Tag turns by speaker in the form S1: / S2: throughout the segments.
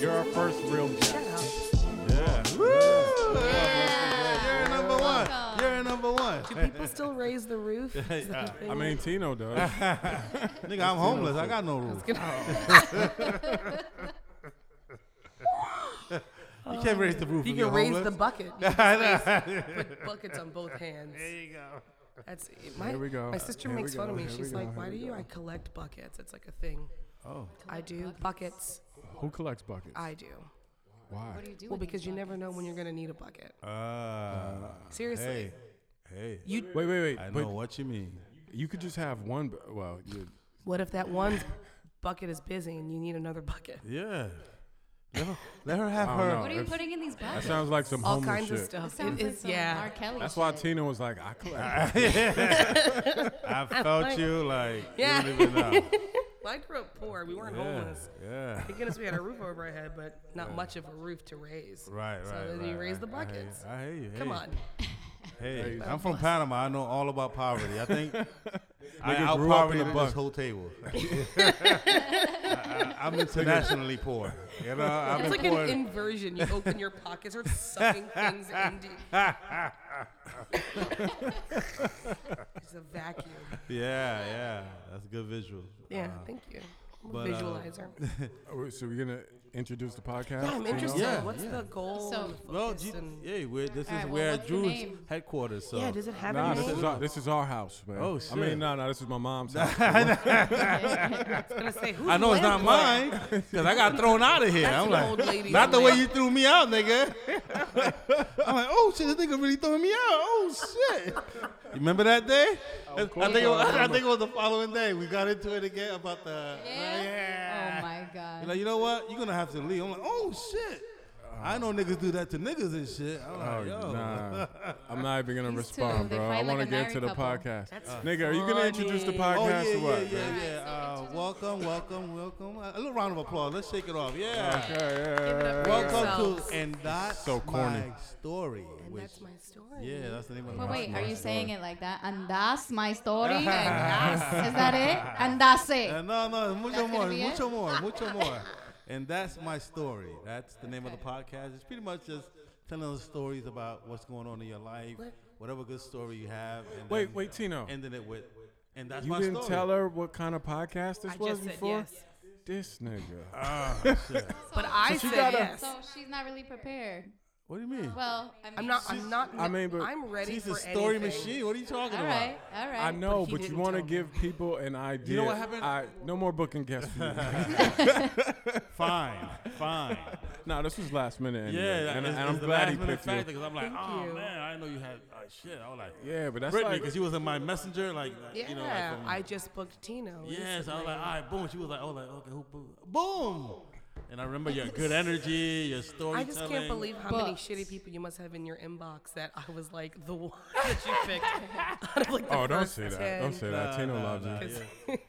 S1: You're our first real guest. Yeah.
S2: Yeah.
S3: Yeah.
S2: You're number one.
S3: Welcome.
S2: You're number one.
S4: Do people still raise the roof? Is that
S1: Yeah.
S4: a thing?
S1: I mean, Tino does.
S2: Nigga, I'm homeless. I got no roof. You can't raise the roof.
S4: you
S2: if
S4: can
S2: you're
S4: raise the
S2: homeless.
S4: bucket. You can raise- put buckets on both hands.
S2: There you go.
S4: That's my,
S1: Here we go.
S4: my sister
S1: Here we
S4: makes fun
S1: go.
S4: of me.
S1: Here we
S4: She's
S1: go.
S4: like,
S1: Here
S4: "Why do
S1: we
S4: you?
S1: go."
S4: I collect buckets. It's like a thing.
S2: Oh.
S4: I do buckets.
S1: Who collects buckets?
S4: I do.
S1: Why?
S3: What do you do?
S4: Well,
S3: with
S4: because
S3: these
S4: you never
S3: buckets?
S4: know when you're gonna need a bucket.
S2: Uh,
S4: Seriously.
S2: Oh, hey, hey.
S4: You.
S1: Wait, wait, wait.
S2: I know
S1: But
S2: what you mean.
S1: you could just have one. bu- Well, you,
S4: What if that one bucket is busy and you need another bucket?
S2: Yeah. Let her, let her have
S1: I don't
S2: her.
S1: know.
S3: What are you
S1: That's-
S3: putting in these
S1: that
S3: buckets?
S1: sounds like some
S4: All
S1: homeless
S4: kinds
S1: shit.
S4: of
S3: That
S4: stuff.
S3: sounds
S4: It
S3: like
S4: is.
S3: some R.
S4: Yeah.
S3: Kelly.
S1: That's why
S3: shit.
S1: Tina was like, I collect. buckets.
S2: I felt you like
S4: Yeah.
S2: you don't even know.
S4: Well, I grew up poor. We weren't
S2: Yeah,
S4: homeless.
S2: yeah.
S4: Thank goodness we had a roof over our head, but not much of a roof to raise.
S2: Right, right.
S4: So then
S2: right,
S4: you raise
S2: right.
S4: the buckets.
S2: I hear you. I hear you.
S4: Come
S2: Hey,
S4: on.
S2: Hey, I'm from Panama. I know all about poverty. I think I
S1: Nigga
S2: out
S1: grew up
S2: poverty
S1: in a
S2: this
S1: bucket.
S2: whole table. I, am internationally poor. You know, I'm
S4: It's like
S2: poor.
S4: an inversion. You open your pockets, start sucking things into. it's a vacuum.
S2: yeah, yeah. That's a good visual.
S4: Yeah,
S2: Uh,
S4: thank you. I'm a
S2: but, uh,
S4: Visualizer.
S1: Oh, so we're gonna introduce the podcast.
S4: Oh, I'm
S1: Tino?
S4: interested.
S2: Yeah,
S4: What's
S2: yeah.
S4: the goal?
S3: So-
S4: and the
S2: well,
S4: focus
S2: gee,
S4: and-
S2: yeah, we're, this is
S3: Alright, well,
S2: where
S3: what's your
S2: Drew's
S3: name?
S2: headquarters. So
S4: yeah, does it have
S1: Nah,
S4: a
S1: this
S4: name?
S1: is our, this is our house, man.
S2: Oh,
S1: I
S2: shit.
S1: mean, no, no, this is my mom's house.
S4: I was gonna say, who's
S2: I know it's not mine because I got thrown out of here.
S4: That's
S2: I'm
S4: an
S2: like,
S4: old lady
S2: not the way
S4: lamp.
S2: you threw me out, nigga. I'm like, oh shit, this nigga really throwing me out. Oh shit. You remember that day? I think, it was, I think it was the following day. We got into it again about the.
S3: Yeah?
S2: yeah.
S3: Oh my god.
S2: You're like, you know what? You're gonna have to leave. I'm like, oh shit. I know niggas do that to niggas and shit. I'm
S1: Oh,
S2: like, yo.
S1: nah. I'm not even gonna
S3: These
S1: respond,
S3: two, they
S1: bro. I
S3: fight like
S1: want to
S3: a
S1: get
S3: married
S1: to the
S3: couple.
S1: podcast. Nigga, are you gonna introduce the
S4: funny.
S1: podcast
S2: Oh yeah,
S1: or
S2: yeah,
S1: what?
S2: yeah, yeah. Uh, welcome, welcome, welcome. A little round of applause. Let's shake it off. Yeah.
S1: Okay, yeah,
S3: Give it up for
S2: Welcome
S3: yourselves.
S2: to and that's
S1: So corny.
S2: my story.
S4: And
S2: which-
S4: that's my story.
S2: yeah, that's the name of the
S3: But wait,
S2: podcast.
S3: are you saying it like that? And that's my story. and that's, is that it? And that's it.
S2: Uh, no, no, mucho
S3: That's gonna
S2: more,
S3: be it?
S2: mucho more, mucho more. And that's my story. That's the name of the podcast. It's pretty much just telling us stories about what's going on in your life, whatever good story you have. And
S1: Wait,
S2: then
S1: wait, Tino.
S2: Ending it with, and that's
S1: You
S2: my
S1: didn't
S2: story.
S1: tell her what kind of podcast this
S4: I
S1: was
S4: just said
S1: before.
S4: yes.
S1: This nigga.
S4: But I said yes.
S3: So she's not really prepared.
S2: What do you mean?
S3: Well, I mean,
S4: I'm not. I'm not.
S1: I mean, but
S4: I'm ready
S2: She's
S4: for
S2: a story
S4: anything.
S2: machine. What are you talking
S3: all
S2: about?
S3: right, all right.
S1: I know,
S4: he
S1: but, you
S4: didn't
S1: want to
S4: tell me.
S1: give people an idea.
S2: what happened?
S1: I, no more booking guests for you.
S2: Fine, fine.
S1: nah, this was last minute. Anyway,
S2: Yeah,
S1: uh, and,
S2: it's,
S1: and I'm
S2: it's the
S1: glad
S2: last
S1: he
S2: minute
S1: picked
S2: factor
S1: you.
S2: because I'm like,
S4: Thank
S2: oh
S4: you.
S2: man, I didn't know you had uh, shit. I was like,
S1: Yeah, but that's
S2: Brittany,
S1: like
S2: because you was in my messenger, like
S4: Yeah,
S2: you know, like um, from-
S4: I just booked Tino.
S2: yes. I was like, all right, boom. She was like, oh, like okay, who, boom, boom. And I remember your good energy, your
S4: I
S2: storytelling.
S4: just can't believe how many
S3: Books.
S4: shitty people you must have in your inbox that I was like the one that you picked out of like the
S1: Oh, don't
S4: first
S1: say that.
S4: 10.
S1: Don't say that.
S2: Nah,
S1: Tino
S2: nah,
S1: loves you.
S2: nah,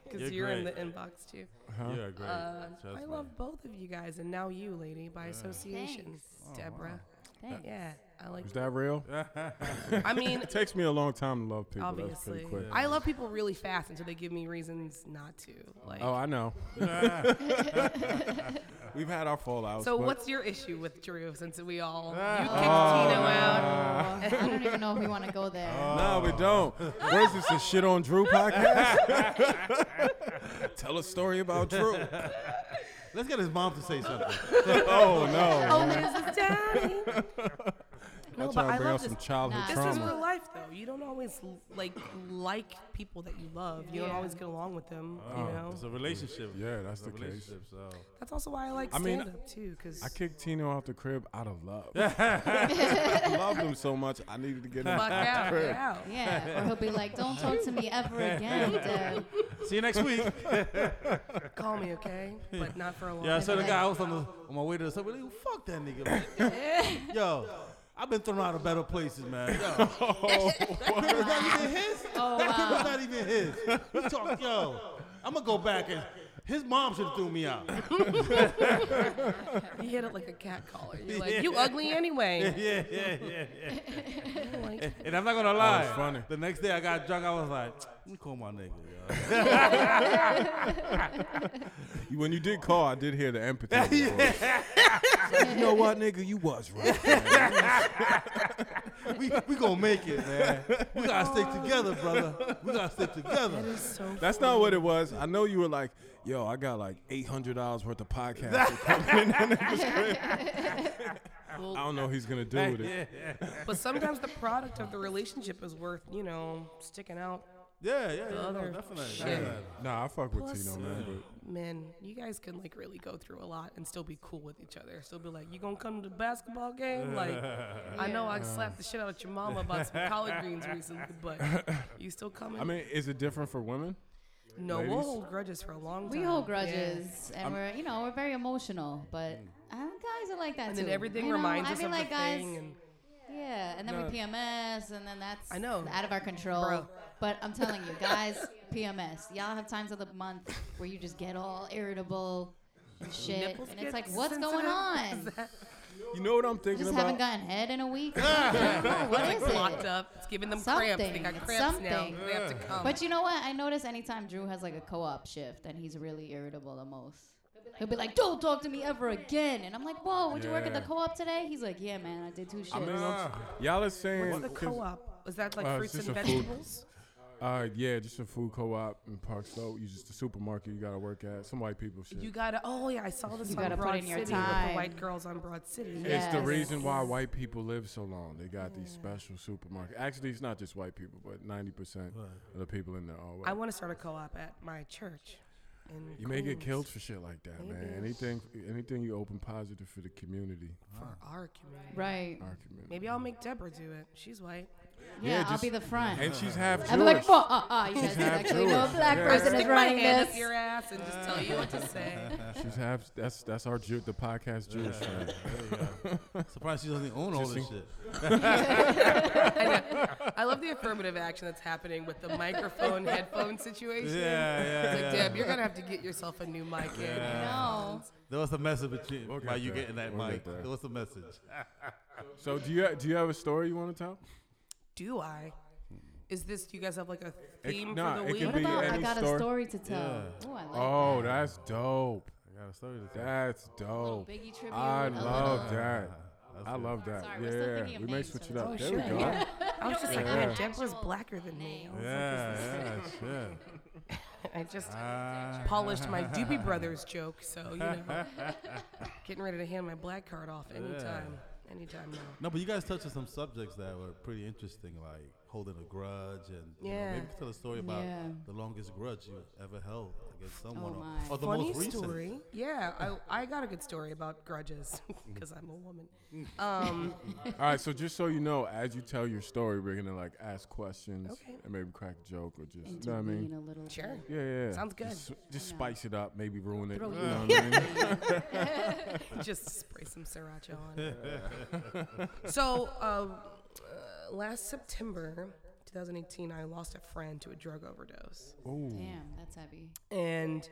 S4: Because you're
S2: You're
S4: in the
S2: great.
S4: inbox too.
S2: You are great.
S4: Uh,
S2: Trust
S4: I
S2: me.
S4: love both of you guys, and now you, lady, by association, Deborah.
S3: Thanks.
S4: Yeah, I like.
S1: Oh, Is that real?
S4: I mean,
S1: It takes me a long time to love people. That's pretty
S4: obviously,
S1: quick.
S4: I love people really fast until they give me reasons not to. Like,
S1: Oh, I know. We've had our fallouts.
S4: so
S1: but
S4: what's your issue with Drew? Since we all
S1: Ah.
S4: you kicked Tino out.
S3: I don't even know if we want to go there.
S1: No, we don't. Where's this the shit on Drew podcast? Tell a story about Drew.
S2: Let's get his mom to say something.
S1: Oh no.
S3: oh, there's this
S4: Daddy. no,
S1: I'm
S4: but
S1: trying
S4: I
S1: to bring
S4: love
S1: out
S4: this.
S1: some childhood
S3: Nah.
S4: This is
S1: trauma.
S4: real life, though. You don't always l- like like people that you love. You don't
S3: Yeah.
S4: always get along with them. You
S1: Oh.
S4: know.
S2: It's a relationship.
S1: Yeah, that's
S2: It's a
S1: the case.
S2: relationship. So
S4: That's also why I like
S1: I mean,
S4: stand up too, because
S1: I kicked Tino out the crib out of love. I loved him so much, I needed to get him
S4: fuck
S1: out.
S4: out, get out.
S3: Yeah, or he'll be like, "Don't talk to me ever again." Deb."
S2: see you next week.
S4: Call me, okay? But not for a while.
S2: Yeah, I saw the guy. I was on, the, on my way to the subway. Like, fuck that nigga. man. Yo, I've been thrown out of better places, man. Yo, that crib was not even his.
S3: Oh,
S2: that crib was
S3: wow.
S2: not even his. We talked. Yo, I'm gonna go back and His mom should have threw me out.
S4: You hit it like a cat collar. You're like, you ugly anyway.
S2: yeah, yeah, yeah, yeah.
S4: Like,
S2: And I'm not gonna
S1: That
S2: lie.
S1: was funny.
S2: The next day I got drunk. I was like, let me call my nigga. Yo.
S1: When you did call, I did hear the empathy. in your voice. you know what, nigga? You was right.
S2: we we gonna make it, man. We gotta stick together, brother. We gotta stick together.
S4: so
S1: That's not what it was. I know you were like, yo, I got like eight hundred dollars worth of podcast.
S4: cool.
S1: I don't know what he's gonna do with it.
S4: But sometimes the product of the relationship is worth, you know, sticking out.
S2: Yeah, yeah, yeah. No,
S4: Other
S2: definitely.
S4: shit.
S2: definitely.
S1: Nah, I fuck with
S4: Plus-
S1: Tino, man. But
S4: Man, you guys can like really go through a lot and still be cool with each other. Still be like, you gonna come to the basketball game? Like, I know I slapped the shit out of your mama about some collard greens recently, but you still coming?
S1: I mean, is it different for women?
S4: no, we'll
S1: ladies?
S4: hold grudges for a long time.
S3: We hold
S4: Yeah.
S3: grudges, and we're you know we're very emotional, but um, guys are like that
S4: And
S3: too.
S4: then everything
S3: you know?
S4: reminds
S3: I
S4: us
S3: mean,
S4: of
S3: like
S4: the
S3: guys,
S4: thing. And
S3: yeah, and then
S4: No.
S3: we PMS, and then that's
S4: I know.
S3: out of our control.
S4: Bro.
S3: But I'm telling you, guys, PMS. Y'all have times of the month where you just get all irritable and shit,
S4: nipples
S3: and it's
S4: get
S3: like, what's going
S4: sensitive.
S3: on?
S1: You know what I'm
S3: I
S1: thinking
S3: just
S1: about?
S3: haven't gotten head in a week. I don't know, what is
S4: locked
S3: it?
S4: up. It's giving them cramps. They
S3: Something.
S4: got
S3: It's
S4: cramps
S3: something.
S4: now. They have to come.
S3: But you know what? I notice anytime Drew has like a co-op shift, and he's really irritable the most. He'll be like, "Don't talk to me ever again," and I'm like, "Whoa, would you work at the
S1: Yeah.
S3: co-op today?" He's like, "Yeah, man, I did two shifts."
S1: I mean, y'all are saying
S4: What's the
S1: 'cause-
S4: co-op? Is that like
S1: Uh, it's
S4: fruits and
S1: just a food-
S4: vegetables?
S1: Uh, yeah, just a food co-op in Park Slope. You just a supermarket you gotta work at. Some white people shit.
S4: You gotta. Oh yeah, I saw this
S3: You
S4: on
S3: gotta put
S4: Broad
S3: in your
S4: City with
S3: time.
S4: the white girls on Broad City.
S3: Yeah.
S1: It's the
S3: Yes.
S1: reason why white people live so long. They got these special supermarkets. Actually, it's not just white people, but 90% of the people in there are white.
S4: I want to start a co-op at my church. in
S1: you may get
S4: Queens
S1: killed for shit like that, man. Anything, anything you open positive for the community,
S4: for our community.
S3: right?
S1: our community.
S4: Maybe I'll make Deborah do it. She's white.
S3: Yeah,
S1: Yeah,
S3: I'll
S1: just-
S3: be the front.
S1: And she's half Jewish.
S3: I'll be like, "Oh, uh, uh, you guys
S1: half
S3: actually know a
S1: Jewish.
S3: black
S1: Yeah.
S3: person is
S4: Stick my
S3: running
S4: hand
S3: this."
S4: up your ass and just tell you what to say.
S1: She's half. That's that's our Jew, the podcast Jewish friend.
S2: Surprised she doesn't own all this
S1: Just
S2: shit.
S4: I love the affirmative action that's happening with the microphone headphone situation.
S2: Yeah,
S4: It's
S2: yeah,
S4: like,
S2: yeah.
S4: Deb, you're gonna have to get yourself a new mic. in.
S3: No.
S2: There was a message between
S1: We'll
S2: why
S1: get
S2: you
S1: there.
S2: getting that
S1: We'll
S2: mic.
S1: get there.
S2: There was a message.
S1: So do you do you have a story you want to tell?
S4: Do I? Is this? Do you guys have like a
S1: It-
S4: theme
S1: nah,
S4: for the
S1: it
S4: week?
S1: can
S3: What
S1: be
S3: about I
S1: any
S3: got
S1: story.
S3: a story to tell? Ooh, I like
S1: Oh, that's dope.
S2: I got a story to tell.
S1: That's dope.
S3: Biggie tribute,
S1: I
S3: a
S1: love
S3: little-
S1: that. I love that.
S3: Sorry, we're still
S1: yeah,
S3: thinking of
S1: we may
S3: names
S1: switch
S3: for
S1: it
S3: the
S1: up.
S4: Oh,
S1: there
S4: shit.
S1: we go.
S4: Yeah. I was just like,
S1: Yeah.
S4: man, Deborah's blacker than me. I was like,
S2: Yeah, yeah, shit.
S4: I just polished my Doobie Brothers joke, so you know, getting ready to hand my black card off anytime, anytime now.
S2: No, but you guys touched on some subjects that were pretty interesting, like holding a grudge, and you know,
S4: Yeah.
S2: maybe tell a story about
S3: Yeah.
S2: the longest grudge you ever held against someone, or-
S3: my.
S2: or, the
S4: Oh, Funny
S2: most recent.
S4: story, yeah. I, I got a good story about grudges because I'm a woman. Um,
S1: All right, so just so you know, as you tell your story, we're gonna like ask questions
S4: Okay.
S1: and maybe crack a joke or just, you know what I mean?
S3: Intervene a little.
S4: sure.
S1: Yeah, yeah.
S4: Sounds good.
S1: Just, just spice it up, maybe ruin it.
S3: Throw
S1: you
S3: you-
S1: know what I mean?
S4: just spray some sriracha on. so, um, uh, last September 2018, I lost a friend to a drug overdose.
S3: Damn, that's heavy.
S4: and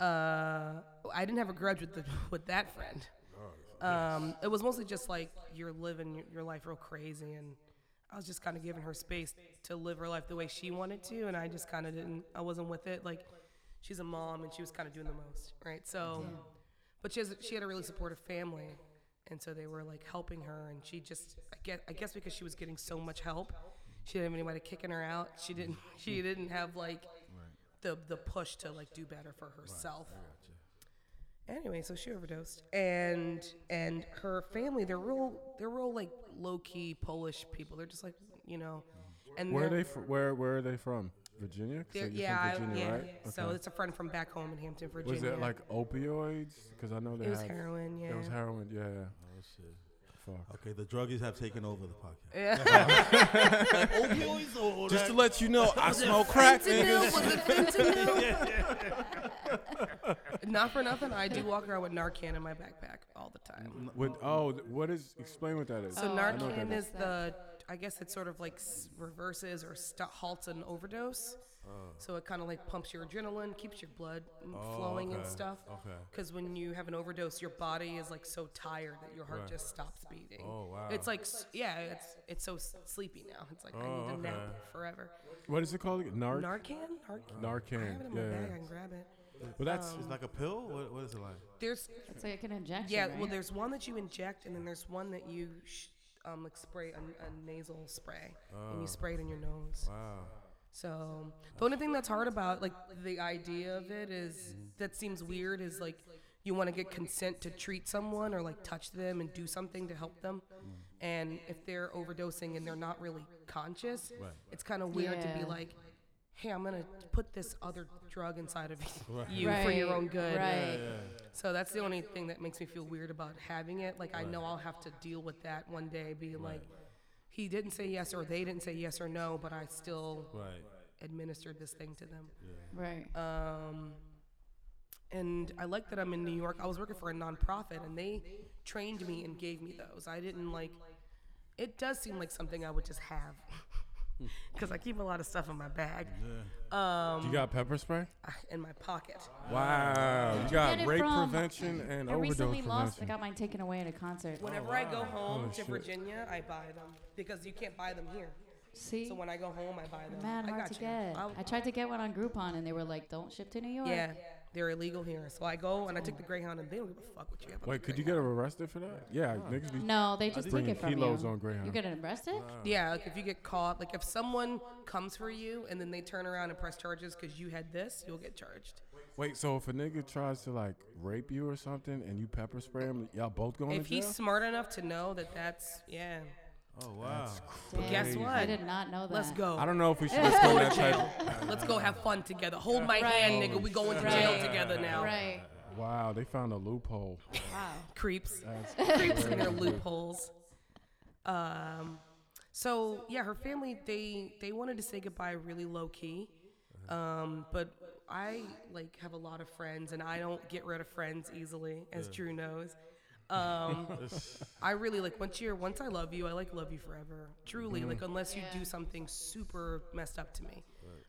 S4: uh, I didn't have a grudge with the with that friend. Um, it was mostly just like you're living your- your life real crazy, and I was just kind of giving her space to live her life the way she wanted to, and I just kind of didn't. I wasn't with it. Like she's a mom, and she was kind of doing the most, right? So, but she has she had a really supportive family, and so they were like helping her, and she just I guess I guess because she was getting so much help, she didn't have anybody kicking her out. She didn't she didn't have like the the push to like do better for herself. Anyway, so she overdosed, and and her family they're real they're real like low key Polish people. They're just like you know, and
S1: Where are
S4: they're-
S1: they? Fr- where Where are they from? Virginia. 'Cause
S4: they're-
S1: you're from
S4: yeah I-
S1: Virginia,
S4: yeah.
S1: right?
S4: So it's a friend from back home in Hampton, Virginia.
S1: Was it like opioids? Because I know they
S4: it was
S1: have.
S4: heroin? Yeah.
S1: It was heroin. Yeah. yeah.
S2: Oh, shit.
S1: Fuck.
S2: Okay, the druggies have taken over the podcast.
S4: Yeah.
S2: Opioids or
S1: Just to let you know, I smoke crack,
S4: Fentanyl?
S1: niggas.
S4: Was it fentanyl? Not for nothing, I do walk around with Narcan in my backpack all the time.
S1: With, oh, th- what is? Explain what that is.
S4: So
S1: Oh, I know what that
S4: Narcan is the, I guess it sort of like s- reverses or st- halts an overdose.
S1: Oh.
S4: So it kind of like pumps your adrenaline, keeps your blood mm, flowing and
S2: okay,
S4: stuff.
S2: okay.
S4: Because when you have an overdose, your body is like so tired that your heart just stops beating.
S2: Oh, wow.
S4: It's like s- yeah, it's it's so s- sleepy now. It's like I
S1: Oh,
S4: need to nap
S2: okay.
S4: forever.
S1: What is it called? again? Narc.
S4: Narcan, Narcan. I have
S1: Narcan.
S4: it in my bag. I
S1: Yeah.
S4: can grab it.
S1: Well, that's
S2: It's like a pill. What, what is it like?
S4: There's
S3: It's like an injection.
S4: yeah.
S3: right?
S4: Well, there's one that you inject, and then there's one that you sh- um like spray a, a nasal spray, and you spray it in your
S3: Oh,
S4: nose.
S2: Wow.
S4: So the only thing that's hard about like the idea of it is that seems weird is like you want to get consent to treat someone or like touch them and do something to help them. And if they're overdosing and they're not really conscious, it's kind of weird to be
S3: Yeah.
S4: like, hey, I'm going to put this other drug inside of you
S3: right,
S4: for your own good.
S3: Right.
S4: So that's the only thing that makes me feel weird about having it. Like I know I'll have to deal with that one day, being like, he didn't say yes or they didn't say yes or no, but I still
S2: Right.
S4: administered this thing to them.
S3: Right.
S4: Um, and I like that I'm in New York. I was working for a nonprofit, and they trained me and gave me those. I didn't like. It does seem like something I would just have, because I keep a lot of stuff in my bag, uh,
S1: you got pepper spray.
S4: in my pocket.
S1: Wow, you got
S3: Uh, Get it
S1: rape
S3: from-
S1: prevention and
S3: I
S1: overdose
S3: recently
S1: prevention.
S3: lost. I got mine taken away at a concert.
S4: Whenever I go home to
S1: shit.
S4: Virginia, I buy them because you can't buy them here.
S3: See,
S4: So when I go home, I buy them.
S3: man,
S4: I
S3: hard
S4: got
S3: to
S4: you.
S3: get.
S4: I'll-
S3: I tried to get one on Groupon, and they were like, "Don't ship to New York."
S4: yeah, they're illegal here. So I go and I take the Greyhound, and they don't give a fuck what you have. on
S1: Wait,
S4: the
S1: could you
S4: Greyhound.
S1: get arrested for that? Yeah, niggas be
S3: No, they just take
S1: bringing
S3: it from
S1: kilos
S3: you.
S1: on Greyhound.
S3: You get arrested?
S4: Yeah, like if you get caught, like if someone comes for you and then they turn around and press charges because you had this, you'll get charged.
S1: Wait, so if a nigga tries to like rape you or something and you pepper spray him, y'all both going
S4: if
S1: to jail?
S4: he's smart enough to know that that's, yeah.
S2: Oh wow.
S3: Damn,
S4: guess
S3: I
S4: what?
S3: did not know that.
S4: Let's
S1: I
S4: go.
S1: don't know if we should have done that type.
S4: Let's go have fun together. Hold my hand, nigga. We going to jail
S3: Right.
S4: together now.
S3: Right.
S1: of- Wow, they found a loophole.
S3: Wow.
S4: Creeps. Creeps in their loopholes. Um, so yeah, her family they they wanted to say goodbye really low key. Um, but I like have a lot of friends and I don't get rid of friends easily, as Drew knows. Um, I really like once you're once I love you, I like love you forever. Truly, like unless you do something super messed up to me.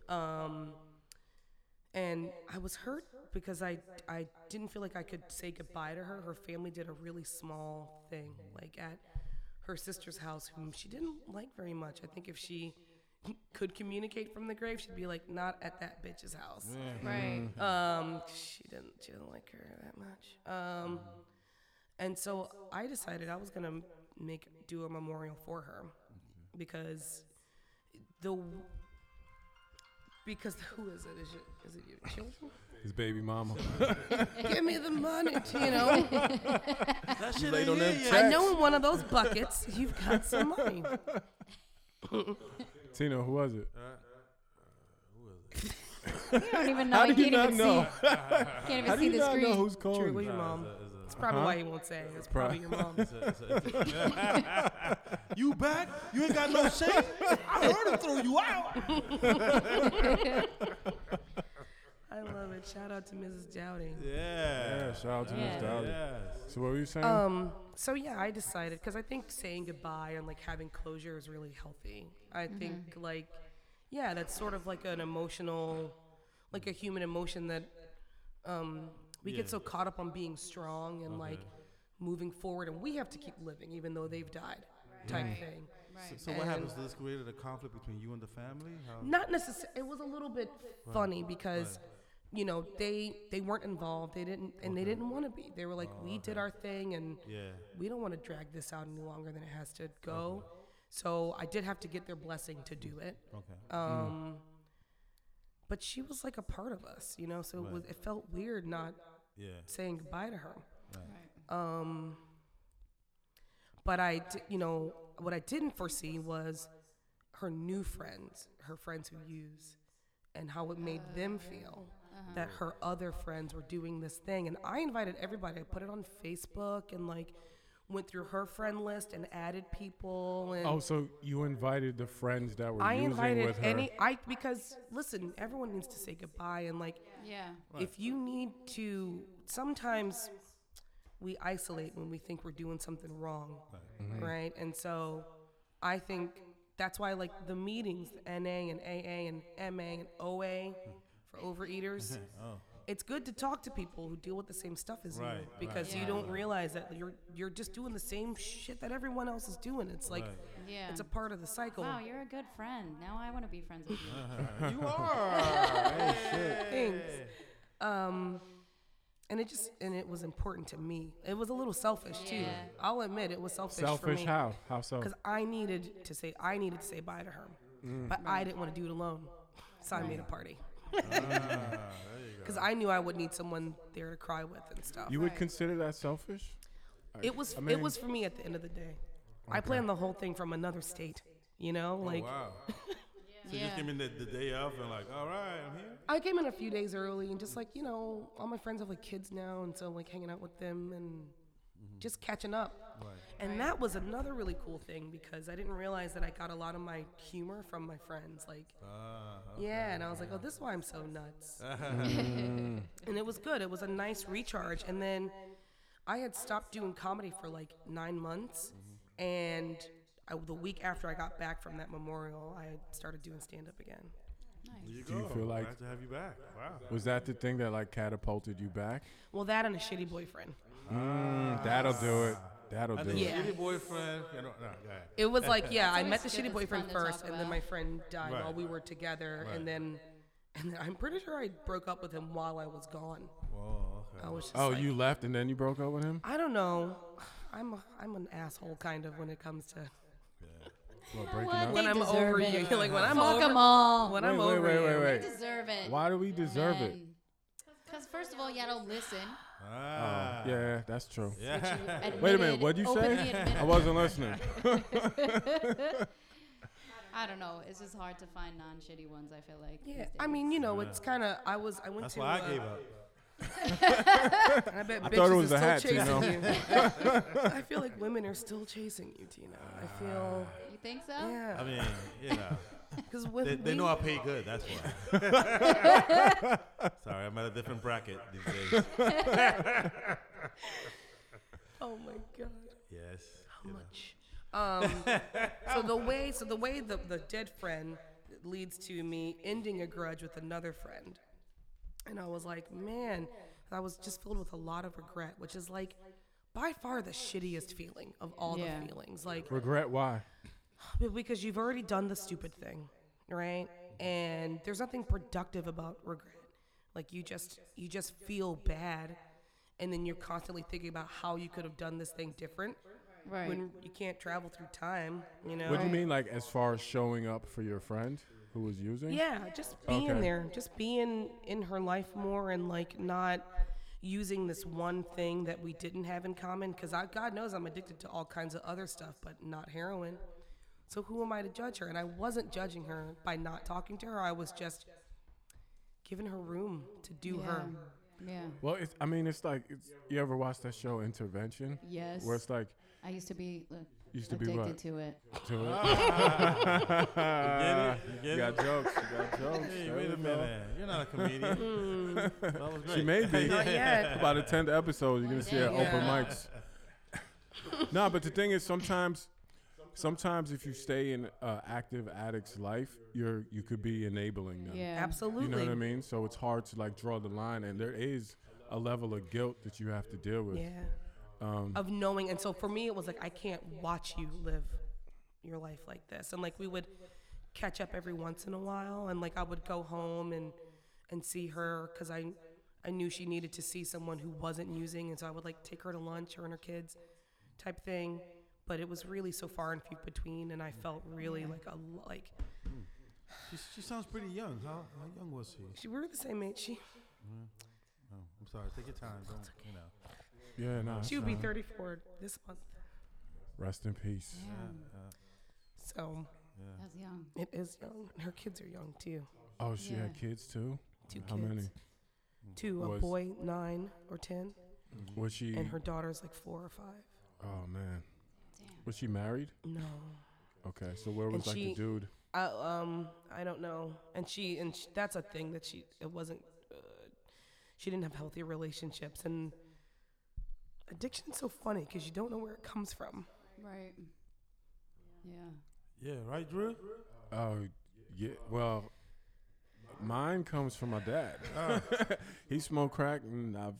S4: Um, and I was hurt because I I didn't feel like I could say goodbye to her. Her family did a really small thing, like at her sister's house, whom she didn't like very much. I think if she could communicate from the grave, she'd be like, "Not at that bitch's house."
S3: Right.
S4: Um, she didn't. She didn't like her that much. Um, and so I decided I was gonna make do a memorial for her because the because who is it? Is it is it your children?
S1: His baby mama.
S4: Give me the money, you know.
S2: That shit
S1: laid
S2: ain't
S1: on
S2: here
S1: them
S2: yet.
S4: I know in one of those buckets you've got some money.
S1: Tino, who was it?
S3: You don't even know.
S1: How
S3: you
S1: do you
S3: can't
S1: not
S3: even
S1: know?
S3: see. Can't even
S1: How do
S3: see
S1: you
S3: the
S1: not know
S3: screen.
S1: who's
S4: True, was
S1: calling?
S4: your mom? It's probably why he won't say. it. It's probably your mom.
S2: You back? You ain't got no shame. I heard him throw you out.
S4: I love it. Shout out to Mrs. Dowdy.
S1: Yeah,
S2: Yeah.
S1: shout out to
S3: Yeah. Oh.
S1: Miss Dolly. So what were you saying?
S4: Um, so yeah, I decided because I think saying goodbye and like having closure is really healthy. I think like, yeah, that's sort of like an emotional, like a human emotion that, um, we get so caught up on being strong and like moving forward, and we have to keep living even though they've died, type thing.
S2: So, so what happens? This created a conflict between you and the family. How?
S4: Not necessarily. It was a little bit funny because, you know, they they weren't involved. They didn't, and they didn't want to be. They were like, we did our thing, and
S2: Yeah.
S4: we don't want to drag this out any longer than it has to go. So I did have to get their blessing to do it.
S2: Okay.
S4: Um, But she was like a part of us, you know. So it was it felt weird not
S2: Yeah.
S4: saying goodbye to her. Um, but I, di- you know, what I didn't foresee was her new friends, her friends who use, and how it made them feel that her other friends were doing this thing. And I invited everybody. I put it on Facebook and like went through her friend list and added people. And
S1: oh, so you invited the friends that were
S4: I
S1: using
S4: invited
S1: with her.
S4: any. I because listen, everyone needs to say goodbye and like
S3: Yeah.
S4: if you need to sometimes we
S2: Mm-hmm.
S4: isolate when we think we're doing something wrong right, and so i think That's why like the meetings, NA and AA and MA and OA
S2: Hmm.
S4: for overeaters.
S2: Oh.
S4: It's good to talk to people who deal with the same stuff as
S2: Right,
S4: you
S2: right,
S4: because you
S3: right,
S4: don't realize that you're you're just doing the same shit that everyone else is doing. It's like
S3: Yeah.
S4: it's a part of the cycle.
S3: wow, you're a good friend. Now I want to be friends with you.
S2: You are. Hey, shit.
S4: things. Um, and it just and it was important to me. It was a little selfish too.
S3: Yeah.
S4: I'll admit it was selfish. for
S1: Selfish
S4: me.
S1: how? How so?
S4: Because I needed to say I needed to say bye to her,
S1: Mm.
S4: but I didn't want to do it alone, so I made a party.
S1: Ah,
S4: Because I knew I would need someone there to cry with and stuff.
S1: You would consider that selfish?
S4: it was
S1: I mean-
S4: it was for me at the end of the day. I planned the whole thing from another state. You know, like
S2: wow. So you
S3: Yeah.
S2: just came in the, the day of and like, all right, I'm here.
S4: I came in a few days early and just like, you know, all my friends have like kids now and so like hanging out with them and just catching up. And that was another really cool thing because I didn't realize that I got a lot of my humor from my friends. Like,
S2: Ah,
S4: yeah, and I was like, oh, this is why I'm so nuts. and it was good. It was a nice recharge. And then I had stopped doing comedy for like nine months. And I, the week after I got back from that memorial, I started doing stand up again.
S2: there you
S1: Do you
S2: go.
S1: feel like-
S2: Glad to have you back? Wow.
S1: Was that the thing that like catapulted you back?
S4: Well, that and a shitty boyfriend.
S1: Mm, that'll do it. That'll do
S2: And the
S1: it.
S4: Yeah.
S2: shitty boyfriend. You know, no, go ahead.
S4: It was like, yeah, I
S3: always
S4: met the
S3: good.
S4: shitty
S3: That's
S4: boyfriend
S3: fun to talk
S4: first, and then
S3: about.
S4: my friend died
S2: Right.
S4: while we were together,
S2: Right.
S4: and then, and then I'm pretty sure I broke up with him while I was gone.
S2: Whoa, okay.
S4: I was just
S1: Oh,
S4: like-
S1: you left and then you broke up with him?
S4: I don't know. I'm a, I'm an asshole kind of when it comes to
S1: What,
S3: know
S1: breaking
S3: what?
S1: up?
S4: when
S3: They
S4: I'm
S3: deserve
S4: over
S3: it.
S4: you. Like when I'm
S3: Fuck
S4: over
S3: them all.
S4: when
S1: Wait,
S4: I'm
S1: wait,
S4: over
S1: wait, wait,
S4: you.
S1: wait.
S3: They deserve it.
S1: Why do we deserve it?
S3: Because first of all, y'all don't listen.
S2: Ah.
S1: Oh, Yeah, that's true.
S3: which you
S1: Wait a minute,
S3: admitted-
S1: what'd you
S3: openly
S1: say?
S3: admitted.
S1: I wasn't listening.
S3: I don't know. It's just hard to find non-shitty ones. I feel like.
S4: Yeah,
S3: these
S4: I
S3: days.
S4: mean, you know, it's kind of. I was. I went
S2: That's
S4: to.
S2: why
S4: uh,
S2: I gave up.
S4: I bet bitches
S1: thought it
S4: are
S1: was the
S4: still
S1: hats, you
S4: chasing
S1: know?
S4: I feel like women are still chasing you, Tina. I feel.
S3: you think so?
S2: I
S4: Yeah.
S2: mean, you know,
S4: Because
S2: they,
S4: women.
S2: they know I pay good. That's why. Sorry, I'm at a different bracket these days.
S4: oh my god.
S2: Yes.
S4: How
S3: Oh
S4: much? Um, so the way, so the way the, the dead friend leads to me ending a grudge with another friend, and I was like, man, I was just filled with a lot of regret, which is like by far the shittiest feeling of all
S3: Yeah.
S4: the feelings. Like
S1: Regret why?
S4: but because you've already done the stupid thing, right? And there's nothing productive about regret. Like you just you just feel bad, and then you're constantly thinking about how you could have done this thing different
S3: Right.
S4: when you can't travel through time, you know?
S1: What do you mean, like, as far as showing up for your friend who was using?
S4: Yeah, just being
S1: Okay.
S4: there, just being in her life more and like not using this one thing that we didn't have in common because I, God knows I'm addicted to all kinds of other stuff, but not heroin. So who am I to judge her? And I wasn't judging her by not talking to her. I was just giving her room to do her.
S3: Yeah.
S1: Well, it's, I mean, it's like, it's, you ever watch that show Intervention?
S3: Yes.
S1: Where it's like,
S3: I used to be uh,
S1: Used to be
S3: addicted
S1: what?
S3: to it.
S1: to it.
S2: You get it? You
S1: you
S2: get it?
S1: got jokes. You got jokes.
S2: Hey,
S1: There
S2: wait
S1: we
S2: a
S1: go.
S2: minute. You're not a comedian. that was great.
S1: She may be.
S4: Not yet.
S1: By the tenth episode, you're gonna see her open
S4: Yeah.
S1: mics. no, but the thing is, sometimes, sometimes if you stay in uh, active addict's life, you're you could be enabling them.
S3: Yeah.
S4: Absolutely.
S1: You know what I mean? So it's hard to like draw the line, and there is a level of guilt that you have to deal with. um,
S4: Yeah. of knowing. And so for me, it was like, I can't watch you live your life like this. And like, we would catch up every once in a while. And like, I would go home and, and see her because I, I knew she needed to see someone who wasn't using. And so I would like take her to lunch, her and her kids type thing. But it was really so far and few between. And I felt really like a, lo- like,
S2: She, she sounds pretty young. How, how young was she?
S4: she, we were the same age. She,
S2: Oh, I'm sorry. Take your time. Don't, you know.
S1: Yeah, no.
S4: she would be
S1: no.
S4: 34 this month.
S1: Rest in peace.
S3: Damn,
S4: So
S3: That's young.
S4: it is young. And her kids are young too.
S1: Oh, she had
S3: Yeah.
S1: kids too.
S4: Two
S1: How
S4: kids.
S1: many?
S4: Two, a
S1: Was-
S4: boy nine or ten,
S1: Was she?
S4: and her daughter's like four or five.
S1: oh man.
S3: Damn.
S1: Was she married?
S4: No,
S1: Okay, so where
S4: And
S1: was like
S4: she-
S1: the dude?
S4: I um I don't know. And she and sh that's a thing that she it wasn't. Uh, she didn't have healthy relationships, and addiction's so funny because you don't know where it comes from.
S3: Right. Yeah.
S2: Yeah, right, Drew?
S1: Oh, yeah. Well, mine comes from my dad.
S2: Ah.
S1: he smoked crack, and I've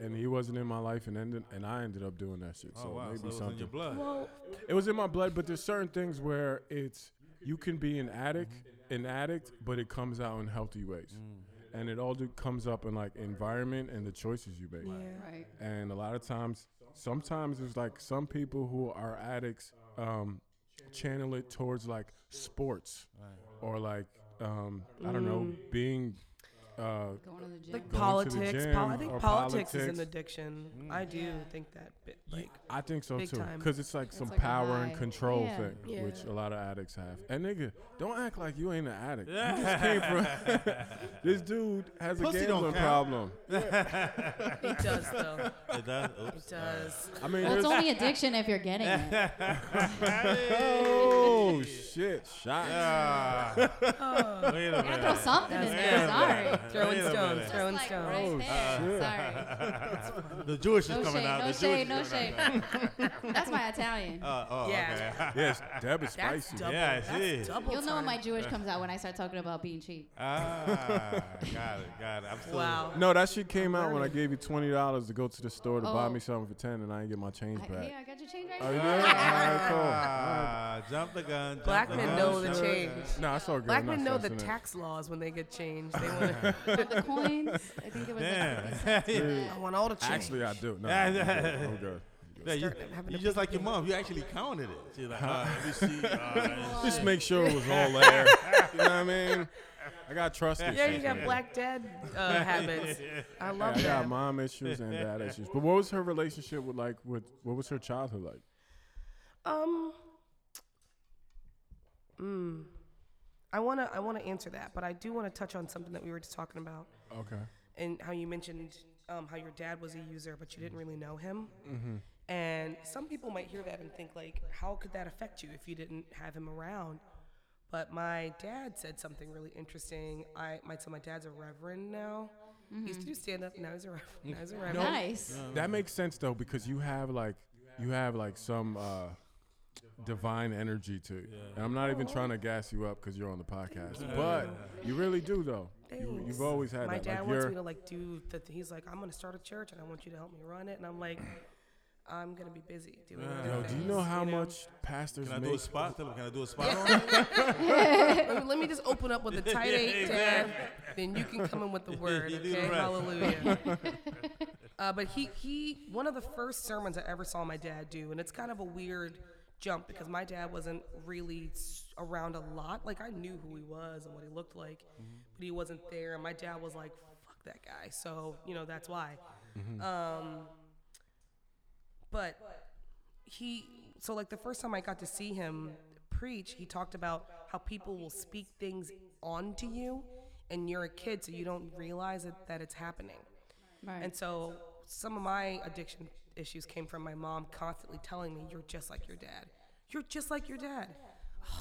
S1: and he wasn't in my life, and ended, and I ended up doing that
S2: Oh,
S1: shit. so maybe
S2: it's
S1: something.
S2: blood.
S1: it was in my blood, but there's certain things where it's you can be an addict, an addict, but it comes out in healthy ways,
S2: Mm.
S1: and it all do, comes up in like environment and the choices you make.
S3: Right.
S1: And a lot of times, sometimes it's like some people who are addicts um, channel it towards like sports or like um, I don't know, being uh,
S3: Going to the gym.
S4: Like
S1: the
S4: politics. pol- I
S1: gym
S4: think
S1: or
S4: politics, is an
S1: politics.
S4: addiction. I do think that. Bit,
S1: Ye-
S4: like,
S1: I think so
S4: big
S1: too,
S4: time.
S1: because it's like some
S3: like a
S1: power
S3: high.
S1: and control
S3: Yeah.
S1: thing,
S4: Yeah.
S1: which a lot of addicts have. And nigga, don't act like you ain't an addict. You just came from. this dude has
S2: Pussy
S1: a
S2: don't
S1: gambling
S2: count.
S1: problem.
S4: it does though.
S2: It does. Oops.
S4: It does.
S1: I mean,
S3: well, it's
S1: there's-
S3: only addiction if you're getting it.
S1: oh shit, shots.
S2: Ah.
S4: Oh,
S2: Wait a
S3: Throw
S2: minute.
S3: something in there. Sorry.
S4: Throwing
S2: Wait a
S4: stones.
S2: minute.
S4: Throwing
S3: Like
S4: stones.
S1: Oh,
S3: right there. Sorry.
S2: The Jewish is
S3: No
S2: coming
S3: shade.
S2: out.
S3: No
S2: the Jewish
S3: shade.
S2: is
S3: No
S2: coming
S3: shade.
S2: out.
S3: That's my Italian.
S2: Uh, oh,
S4: Yeah.
S2: okay.
S1: Yes, Deb is
S4: That's
S1: spicy.
S4: double.
S2: Yeah, it
S4: that's
S2: is.
S4: double
S3: You'll know when
S4: time.
S3: my Jewish comes out when I start talking about being cheap.
S2: Ah, got it, got it. I'm still.
S4: Wow.
S1: No, that shit came out when I gave you twenty dollars to go to the store to buy
S3: Oh.
S1: me something for ten, and I didn't get my change
S3: I,
S1: back.
S3: here, I got your change right
S1: Oh, you
S3: here.
S1: did? All right, cool.
S2: Ah, jump the gun. Jump
S4: Black
S2: the
S4: men
S2: gun,
S4: know the
S2: jump
S4: change.
S1: No, I saw a girl.
S4: Black
S1: not
S4: men know the
S1: fussing it.
S4: tax laws when they get changed. They want.
S3: On the coins. I think it was
S2: Damn.
S3: like
S4: I want all the change.
S1: Actually, I do. No,
S2: Yeah,
S1: I'm good.
S2: yeah.
S1: I'm good.
S2: Yeah, you, you just like your mom. You actually counted it. She's like, all right, let me see. All right.
S1: Just make sure it was all there. you know what I mean? I got trust issues.
S4: yeah, you got black dad uh, habits. I
S1: Yeah,
S4: love
S1: I
S4: that.
S1: got mom issues and dad issues. But what was her relationship with like with what was her childhood like?
S4: Um. mm, I wanna I wanna answer that, but I do wanna touch on something that we were just talking about,
S1: Okay.
S4: and how you mentioned um, how your dad was a user, but you didn't really know him.
S1: Mm-hmm.
S4: And some people might hear that and think like, how could that affect you if you didn't have him around? But my dad said something really interesting. I my so my dad's a reverend now. He used to do stand up. Now he's a reverend. Now he's a reverend.
S3: Nice.
S1: That makes sense though because you have like you have like some uh divine energy to you. And I'm not even
S3: Oh.
S1: trying to gas you up cuz you're on the podcast. But you really do though. You,
S4: Thanks.
S1: you've always had
S4: my
S1: that.
S4: dad
S1: like
S4: wants
S1: you're,
S4: me to like do the th- he's like i'm gonna start a church and i want you to help me run it and i'm like i'm gonna be busy doing other
S1: Yo, do you
S4: things,
S1: know how much pastors
S2: Can I do a
S1: make?
S2: spot? Tell him, Can I do a spot on it?
S4: let, me, let me just open up with the tight eight dad then you can come in with the word
S2: You do the
S4: okay
S2: rest.
S4: hallelujah uh, but he he one of the first sermons i ever saw my dad do and it's kind of a weird jump because my dad wasn't really s- around a lot like i knew who he was and what he looked like
S2: Mm-hmm.
S4: but he wasn't there and my dad was like fuck that guy so you know that's why
S2: Mm-hmm.
S4: um but he so like the first time I got to see him preach, he talked about how people will speak things onto you and you're a kid so you don't realize that, that it's happening.
S3: Right.
S4: And so some of my addiction issues came from my mom constantly telling me you're just like your dad. You're just like your dad.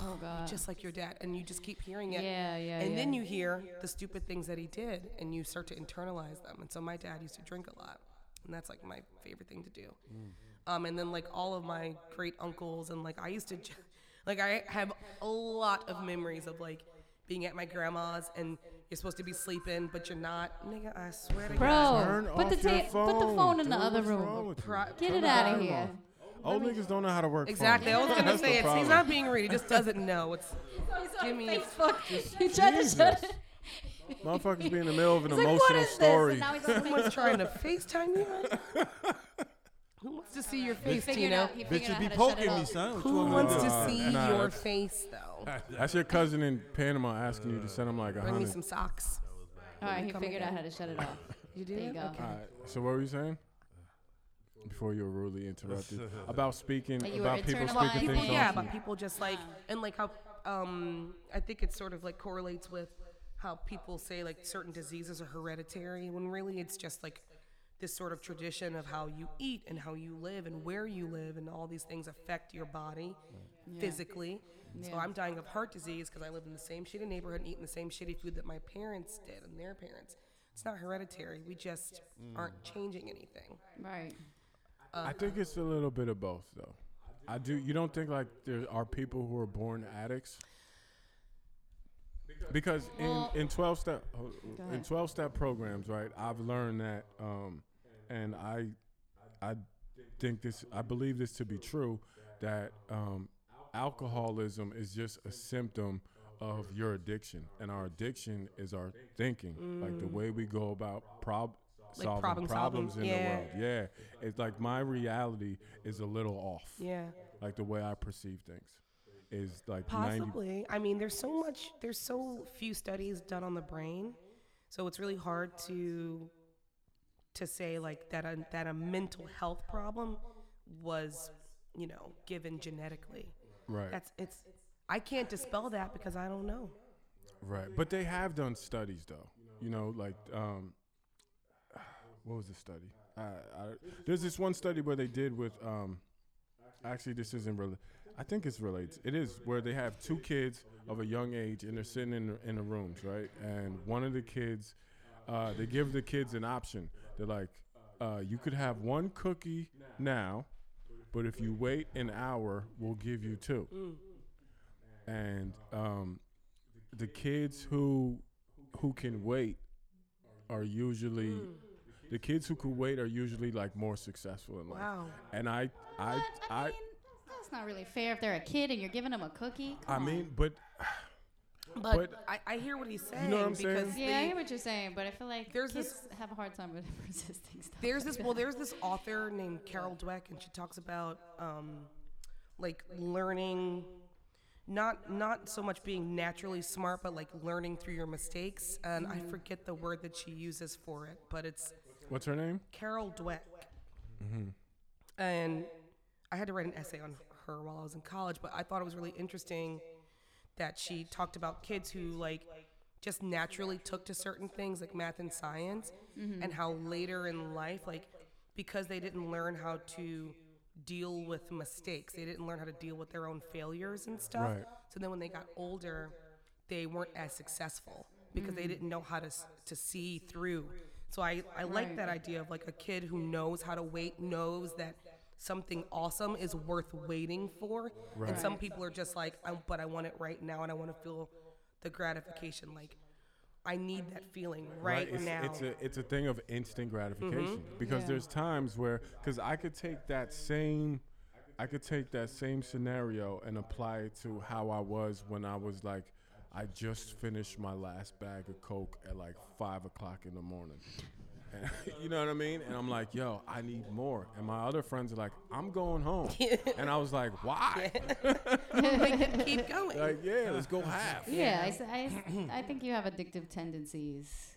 S3: oh God.
S4: Just like your dad and you just keep hearing it.
S3: Yeah, yeah,
S4: And then
S3: yeah.
S4: you hear the stupid things that he did and you start to internalize them. And so my dad used to drink a lot. And that's like my favorite thing to do.
S1: Mm.
S4: Um, and then like all of my great uncles and like I used to, j- like I have a lot of memories of like being at my grandma's and you're supposed to be sleeping but you're not. Nigga, I swear to God.
S3: Bro,
S1: Turn
S3: put the
S1: off your
S3: ta- put the phone in the
S1: dude.
S3: other
S1: What's wrong
S3: room.
S1: with you?
S4: Pro-
S3: Get it out of here.
S1: Old niggas don't know how to work.
S4: Exactly. I
S1: Phones.
S4: was gonna
S1: That's the
S4: say it's, he's
S1: problem.
S4: not being rude. He just doesn't know. It's give me. a-
S3: Facebook. He tried to shut it.
S1: Motherfuckers be in the middle of an
S3: He's like, what
S1: emotional
S3: is
S1: story.
S3: this? And now he's on
S4: Someone's
S3: Facebook.
S4: trying to FaceTime you. Who wants to see your
S3: He
S4: face,
S3: figured
S4: Tino?
S3: out. He figured
S2: Bitches
S3: out
S2: be
S3: how to shut it
S2: poking me,
S3: off.
S2: son. What you
S4: Who
S2: want me
S4: wants
S2: do?
S4: to see
S1: nah,
S4: your
S1: that's-
S4: face though?
S1: That's your cousin in Panama asking you to send him like a
S4: Bring me
S1: hundred.
S4: some socks.
S3: All right, he
S4: Come
S3: figured out
S4: again.
S3: how to shut it off.
S4: You do?
S3: There you go.
S1: All right, so what were you saying? Before you were rudely interrupted about speaking
S3: That you were
S1: about people
S3: internalizing
S1: speaking things
S3: it.
S4: yeah,
S1: off
S4: but
S1: you.
S4: people just like and like how um I think it sort of like correlates with how people say like certain diseases are hereditary when really it's just like this sort of tradition of how you eat and how you live and where you live and all these things affect your body physically. So
S3: Yeah.
S4: I'm dying of heart disease because I live in the same shitty neighborhood and eating the same shitty food that my parents did and their parents. It's not hereditary. We just aren't changing anything.
S3: Right.
S1: I think it's a little bit of both, though. I do. You don't think like there are people who are born addicts? Because in,
S3: Well-
S1: in twelve step oh,
S3: Go
S1: in
S3: ahead.
S1: twelve step programs, right? I've learned that, um, and I I think this I believe this to be true that um, alcoholism is just a symptom of your addiction, and our addiction is our thinking, like the way we go about prob solving
S4: problem solving,
S1: problems in
S4: yeah.
S1: the world. Yeah, it's like my reality is a little off
S4: Yeah.
S1: like the way I perceive things is like 90
S4: Possibly. I mean, there's so much, there's so few studies done on the brain, so it's really hard to to say like that a, that a mental health problem was, you know, given genetically.
S1: right
S4: That's it's. I can't dispel that because I don't know.
S1: right but they have done studies though you know like um what was the study I, I, there's this one study where they did with um actually this isn't really I think it's relates it is where they have two kids of a young age and they're sitting in in the rooms right and one of the kids uh, they give the kids an option they're like uh, you could have one cookie now but if you wait an hour we'll give you two and um, the kids who who can wait are usually the kids who can wait are usually like more successful in life.
S4: Wow.
S1: And I I
S3: But,
S1: I
S3: I mean, that's not really fair if they're a kid and you're giving them a cookie.
S1: I
S3: Come on.
S1: mean, but
S4: But,
S1: But-
S4: I, I hear what he's saying
S1: know what I'm
S4: because
S1: saying?
S3: yeah, I
S4: the-
S3: hear what you're saying, but I feel like
S4: There's
S3: kids
S4: this-
S3: have a hard time with resisting stuff.
S4: there's
S3: like
S4: this well there's this author named carol dweck and she talks about um, like learning not not so much being naturally smart but like learning through your mistakes and i forget the word that she uses for it but it's
S1: what's her name?
S4: carol dweck and i had to write an essay on her while i was in college but i thought it was really interesting that she talked about kids who like just naturally took to certain things like math and science and how later in life like because they didn't learn how to deal with mistakes they didn't learn how to deal with their own failures and stuff
S1: Right.
S4: so then when they got older they weren't as successful because
S1: Mm.
S4: they didn't know how to s- to see through so i i like that idea of like a kid who knows how to wait knows that something awesome is worth waiting for and some people are just like I, but i want it right now and i want to feel the gratification like i need that feeling right,
S1: it's,
S4: now
S1: It's a it's a thing of instant gratification
S3: Mm-hmm.
S1: because there's times where because I could take that same I could take that same scenario and apply it to how I was when I was like I just finished my last bag of coke at like five o'clock in the morning. And, you know what I mean? And I'm like, yo, I need more. And my other friends are like, I'm going home. and I was like, why?
S4: keep going
S1: Like, yeah, let's go half.
S3: Yeah, I s- I, s- I think you have addictive tendencies.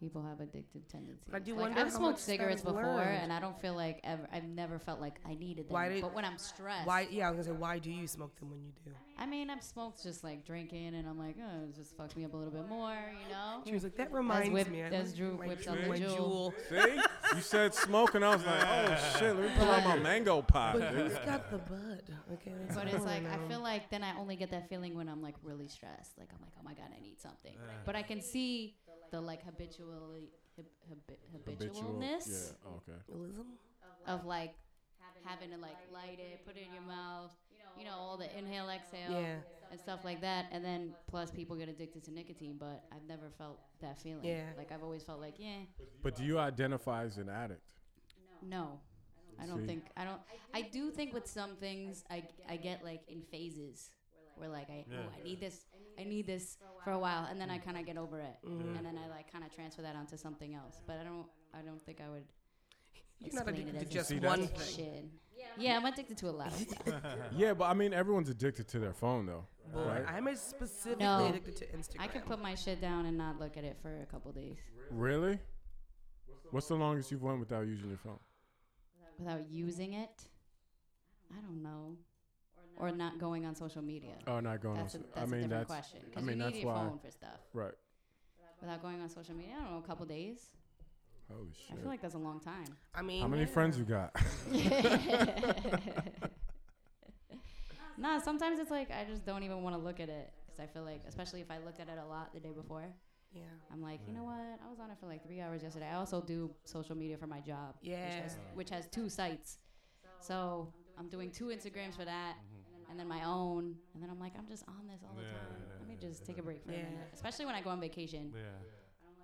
S3: People have addictive tendencies.
S4: I do
S3: Like,
S4: wonder
S3: I've
S4: how
S3: smoked
S4: much that
S3: cigarettes
S4: is
S3: before,
S4: learned.
S3: and I don't feel like ever. I've never felt like I needed them.
S4: Why did-
S3: but when I'm stressed,
S4: why yeah i was gonna say why do you smoke them when you do
S3: I mean, I've smoked just like drinking, and I'm like, oh, it just fucks me up a little bit more, you know.
S4: she was like that reminds
S3: whip-
S4: me I
S3: that's
S4: like
S3: Drew
S4: my
S3: whipped out
S4: Drew
S3: the
S4: and
S3: jewel.
S4: Jewel.
S1: See? You said smoke, and I was like, oh shit, let me pull out my mango pot.
S4: but who's got the bud okay that's
S3: But it's
S4: all I
S3: like I
S4: know.
S3: feel like then I only get that feeling when I'm like really stressed. Like I'm like, oh my god, I need something. But I can see the like habitually hab, habi-
S1: Habitual-
S3: habitualness.
S1: Yeah, okay.
S4: Realism?
S3: of like having to like light it, put it in your mouth, you know, all the inhale, exhale,
S4: Yeah.
S3: and stuff like that. And then plus people get addicted to nicotine, but I've never felt that feeling.
S4: Yeah.
S3: Like I've always felt like, yeah,
S1: But do you identify as an addict?
S3: no. I don't
S1: See.
S3: think I don't. I do think with some things I, I get like in phases where like I oh I need this I need this for a while and then I kind of get over it and then I like kind of transfer that onto something else. But I don't I don't think I would.
S4: You're not
S3: explain it
S4: addicted to just
S3: as
S1: See,
S4: one
S1: that's-
S4: thing.
S3: addiction. Yeah, I'm addicted to a lot. of
S1: Yeah, but I mean, everyone's addicted to their phone, though.
S4: Boy,
S1: right?
S4: I'm a specifically
S3: No.
S4: addicted to Instagram.
S3: I could put my shit down and not look at it for a couple days
S1: really? What's the longest you've went without using your phone?
S3: without using it. I don't know. Or not going on social media.
S1: Oh, not going.
S3: That's a,
S1: on, so-
S3: that's
S1: I mean,
S3: a different
S1: that's
S3: question. 'cause
S1: I mean,
S3: you
S1: that's
S3: need your
S1: why-
S3: phone for stuff.
S1: right.
S3: Without going on social media, I don't know, a couple days.
S1: Holy
S3: I
S1: shit!
S3: feel like that's a long time.
S4: I mean,
S1: How many friends you got?
S3: nah, sometimes it's like I just don't even want to look at it because I feel like, especially if I looked at it a lot the day before,
S4: Yeah.
S3: I'm like, you know what? I was on it for like three hours yesterday. I also do social media for my job,
S4: Yeah.
S3: which has two sites. So I'm doing two Instagrams for that, and then my own, and then I'm like, I'm just on this all the
S2: Mm-hmm. Yeah,
S3: time.
S2: yeah,
S3: Let me just take a break for a
S4: Yeah.
S3: minute, especially when I go on vacation.
S2: Yeah.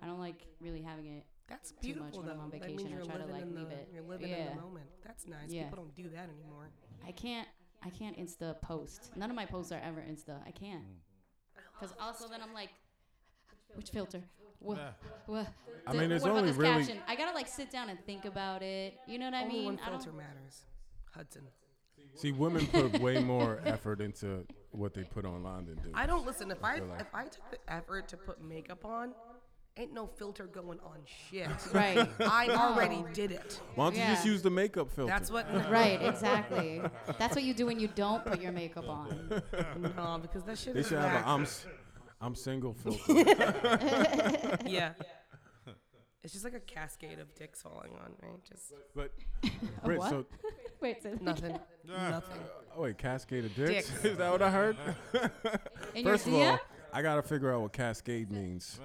S3: I don't like really having it.
S4: That's
S3: much
S4: beautiful
S3: when
S4: though.
S3: I'm on
S4: that
S3: vacation,
S4: means
S3: I
S4: you're
S3: try to,
S4: living
S3: like,
S4: in the,
S3: leave it.
S4: You're living in
S3: Yeah.
S4: the moment. That's nice.
S3: Yeah.
S4: People don't do that anymore.
S3: I can't. I can't Insta post. None of my posts are ever Insta. I can't.
S1: Mm.
S3: Because also then I'm like, which filter? What?
S2: Yeah.
S3: What?
S1: I
S3: d-
S1: mean, it's
S3: what about
S1: only
S3: this
S1: really-
S3: caption? I gotta like sit down and think about it. You know what I
S4: Only
S3: mean?
S4: one
S3: I don't-
S4: filter matters. Hudson.
S1: See, women put way more effort into what they put online than dudes.
S4: I don't listen. If I
S1: like-
S4: if I took the effort to put makeup on, ain't no filter going on shit.
S3: Right.
S4: I already did it.
S1: Why don't you just
S3: Yeah.
S1: use the makeup filter?
S4: That's what.
S3: Right, exactly. That's what you do when you don't put your makeup on.
S4: No, because that shit
S1: they
S4: is
S1: should have
S4: whack.
S1: a I'm s- I'm single filter.
S4: yeah. It's just like a cascade of dicks falling on, right? Just
S1: but Britt,
S3: what?
S1: so
S3: Wait, so
S4: nothing. nothing.
S1: oh wait, cascade of dicks?
S4: Dicks.
S1: Is that what I heard?
S3: in
S1: First of
S3: your DM?
S1: all, I gotta figure out what cascade means.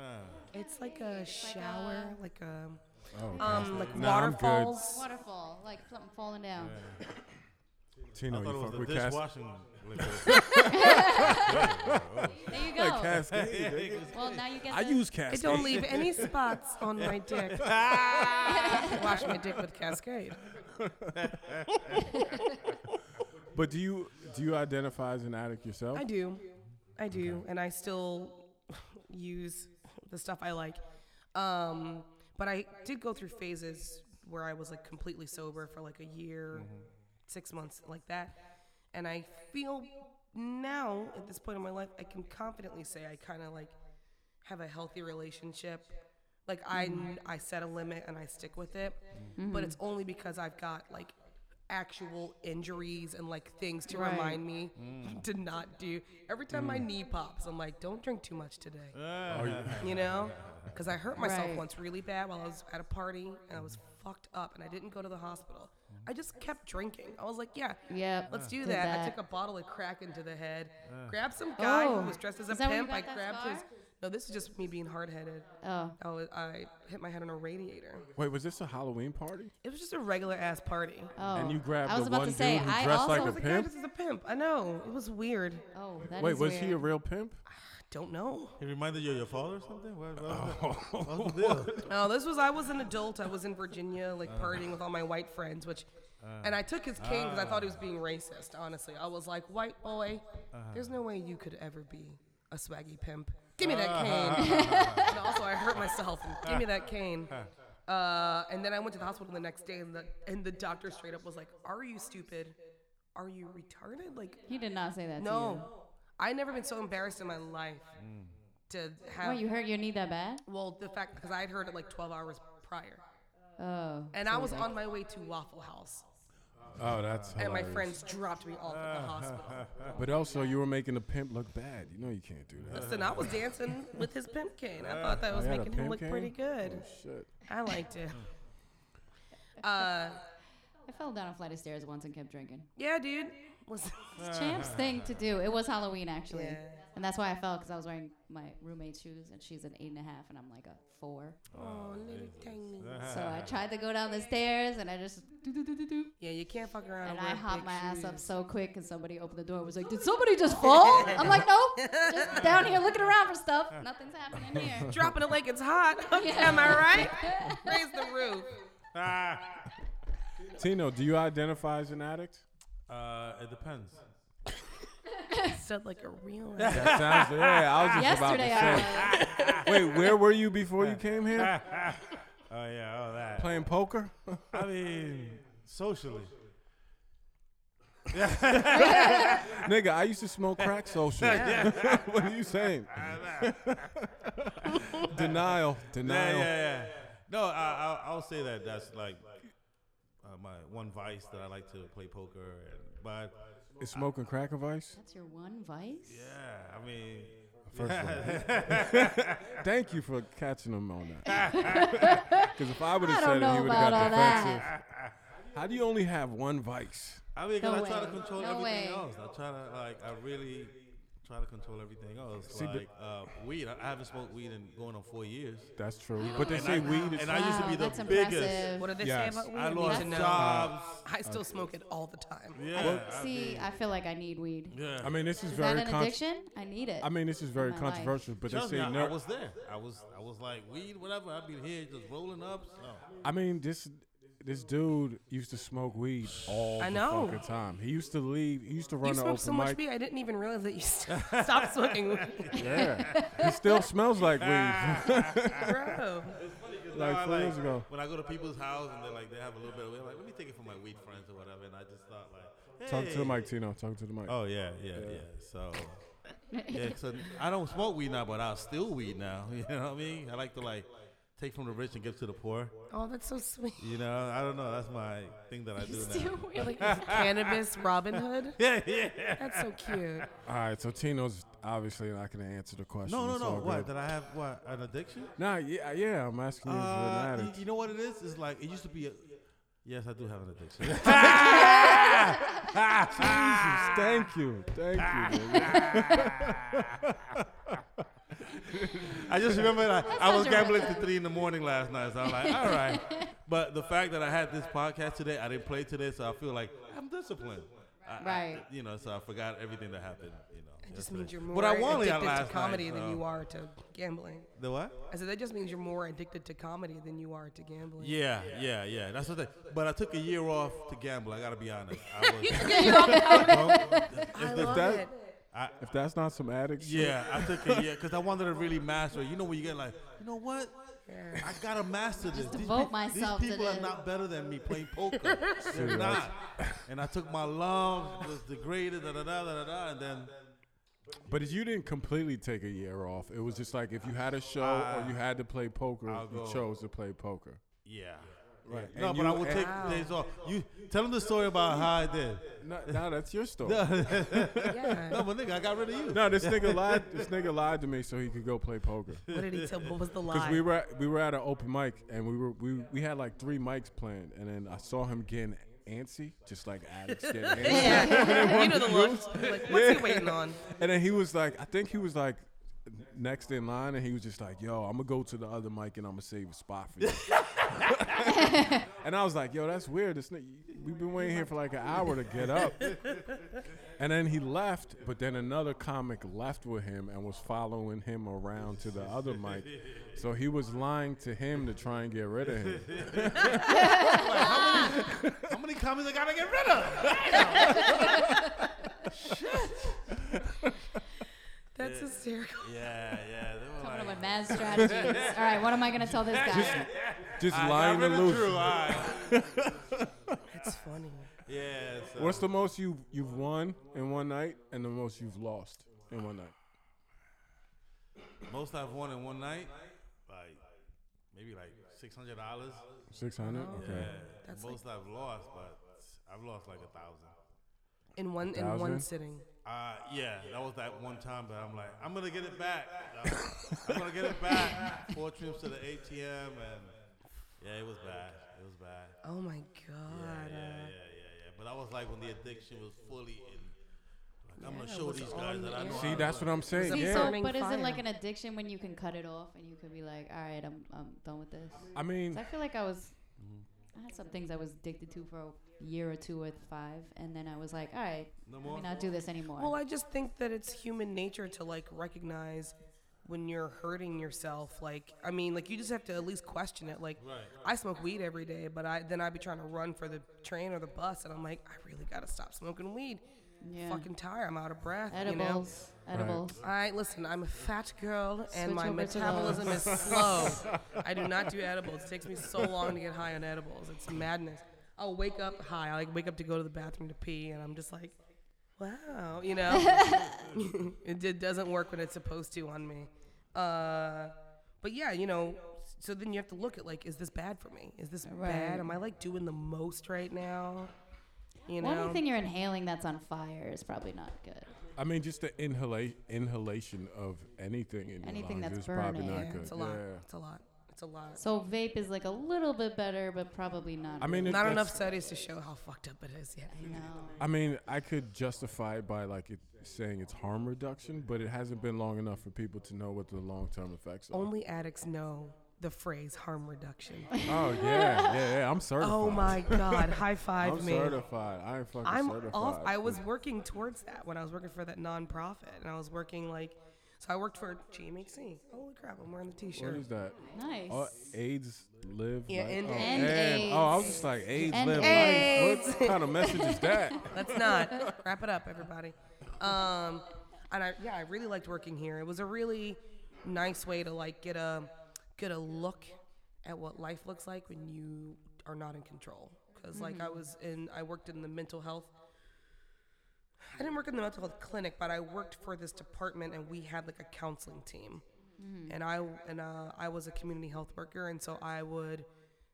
S4: It's like a shower, like a
S1: Oh,
S4: um, like
S1: Nah, I'm good.
S4: waterfalls.
S3: waterfall, like something falling down.
S1: Tino,
S2: I thought
S1: you fuck
S2: it was the
S1: with cas-
S2: dishwashing.
S3: There you go.
S1: cascade.
S3: well, now you get.
S1: I
S3: the-
S1: use cascade.
S4: I don't leave any spots on my dick. Wash my dick with Cascade.
S1: But do you do you identify as an addict yourself?
S4: I do. I do. And I still use the stuff I like. Um, but I did go through phases where I was like completely sober for like a year, six months, like that. And I feel now at this point in my life, I can confidently say I kind of like have a healthy relationship. Like I, I set a limit and I stick with it, but it's only because I've got like actual injuries and like things to
S3: Right.
S4: remind me to not do. Every time my knee pops, I'm like, don't drink too much today. You know? Because I hurt myself
S3: Right.
S4: once really bad while I was at a party and I was fucked up and I didn't go to the hospital. I just kept drinking. I was like, yeah,
S3: Yep,
S4: let's do
S3: did
S4: that. I
S3: that.
S4: took a bottle of crack into the head, grabbed some guy
S3: Oh.
S4: who was dressed as a
S3: Is that where you
S4: pimp.
S3: got
S4: I
S3: that
S4: grabbed
S3: scar?
S4: his. No, this is just me being hard headed.
S3: Oh,
S4: I, was- I hit my head on a radiator.
S1: Wait, was this a Halloween party?
S4: It was just a regular ass party.
S3: oh.
S1: And you grabbed
S3: I was
S1: the
S3: about
S1: one
S3: to say.
S1: dude who
S3: I
S1: dressed
S3: also.
S1: like
S4: I
S1: a
S4: was like, guy
S1: pimp?
S4: this is a pimp. I know. It was weird.
S3: oh, that
S1: Wait,
S3: is
S1: was
S3: weird.
S1: he a real pimp?
S4: I don't know.
S2: He reminded you of your father or something? What, what was that?
S1: Oh,
S2: What was the deal?
S4: No, this was I was an adult. I was in Virginia, like partying with all my white friends, which, and I took his cane because I thought he was being racist. Honestly, I was like, white boy, there's no way you could ever be a swaggy pimp. Give me that cane. and also, I hurt myself. And give me that cane. Uh, and then I went to the hospital the next day, and the and the doctor straight up was like, "Are you stupid? Are you retarded? Like,
S3: He did not say that to
S4: no." I never been so embarrassed in my life to
S3: you.
S4: have
S3: Wait, you hurt your knee that bad?
S4: well, the fact because I had heard it like 12 hours prior,
S3: Oh.
S4: and I was on my way to Waffle House,
S1: Oh, that's
S4: and my
S1: hilarious.
S4: friends dropped me off at the hospital.
S1: But also, you were making the pimp look bad. You know you can't do that.
S4: Listen, I was dancing with his pimp cane. I thought that was
S1: I Oh, had a
S4: making him
S1: pimp
S4: look pretty
S1: cane?
S4: good.
S1: Oh, shit.
S4: I liked it. Uh,
S3: I fell down a flight of stairs once and kept drinking.
S4: yeah, dude. Listen,
S3: It's Champ's thing to do. It was Halloween actually,
S4: Yeah.
S3: and that's why I fell because I was wearing my roommate's shoes, and she's an eight and a half, and I'm like a four.
S4: oh, little tiny.
S3: So I tried to go down the stairs, and I just do do do do do,
S4: Yeah, you can't fuck around.
S3: and
S4: and
S3: I
S4: wear
S3: hopped
S4: big
S3: my ass up
S4: shoes.
S3: so quick, and somebody opened the door and was like, "Did somebody just fall?" I'm like, "No, just down here looking around for stuff. Nothing's happening here."
S4: Dropping it like it's hot. Am I right? Raise the roof.
S2: Ah.
S1: Tino, do you identify as an addict?
S2: Uh, it depends.
S4: Said like a real.
S1: That sounds. Yeah, I was just
S3: Yesterday
S1: about
S3: I
S1: to say.
S3: was.
S1: Wait, where were you before you came here?
S2: Oh yeah, all that.
S1: Playing poker?
S2: I mean, socially.
S1: Nigga, I used to smoke crack social. what are you saying? denial,
S2: Yeah,
S1: denial.
S2: yeah, yeah. No, I, I, I'll say that that's like uh, my one vice that I like to play poker. And, but
S1: Is smoking crack advice?
S3: That's your one vice.
S2: yeah, I mean,
S1: First of all, thank you for catching him on that. Because if I would have
S3: I don't
S1: said it, he
S3: know
S1: would have
S3: about
S1: got
S3: all
S1: defensive.
S3: that.
S1: How do you only have one vice?
S2: I mean, 'cause
S3: No
S2: I try to
S3: way.
S2: control
S3: No
S2: everything
S3: way.
S2: else. I try to like, I really try to control everything else.
S1: See, the-
S2: like uh, weed, I I haven't smoked weed in going on four years.
S1: That's true. But they
S2: And
S1: say
S2: I-
S1: weed is
S2: and I used to
S3: Wow,
S2: be the
S3: that's
S2: biggest.
S3: impressive.
S4: What do they
S1: Yes.
S4: say about weed?
S2: I
S4: Need
S2: lost
S4: to know.
S2: jobs.
S4: I still smoke it all the time.
S2: Yeah. I-
S3: See, I feel like I need weed.
S2: yeah.
S1: I mean, this is
S3: Is that
S1: very
S3: an
S1: con-
S3: addiction? I need it.
S1: I mean, this is very
S3: my life.
S1: controversial, but they
S2: Trust
S1: say
S2: me, I, I
S1: ner-
S2: was there. I was I was like weed, whatever. I'd be here just rolling up. So.
S1: I mean, this this dude used to smoke weed all
S4: I
S1: the
S4: know.
S1: fucking time. He used to leave. He used to run
S4: You
S1: the
S4: smoked
S1: open
S4: so much
S1: mic.
S4: weed, I didn't even realize that you st- stopped smoking weed.
S1: Yeah, he still smells like weed.
S4: Bro.
S1: Like,
S2: I
S1: four years ago.
S2: When I go to people's house and they like they have a little bit of weed, I'm like let me take it from my weed friends or whatever. And I just thought like, hey.
S1: Talk to the mic, Tino. Talk to the mic.
S2: Oh yeah, yeah, yeah. So. yeah, so I don't smoke weed now, but I'll steal weed now. You know what I mean? I like to like take from the rich and give to the poor.
S4: Oh, that's so sweet.
S2: You know, I don't know. That's my thing that I do now.
S4: You're like cannabis Robin Hood.
S2: Yeah, yeah.
S4: That's so cute.
S1: All right, so Tino's obviously not going to answer the question.
S2: No, no,
S1: It's
S2: no.
S1: all
S2: What?
S1: good.
S2: Did I have what an addiction?
S1: Nah, yeah, yeah. I'm asking you if you're
S2: Uh,
S1: an
S2: y-
S1: addict.
S2: you know what it is? It's like it used to be. A, yes, I do have an addiction.
S1: Jesus, thank you, thank you. baby.
S2: I just remember that I
S3: not
S2: was
S3: your
S2: gambling to
S3: rhythm.
S2: three in the morning last night. So I'm like, all right. But the fact that I had this podcast today, I didn't play today, so I feel like I'm disciplined. I- I-
S3: Right.
S2: you know, so I forgot everything that happened. You know.
S4: It just
S2: yesterday.
S4: means you're more
S2: But I won
S4: addicted
S2: last
S4: to
S2: night,
S4: comedy than
S2: so-
S4: you are to gambling.
S2: The what?
S4: I said that just means you're more addicted to comedy than you are to gambling.
S2: Yeah, yeah, yeah. That's the thing. But I took a year off to gamble. I gotta be honest. I was,
S4: I
S2: the-
S4: love
S1: that-
S4: it.
S1: If that's not some addict, shit,
S2: Yeah, I took a year because I wanted to really master. it. You know when you get like, you know what? I gotta master this. These
S3: devote
S2: peop-
S3: myself to
S2: These people are
S3: this.
S2: not better than me playing poker. They're not. And I took my love, was degraded, da da da da da, da, and then
S1: but you didn't completely take a year off. It was just like if you had a show or you had to play poker, you
S2: go.
S1: chose to play poker.
S2: yeah.
S1: Right.
S2: No,
S1: And
S2: but I
S1: you-
S2: will
S1: and-
S2: take days off. You tell them the story about how I did.
S1: No, no, that's your story.
S4: Yeah.
S2: No, but nigga, I got rid of you.
S1: No, this nigga lied. This nigga lied to me so he could go play poker.
S4: What did he tell? What was the
S1: Cause
S4: lie?
S1: we were at, we were at an open mic and we were we, we had like three mics playing and then I saw him getting antsy, just like addicts getting antsy.
S4: yeah. you know the look. Like, what's he waiting on?
S1: And then he was like, I think he was like next in line and he was just like, Yo, I'm gonna go to the other mic and I'm gonna save a spot for you. and I was like, Yo, that's weird. This nigga, we've been waiting here for like an hour to get up. And then he left, but then another comic left with him and was following him around to the other mic. So he was lying to him to try and get rid of him.
S2: How many comments I gotta get rid of?
S4: That's hysterical.
S2: Yeah, yeah. They were
S3: Coming
S2: like,
S3: up with mad strategies. All right, what am I gonna tell this guy?
S1: Just
S2: I got
S1: lying to
S2: rid of
S1: lose.
S2: Drew, all right.
S4: That's funny.
S2: Yeah. So.
S1: What's the most you you've won in one night and the most you've lost in one night?
S2: Most I've won in one night, like maybe like six hundred dollars.
S1: Six hundred. Okay.
S2: Yeah.
S4: That's
S2: Most I've lost, but I've lost like a thousand.
S4: In one in
S1: Thousand?
S4: one sitting.
S2: Uh, yeah, that was that one time, but I'm like, I'm gonna get it back. I'm gonna get it back. Four trips to the ATM, and yeah, it was bad. It was bad.
S4: Oh my god.
S2: Yeah, yeah, yeah, yeah. But I was like when the addiction was fully in. Like, I'm gonna show these guys that I know.
S1: See, that's what I'm saying.
S4: See,
S1: yeah.
S4: so-
S3: But is it like
S4: Fire.
S3: an addiction when you can cut it off and you could be like, all right, I'm I'm done with this? 'Cause
S1: I mean,
S3: I feel like I was, I had some things I was addicted to for a year or two or five, and then I was like, all right,
S2: No
S3: let
S2: more?
S3: me not do this anymore.
S4: Well, I just think that it's human nature to like recognize when you're hurting yourself. Like, I mean, like you just have to at least question it. Like, I smoke weed every day, but I then I'd be trying to run for the train or the bus, and I'm like, I really gotta stop smoking weed.
S3: Yeah.
S4: Fucking tired. I'm out of breath. You know.
S3: edibles, edibles.
S4: I listen. I'm a fat girl, and
S3: Switch
S4: my
S3: over to
S4: metabolism is slow. I do not do edibles. It takes me so long to get high on edibles. It's madness. I'll wake up high. I like wake up to go to the bathroom to pee, and I'm just like, wow, you know. it, it doesn't work when it's supposed to on me. Uh, but yeah, you know. So then you have to look at like, is this bad for me? Is this
S3: Right.
S4: bad? Am I like doing the most right now? You know.
S3: Well, anything you're inhaling that's on fire is probably not good.
S1: I mean, just the inhala- inhalation of anything in your
S3: Anything
S1: lungs
S3: that's
S1: is probably
S3: burning.
S1: not
S4: yeah,
S1: good.
S4: it's a lot.
S1: Yeah.
S4: It's a lot. It's It's a lot.
S3: So vape is like a little bit better, but probably not.
S1: I mean,
S3: really.
S1: it-
S4: Not
S1: that's-
S4: enough studies to show how fucked up it is yet.
S3: I know.
S1: I mean, I could justify it by like it saying it's harm reduction, but it hasn't been long enough for people to know what the long term effects are.
S4: Only addicts know the phrase harm reduction.
S1: Oh yeah, yeah, yeah. I'm certified.
S4: oh my God. High five
S1: I'm
S4: me.
S1: certified. I am fucking
S4: I'm
S1: certified.
S4: off. I was working towards that when I was working for that nonprofit, and I was working like, so I worked for GMHC. Holy crap! I'm wearing the
S1: What
S4: T-shirt.
S1: is that?
S3: Nice.
S1: Oh, AIDS live.
S4: Yeah,
S1: life-
S4: end
S1: oh,
S4: AIDS.
S1: and- Oh, I was just like AIDS
S3: And
S1: live life. What kind of message is that?
S4: Let's not wrap it up, everybody. Um, and I yeah, I really liked working here. It was a really nice way to like get a get a look at what life looks like when you are not in control. Because like I was in, I worked in the mental health. I didn't work in the mental health clinic, but I worked for this department, and we had like a counseling team. And I and uh, I was a community health worker, and so I would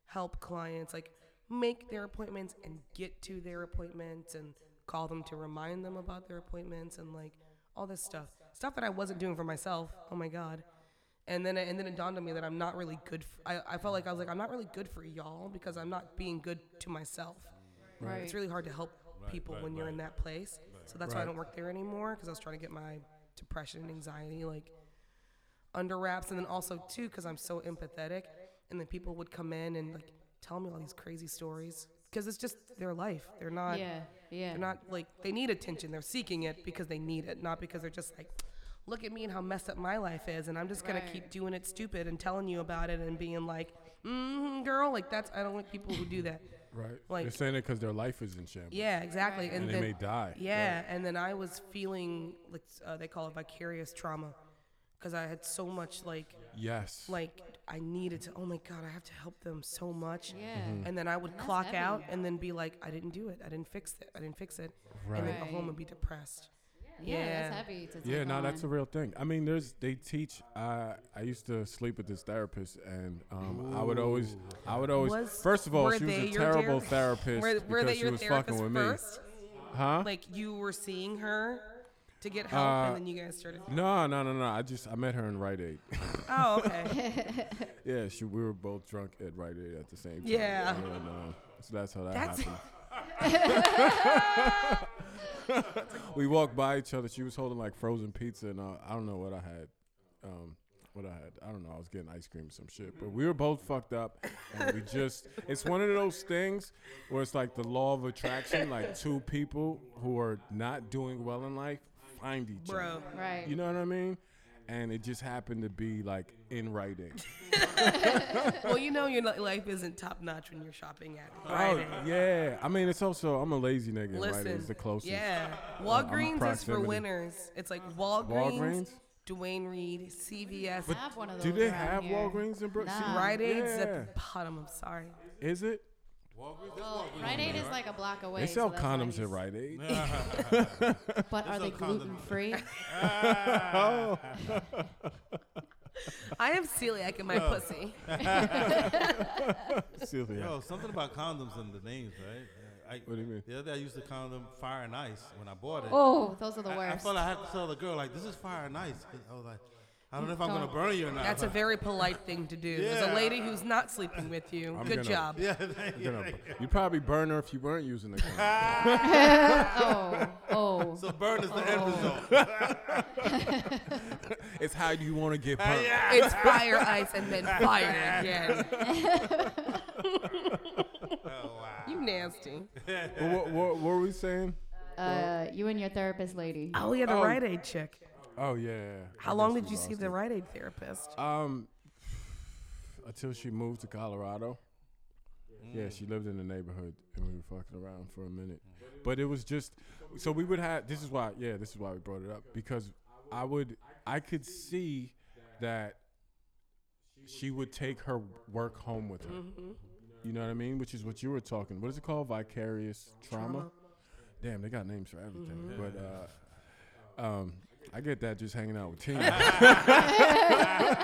S4: help clients like make their appointments and get to their appointments and call them to remind them about their appointments and like all this stuff stuff that i wasn't doing for myself oh my god and then it, and then it dawned on me that i'm not really good for, I, I felt like i was like i'm not really good for y'all because i'm not being good to myself
S3: Right.
S4: it's really hard to help people when you're in that place so that's why i
S1: Right.
S4: don't work there anymore because i was trying to get my depression and anxiety like under wraps and then also too because i'm so empathetic and then people would come in and like tell me all these crazy stories because it's just their life they're not
S3: yeah. Yeah.
S4: they're not like they need attention they're seeking it because they need it not because they're just like look at me and how messed up my life is and i'm just gonna
S3: Right.
S4: keep doing it stupid and telling you about it and being like mm girl like that's i don't like people who do that
S1: Right.
S4: Like-
S1: They're saying it because their life is in shambles.
S4: yeah exactly and,
S1: And they
S4: then
S1: may die.
S4: yeah, and then I was feeling like uh, they call it vicarious trauma, because I had so much like
S1: Yes.
S4: like I needed to. Oh my God, I have to help them so much.
S3: Yeah. Mhm.
S4: And then I would
S3: That's
S4: clock
S3: heavy.
S4: out and then be like, I didn't do it. I didn't fix it. I didn't fix it. And then go
S3: Right.
S4: home and be depressed.
S3: yeah,
S4: yeah.
S3: That's heavy. To
S1: Yeah,
S3: take
S1: no,
S3: on.
S4: um,
S1: that's a real thing. I mean, there's they teach. I I used to sleep with this therapist, and um, I would always, I would always.
S4: Was-
S1: first of all,
S4: were
S1: she was
S4: they
S1: a
S4: your
S1: terrible
S4: ther-
S1: therapist
S4: Were, were
S1: because
S4: they
S1: she
S4: your
S1: was
S4: therapist
S1: fucking with
S4: first?
S1: me, huh?
S4: Like you were seeing her to get help,
S1: Uh,
S4: and then you guys started.
S1: no, no, no, no. I just I met her in Rite Aid.
S4: Oh, okay.
S1: yeah, she we were both drunk at Rite Aid at the same time.
S4: Yeah.
S1: And, uh, so that's how that
S4: That's-
S1: happened. we walked by each other. She was holding like frozen pizza, and uh, I don't know what I had. Um, what I had, I don't know. I was getting ice cream or some shit, but we were both fucked up, and we just—it's one of those things where it's like the law of attraction. Like two people who are not doing well in life find each
S4: Bro.
S1: other.
S3: Right.
S1: You know what I mean? And it just happened to be like in writing.
S4: well, you know your li- life isn't top notch when you're shopping at.
S1: Oh
S4: Rite Aid.
S1: yeah. I mean, it's also I'm a lazy nigga. and Rite
S4: Listen,
S1: Aid's the closest. Uh,
S4: Yeah,
S1: I'm
S4: Walgreens is for
S1: proximity.
S4: winners. It's like Walgreens,
S1: Walgreens?
S4: Dwayne Reed, CVS,
S3: I have one of those
S1: Do they
S3: around
S1: have
S3: here.
S1: Walgreens in Brooklyn?
S3: Nah.
S4: Rite Aid's
S1: Yeah.
S4: at the bottom. I'm sorry.
S1: Is it?
S3: Well, Rite Aid is like a block away.
S1: They sell
S3: so that's why
S1: condoms
S3: he's-
S1: at Rite Aid.
S3: But are they gluten free?
S4: I have celiac in my pussy.
S1: Silly.
S2: Yo, something about condoms and the names, right? Yeah, I,
S1: What do you mean?
S2: The other day I used the condom Fire and Ice when I bought it.
S3: Oh, those are the
S2: I, I
S3: worst.
S2: felt I had to tell the girl like, "This is Fire and Ice." 'cause I was like, "I don't know if I'm gonna
S3: Don't.
S2: burn you or not."
S4: That's a very polite thing to do. As a
S2: Yeah.
S4: lady who's not sleeping with you,
S1: I'm
S4: good
S1: gonna-
S4: job.
S2: yeah,
S1: You know, you'd probably burn her if you weren't using the condom.
S3: oh, oh.
S2: so burn is the end result.
S1: it's how you want to get burnt.
S4: It's fire ice and then fire again.
S1: Oh,
S4: You nasty.
S1: Well, what, what, what were we saying?
S3: Uh, you and your therapist lady.
S4: Oh yeah, the
S1: Oh.
S4: Rite Aid chick.
S1: Oh yeah. yeah, yeah.
S4: How
S1: I
S4: long
S1: guess
S4: did
S1: we
S4: you see
S1: lost
S4: the
S1: it.
S4: Rite Aid therapist?
S1: Um, until she moved to Colorado. Yeah, she lived in the neighborhood, and we were fucking around for a minute. But it was just, so we would have. This is why, yeah, this is why we brought it up because I would, I could see that she would take her work home with her. You know what I mean? Which is what you were talking. What is it called? Vicarious trauma. Damn, they got names for everything. But uh, um, I get that just hanging out with teens.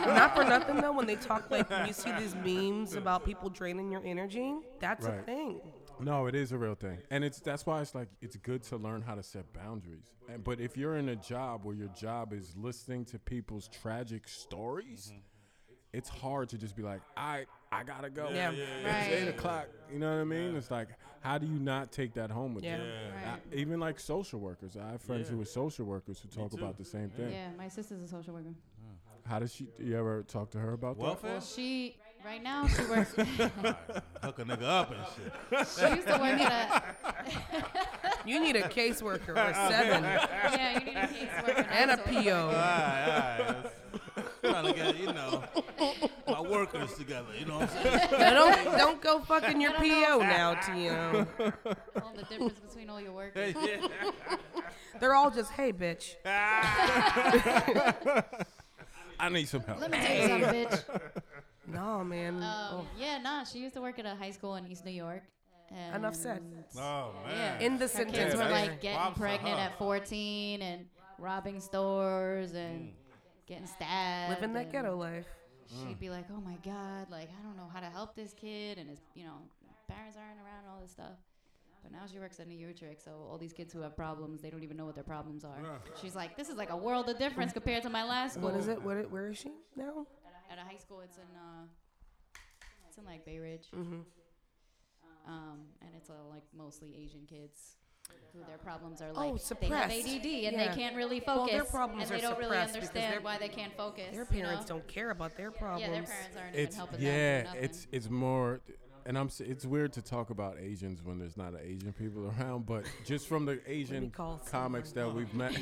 S4: Not for nothing though, when they talk like when you see these memes about people draining your energy, that's a
S1: Right.
S4: thing.
S1: No, it is a real thing, and it's that's why it's like it's good to learn how to set boundaries. And, but Mm-hmm. if you're in a job where your job is listening to people's tragic stories, it's hard to just be like, I I gotta go.
S4: Yeah. Yeah,
S1: It's
S3: Right.
S1: eight o'clock. You know what I mean? It's like, how do you not take that home with
S4: Yeah.
S1: you?
S3: Right.
S1: I- even like social workers. I have friends
S2: Yeah.
S1: who are social workers who talk about the same thing.
S3: Yeah, my sister's a social worker.
S1: How does she? You ever talk to her about
S2: Welfare?
S3: Well, she right now she works.
S2: Hook a nigga up and shit.
S3: she used to work at
S4: You need a caseworker or seven
S3: a yeah. You need a caseworker
S4: and a
S3: also.
S2: All
S4: PO.
S2: right, all right. Trying to get, you know, my workers together. You know what I'm saying?
S4: Now don't don't go fucking your
S3: I
S4: PO
S3: don't know.
S4: now, Tio.
S3: Well, the difference between all your workers.
S4: They're all just, hey, bitch.
S1: that? I need some help.
S3: Let me tell you something, bitch.
S4: No, man.
S3: Um, yeah, nah. She used to work at a high school in East New York. And
S4: Enough said.
S2: Oh
S3: Yeah.
S4: In the
S3: Her
S4: sentence,
S3: kids were
S4: right
S3: like
S4: there.
S3: getting
S2: Props to
S3: pregnant
S2: her.
S3: at 14 and robbing stores and getting stabbed.
S4: living that
S3: and
S4: ghetto life.
S3: She'd be like, "Oh my God! Like I don't know how to help this kid, and his, you know, parents aren't around, all this stuff." But now she works at a Trick, so all these kids who have problems, they don't even know what their problems are. She's like, "This is like a world of difference compared to my last school."
S4: What is it? What? it- Where is she now?
S3: At a high school, it's in uh, it's in like Bay Ridge,
S4: Mm-hmm.
S3: um, and it's all like mostly Asian kids. Who their problems are like they have
S4: Oh, suppressed.
S3: ADD and
S4: Yeah.
S3: they can't really
S4: Well,
S3: focus,
S4: their problems
S3: and
S4: are
S3: they don't really
S4: suppressed because their-
S3: understand why they can't focus.
S4: Their
S3: you know?
S4: parents don't care about their
S3: Yeah, their
S4: problems.
S3: parents aren't even
S1: It's
S3: helping them. do
S1: yeah.
S3: nothing.
S1: It's it's more, and I'm. s- It's weird to talk about Asians when there's not an Asian people around, but just from the Asian
S4: call
S1: comics that we've met.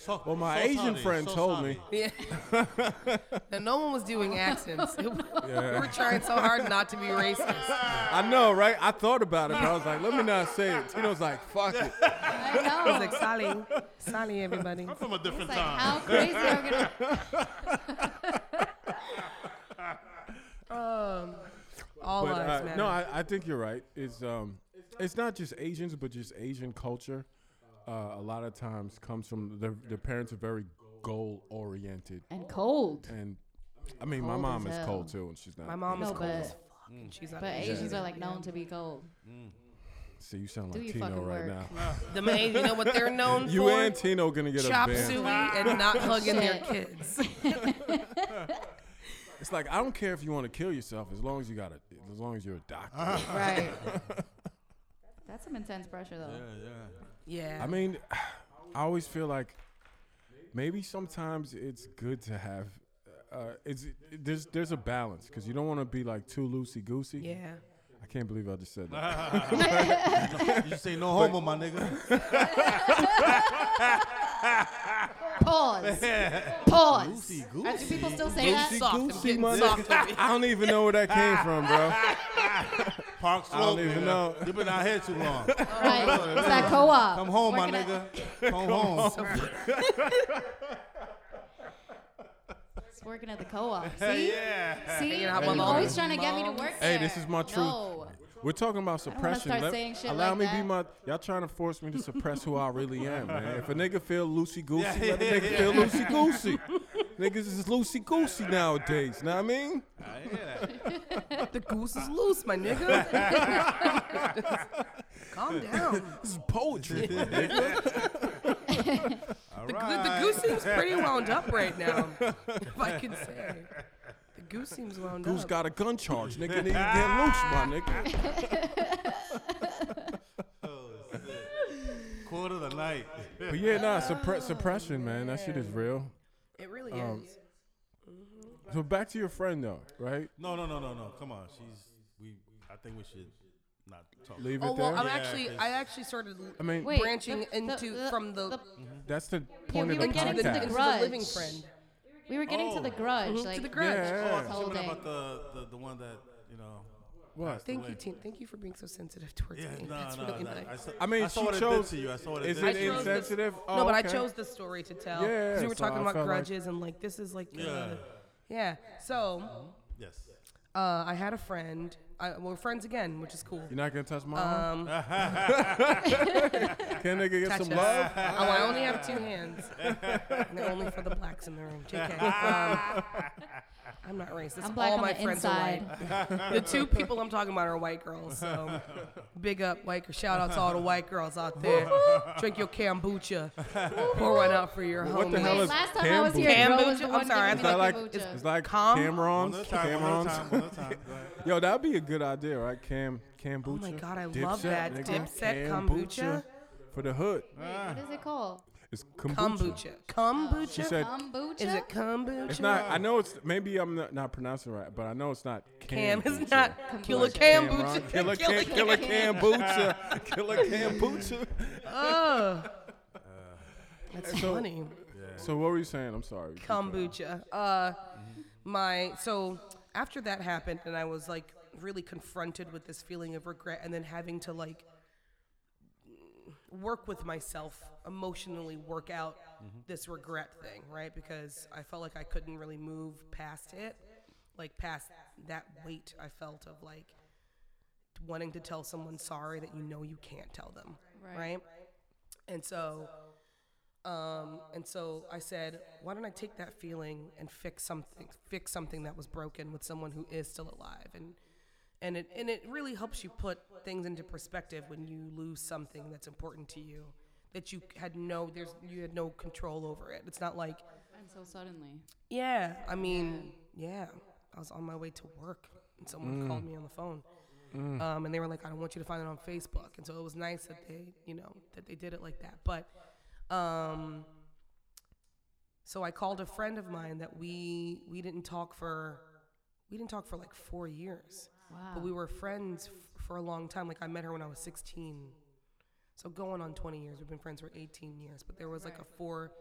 S2: So-
S1: well, my
S2: so
S1: Asian
S2: sorry,
S1: friend
S2: so
S1: told
S2: sorry.
S1: me.
S4: Yeah. Now, no one was doing accents. It- we were trying so hard not to be racist.
S1: I know, right? I thought about it, but I was like, let me not say it. Tino's like, fuck it.
S3: I
S4: I
S3: know.
S4: was like, sorry, sorry, everybody.
S2: From a different
S3: It's like
S2: time.
S3: how crazy are we gonna?
S4: Um, All
S1: But,
S4: lives
S1: uh,
S4: matter.
S1: no, I, I think you're right. It's um, it's not just Asians, but just Asian culture. Uh, a lot of times comes from their their parents are very goal oriented,
S3: And cold.
S1: and I mean,
S3: Cold
S1: my
S3: as
S1: mom is
S3: hell.
S1: cold too, and she's not.
S4: My mom
S3: No,
S4: is cold
S3: but-
S4: as fuck, and she's out
S3: But
S4: of
S3: Asians are like known to be cold.
S1: See, you sound
S3: Do
S1: like
S3: your
S1: Tino
S3: fucking
S1: right
S3: work.
S1: now.
S4: The ma- you know what they're known
S1: You
S4: for?
S1: and Tino gonna get
S4: Chop
S1: a ban.
S4: suey and not hugging their
S3: Shit.
S4: kids.
S1: It's like I don't care if you want to kill yourself as long as you got a, as long as you're a doctor.
S3: Right. That's some intense pressure though.
S4: Yeah.
S1: I mean, I always feel like maybe sometimes it's good to have. Uh, it's there's there's a balance because you don't want to be like too loosey goosey.
S4: yeah.
S1: I can't believe I just said that.
S2: You say no homo, my nigga.
S3: Pause. Pause.
S2: Loosey goosey.
S3: Are people still say that?
S4: Soft. I'm
S1: Loosey-goosey,
S4: getting
S1: my
S4: soft. over here.
S1: I don't even know where that came from, bro.
S2: Park Slope.
S1: even
S2: nigga.
S1: know.
S2: You been out here too long.
S3: Right. It's that co-op.
S2: Come home, my
S3: Working at-
S2: nigga. Come home.
S3: It's working at the co-op. See?
S2: Yeah.
S3: See?
S4: out
S3: You're
S4: with all
S3: always
S4: these
S3: trying to get me to
S4: moms.
S3: work
S1: Hey,
S3: there.
S1: this is my truth.
S3: No.
S1: We're talking about suppression.
S3: start saying shit
S1: allow
S3: like
S1: me
S3: that.
S1: be my. Y'all trying to force me to suppress who I really am, man. If a nigga feel loosey goosey, let a nigga feel loosey goosey. Niggas is loosey goosey nowadays. Know what I mean?
S4: The goose is loose, my nigga. Calm down.
S1: This is poetry.
S4: The, goo- the goose seems pretty wound up right now, if I can say. The goose seems wound
S1: Who's
S4: up.
S1: got a gun charge, nigga? Nigga get loose, my nigga.
S2: Oh, Quarter of the night.
S1: But yeah, nah, suppre- suppression, man. That shit is real.
S4: it really
S1: um,
S4: is.
S1: So back to your friend though, right?
S2: No, no, no, no, no. Come on. She's. We. I think we should not talk.
S1: Leave
S4: Oh
S1: it there.
S4: well, I'm
S2: Yeah,
S4: actually I
S2: 'cause-
S4: actually started
S1: I mean,
S3: Wait,
S4: branching
S3: the- the-
S4: into
S3: the-
S4: from the,
S3: the-
S1: that's the point
S3: we
S1: of
S3: were
S1: the
S4: into,
S3: getting to
S4: the,
S1: podcast.
S4: into the
S3: grudge.
S4: living friend.
S3: We were getting Mhm. to the grudge. Like,
S4: Mm-hmm, to the grudge.
S1: Yeah.
S2: Oh, something
S3: holding.
S2: about the, the the one that you know.
S1: What?
S4: Thank you, Teen. Thank you for being so sensitive towards
S2: Yeah,
S4: me.
S2: no,
S4: That's
S2: no,
S4: really
S2: no.
S4: nice.
S2: I, saw,
S1: I mean,
S2: I saw
S1: she
S2: what
S1: chose-
S2: it did to you. I saw what it
S1: Is
S2: did.
S1: it
S2: to you.
S4: chose the-
S1: insensitive?
S4: no,
S1: Oh,
S4: but I
S1: okay.
S4: chose the story to tell.
S1: Yeah,
S4: 'cause we were
S1: so
S4: talking
S1: I
S4: about
S1: felt like-
S4: grudges and like this is like yeah,
S2: Yeah.
S4: yeah. So
S2: Yes.
S4: uh, I had a friend. I, we're friends again, which is cool.
S1: You're not gonna touch my arm? Can nigga get
S4: Um. Touch
S1: some
S4: us.
S1: love?
S4: Oh, I only have two hands. and they're only for the blacks in the room. JK. Um, I'm not racist.
S3: I'm black
S4: All
S3: on
S4: my
S3: the
S4: friends
S3: inside.
S4: are white. the two people I'm talking about are white girls. So big up white girls. Shout out to all the white girls out there. Drink your kombucha. Pour one out for your
S1: What the
S4: homies.
S1: hell
S3: Wait,
S1: is
S3: last time I was here,
S4: Kombucha?
S3: Bro was the
S4: I'm
S3: one
S4: sorry,
S3: giving
S1: that
S3: me
S1: like
S3: the kombucha.
S1: it's like
S4: Com-
S1: Camerons?
S2: Another time, another time,
S1: Camerons?
S2: another time. Go ahead.
S1: Yo, that'd be a good idea, right? Cam kombucha.
S4: Oh my God, I love that. Dipset kombucha.
S1: for the hood.
S3: Wait, what is it called?
S1: It's kombucha.
S4: Kombucha. Kombucha?
S1: She said
S3: Kombucha?
S4: Is it kombucha?
S1: it's not. I know it's maybe I'm not, not pronouncing it right, but I know it's not
S4: Cam
S1: Cam.
S4: is not
S3: Kombucha.
S4: killer
S1: Cameron,
S4: kombucha.
S1: killer, Cam, killer kombucha, killer kombucha.
S4: Ugh. That's
S1: Uh, so-
S4: funny.
S1: So what were you saying? I'm sorry.
S4: kombucha. Uh, my so after that happened, and I was like really confronted with this feeling of regret, and then having to like work with myself emotionally, work out this regret thing, right? Because I felt like I couldn't really move past it, like past that weight I felt of like wanting to tell someone sorry that you know you can't tell them,
S3: Right.
S4: right? And so. Um, and so I said, why don't I take that feeling and fix something, fix something that was broken with someone who is still alive, and and it and it really helps you put things into perspective when you lose something that's important to you that you had no there's you had no control over it. It's not like
S3: And so suddenly.
S4: yeah, I mean yeah, I was on my way to work and someone called me on the phone, um, and they were like, I don't want you to find it on Facebook, and so it was nice that they you know that they did it like that, but. Um, so I called a friend of mine that we we didn't talk for we didn't talk for like four years,
S3: Wow.
S4: but we were friends f- for a long time. Like I met her when I was 16, so going on 20 years. We've been friends for 18 years, but there was like a four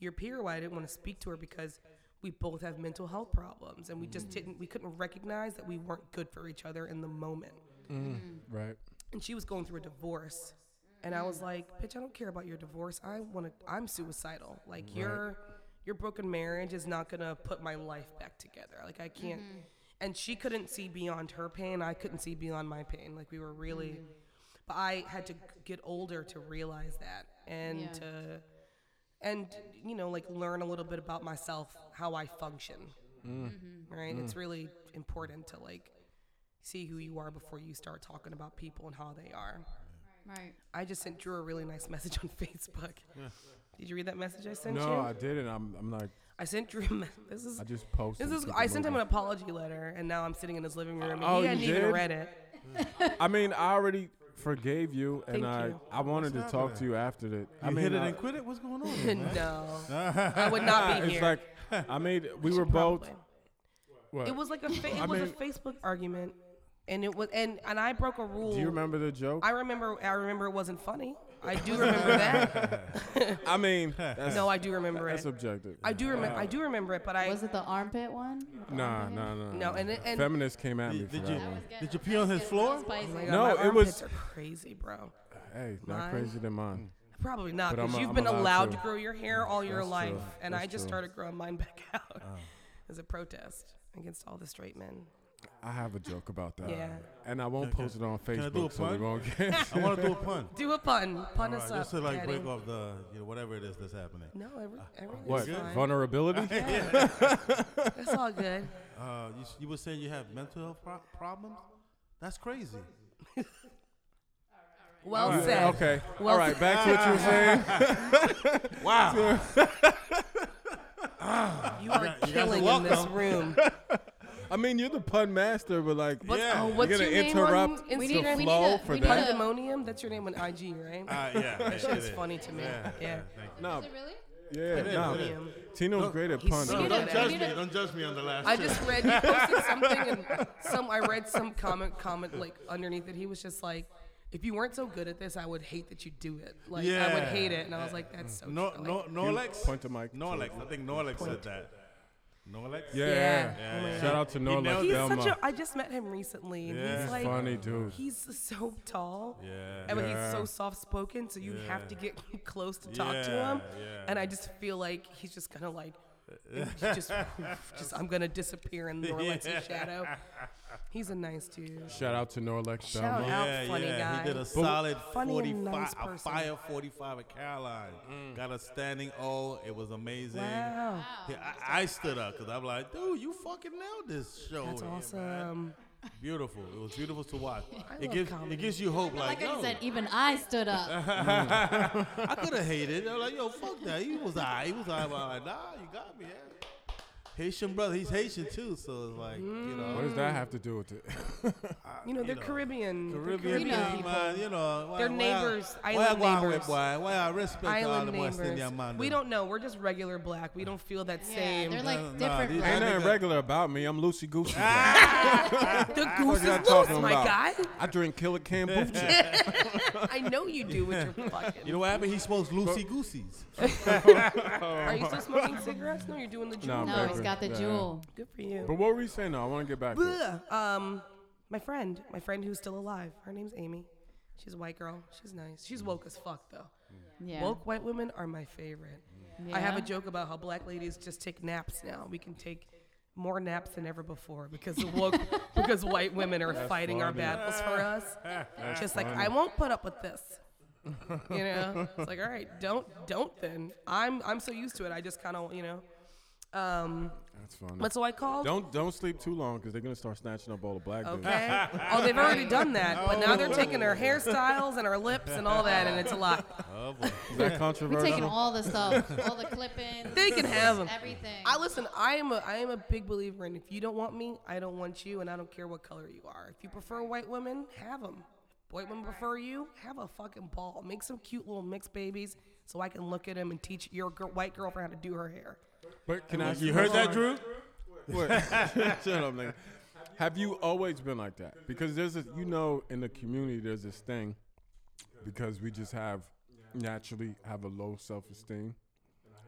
S4: year period where I didn't want to speak to her because we both have mental health problems, and we just didn't we couldn't recognize that we weren't good for each other in the moment
S1: Right.
S4: and she was going through a divorce and i was like bitch i don't care about your divorce i want to i'm suicidal like your your broken marriage is not gonna put my life back together like i can't and she couldn't see beyond her pain i couldn't see beyond my pain like we were really but i had to get older to realize that and
S3: Yeah.
S4: to and you know like learn a little bit about myself how i function right it's really important to like see who you are before you start talking about people and how they are
S3: Right.
S4: i just sent drew a really nice message on facebook did you read that message i sent
S1: No,
S4: you
S1: I didn't. I'm. I'm like.
S4: i sent drew a me- this is
S1: I just posted.
S4: this is
S1: something
S4: i sent him an
S1: over.
S4: apology letter and now i'm sitting in his living room and
S1: Oh,
S4: he
S1: you
S4: hadn't even
S1: did?
S4: read it
S1: I mean, I already forgave you, and
S4: Thank
S1: I
S4: you.
S1: I wanted to talk to you after that. I
S2: You
S1: mean, uh,
S2: hit it
S1: I-
S2: and quit it. What's going on? here, man?
S4: no i would not be
S1: it's
S4: here
S1: like I made. We were both.
S4: Probably.
S1: What?
S4: it was like a fa- it
S1: I
S4: was a
S1: mean-
S4: facebook argument and it was and and i broke a rule
S1: Do you remember the joke?
S4: i remember i remember it wasn't funny i do remember that
S1: I mean, that's,
S4: no i do remember
S1: that's
S4: it
S1: subjective.
S4: I do remember. I do remember it, but I
S3: Was it the armpit one? With the
S1: Nah,
S3: armpit?
S1: nah, nah.
S4: Mm-hmm. no. And it- and
S1: Feminists came at me
S2: Did
S1: for
S2: did
S1: that
S2: you
S1: one.
S2: did you pee on his floor?
S4: oh my
S3: Spicy.
S4: God,
S1: No,
S4: my
S1: it
S4: armpits
S1: was-
S4: are crazy, bro.
S1: Hey,
S4: Mine?
S1: not crazy than mine.
S4: Probably not
S1: But I'm
S4: because
S1: a-
S4: you've
S1: I'm
S4: been
S1: allowed
S4: allowed to
S1: to.
S4: grow your hair all your
S1: That's
S4: life,
S1: true.
S4: and I
S1: That's
S4: just
S1: true.
S4: started growing mine back out as a protest against all the straight men.
S1: I have a joke about that.
S4: Yeah.
S1: And I won't post it on
S2: I do a
S1: Facebook, so we
S2: pun?
S1: won't get.
S2: I want to do a pun.
S4: Do a pun. Pun
S2: Alright,
S4: us
S2: just
S4: up,
S2: to like
S4: Daddy.
S2: break off the you know whatever it is that's happening.
S4: No, every, everything's
S1: What
S4: fine.
S1: vulnerability?
S4: It's all good.
S2: Uh, you, s- you were saying you have mental health pro- problems. That's crazy.
S4: Well
S1: Yeah,
S4: said.
S1: Okay.
S4: Well
S1: All right. Back to what you were saying.
S2: Wow.
S4: You are
S2: got- you guys are
S4: killing in this
S2: welcome.
S4: room.
S1: I mean, you're the pun master, but like,
S4: What's,
S2: Yeah.
S4: oh,
S2: You're
S4: what's
S1: you're
S4: your
S1: gonna
S4: name
S1: interrupt
S4: on
S3: We
S1: the
S3: need
S4: Instagram?
S3: a- we
S1: flow
S3: need a-
S1: for
S3: we need
S1: that.
S3: a-
S4: Pandemonium. That's your name on IG, right?
S2: Uh, yeah, that shit
S4: That's
S2: is.
S4: funny to me.
S2: Yeah,
S4: Yeah.
S2: thank you.
S1: no,
S3: Is it really?
S1: yeah, no.
S2: it is.
S1: Tino's great at
S4: he's
S1: puns.
S4: so
S2: No,
S4: good at
S2: don't
S4: it.
S2: judge me. Don't judge me on the last.
S4: I
S2: shit.
S4: just read you posted something and some I read some comment comment like underneath it. He was just like, if you weren't so good at this, I would hate that you do it. Like I would
S2: Yeah.
S4: hate it. And I was like, that's so
S2: no,
S4: true.
S2: no,
S4: Like,
S2: Norlex.
S1: point to Mike.
S2: Norlex. I think Norlex said that. Norlex.
S1: Yeah.
S4: Yeah.
S1: yeah.
S4: Oh my
S1: Shout
S4: God.
S1: out to Norlex
S2: nailed it.
S4: He's
S1: Delma.
S4: such a. I just met him recently, and
S2: Yeah.
S4: he's
S2: He's
S4: like,
S1: funny dude.
S4: he's so tall,
S2: Yeah.
S4: and but he's so
S1: Yeah.
S4: soft spoken, so you have to get close to talk to
S2: Yeah,
S4: him.
S2: yeah.
S4: And I just feel like he's just gonna like And she just, just I'm gonna disappear in Norlex's shadow. He's a nice dude.
S1: Shout out to Norlex
S4: Shout
S1: Belmont.
S4: out.
S2: Yeah,
S4: funny
S2: yeah.
S4: guy.
S2: He did a
S4: But-
S2: solid
S4: Funny and
S2: 45,
S4: nice
S2: a
S4: person.
S2: fire 45 at Caroline. Got a standing O. It was amazing.
S4: Wow,
S2: Yeah, I, I stood up because I'm like, dude, you fucking nailed this show.
S4: that's
S2: here, man.
S4: awesome.
S2: Beautiful. It was beautiful to watch. it
S4: love
S2: gives
S4: comedy.
S2: it gives you hope. Like,
S3: Like I
S2: yo,
S3: said, even I stood up.
S2: I could have hated. I'm like, yo, fuck that. He was alright. He was alright. but I'm like, nah, you got me. Yeah. Haitian brother. He's Haitian too, so it's like, you
S4: Mm.
S2: know,
S1: What does that have to do with it?
S4: You know they're Caribbean. they're
S2: Caribbean,
S3: Caribbean
S2: people, man, you know, why,
S4: They're
S2: why
S4: neighbors,
S2: I,
S4: island
S2: why I go
S4: neighbors.
S2: with Why, why I respect all
S4: Island
S2: the West Indian
S4: neighbors.
S2: man.
S4: We
S2: them.
S4: don't know. We're just regular black. We don't feel that
S3: Yeah,
S4: same.
S3: they're
S2: No,
S3: like
S2: no,
S3: different.
S2: these-
S3: from-
S2: I
S1: Ain't nothing
S2: nigga-
S1: regular about me. I'm loosey goosey.
S4: the
S1: What
S4: goose
S1: y'all
S4: is loose,
S1: talking
S4: my
S1: about?
S4: guy.
S1: I drink killer kombucha.
S4: I know you do with your fucking.
S2: You know what happened? He smokes loosey gooseys.
S4: Are you still smoking cigarettes? No, you're doing the
S1: No,
S4: jewel.
S3: No, he's
S1: Baker.
S3: got the
S1: Yeah.
S3: jewel.
S4: Good for you.
S1: but what were we saying? though? I want to get back. to it.
S4: Ugh. Um, my friend, my friend who's still alive. Her name's Amy. She's a white girl. She's nice. She's woke as fuck though.
S3: Yeah.
S4: Woke white women are my favorite. I have
S3: Yeah.
S4: a joke about how black ladies just take naps now. We can take more naps than ever before because the woke because white women are fighting our
S1: funny.
S4: battles for us. just like I won't put up with this. You know, it's like all right, don't don't then. I'm I'm so used to it. I just kind of you know. Um,
S1: That's funny.
S4: but so I called.
S1: Don't don't sleep too long because they're gonna start snatching up all the black dudes.
S4: Okay. oh, they've already done that, but now they're taking
S1: Oh.
S4: our hairstyles and our lips and all that, and it's a lot.
S2: Oh boy.
S1: Is that
S3: We're taking
S1: controversial?
S3: all the stuff, all the clippings,
S4: They can have them.
S3: everything.
S4: I listen. I am a I am a big believer in if you don't want me, I don't want you, and I don't care what color you are. If you prefer white women, have them. White women prefer you, have a fucking ball. Make some cute little mixed babies so I can look at them and teach your gir- white girlfriend how to do her hair.
S1: But can I? ask
S2: You heard
S1: a
S2: that,
S1: question?
S2: Drew?
S1: What? Shut up, nigga. Have you always been like that? Because there's a, you know, in the community, there's this thing because we just have naturally have a low self esteem,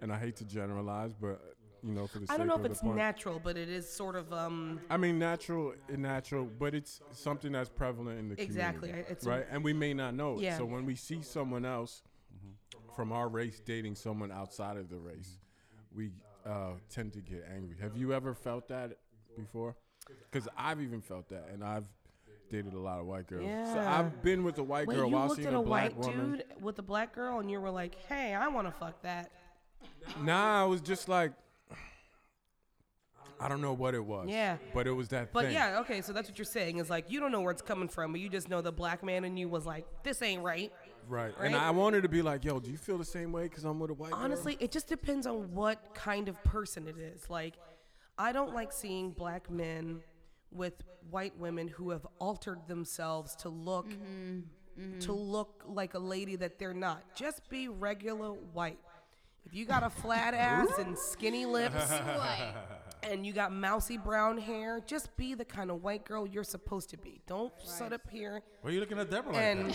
S1: and I hate to generalize, but you know, for the
S4: I
S1: sake
S4: don't know
S1: of
S4: if
S1: the
S4: it's
S1: point,
S4: natural, but it is sort of um.
S1: I mean, natural, natural, but it's something that's prevalent in the
S4: Exactly.
S1: community,
S4: I- it's-
S1: right? And we may not know it.
S4: Yeah.
S1: So when we see someone else from our race dating someone outside of the race, we uh, tend to get angry. Have you ever felt that before? Because I've even felt that, and I've dated a lot of white girls. So
S4: Yeah.
S1: I've been with a white
S4: Wait,
S1: girl
S4: you
S1: while
S4: looked
S1: seeing
S4: at a,
S1: black
S4: white
S1: woman.
S4: dude with a black girl, and you were like, "Hey, I want to fuck that."
S1: Nah, I was just like. I don't know what it was.
S4: Yeah.
S1: But it was that
S4: But
S1: thing.
S4: yeah, okay, so that's what you're saying is like you don't know where it's coming from, but you just know the black man in you was like, this ain't right.
S1: Right. And
S4: Right?
S1: I wanted to be like, yo, do you feel the same way? Because I'm with a white girl?
S4: Honestly, it just depends on what kind of person it is. Like, I don't like seeing black men with white women who have altered themselves to look to look like a lady that they're not. Just be regular white. If you got a flat ass and skinny lips,
S3: Right.
S4: and you got mousy brown hair, just be the kind of white girl you're supposed to be. Don't sit up here
S2: Why are you looking at Deborah like
S4: and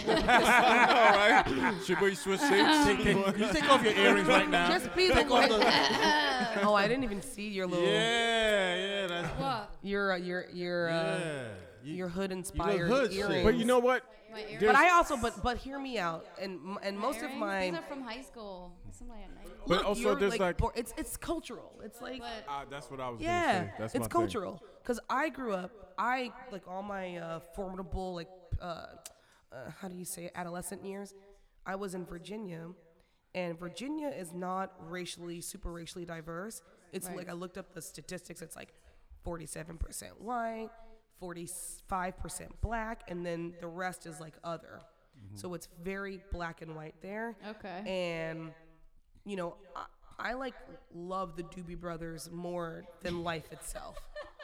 S1: Should we switch seats?
S2: that? Can- you take off your earrings right now.
S4: just be the white. oh, I didn't even see your little
S2: yeah, yeah, that's
S3: What?
S4: your uh, your your uh,
S2: yeah. You-
S4: your hood inspired
S2: hood shit.
S4: earrings.
S1: but you know what?
S3: My earrings.
S4: But
S1: There's-
S4: I also but but hear me out and m- and most
S3: Earrings?
S4: of mine.
S3: These are from high school. Somebody at night.
S1: But
S4: look,
S1: also
S4: you're,
S1: there's like-
S4: bor- it's it's cultural. It's like
S3: But
S1: Ah, that's what I was
S4: Yeah,
S1: gonna say. That's
S4: it's
S1: my thing.
S4: cultural. Cause I grew up, I like all my uh, formidable like, uh, uh, how do you say, it, adolescent years. I was in Virginia, and Virginia is not racially super racially diverse. It's like I looked up the statistics. It's like forty-seven percent white, forty-five percent black, and then the rest is like other.
S1: Mm-hmm.
S4: So it's very black and white there.
S3: Okay.
S4: And you know, I, I like love the Doobie Brothers more than life itself.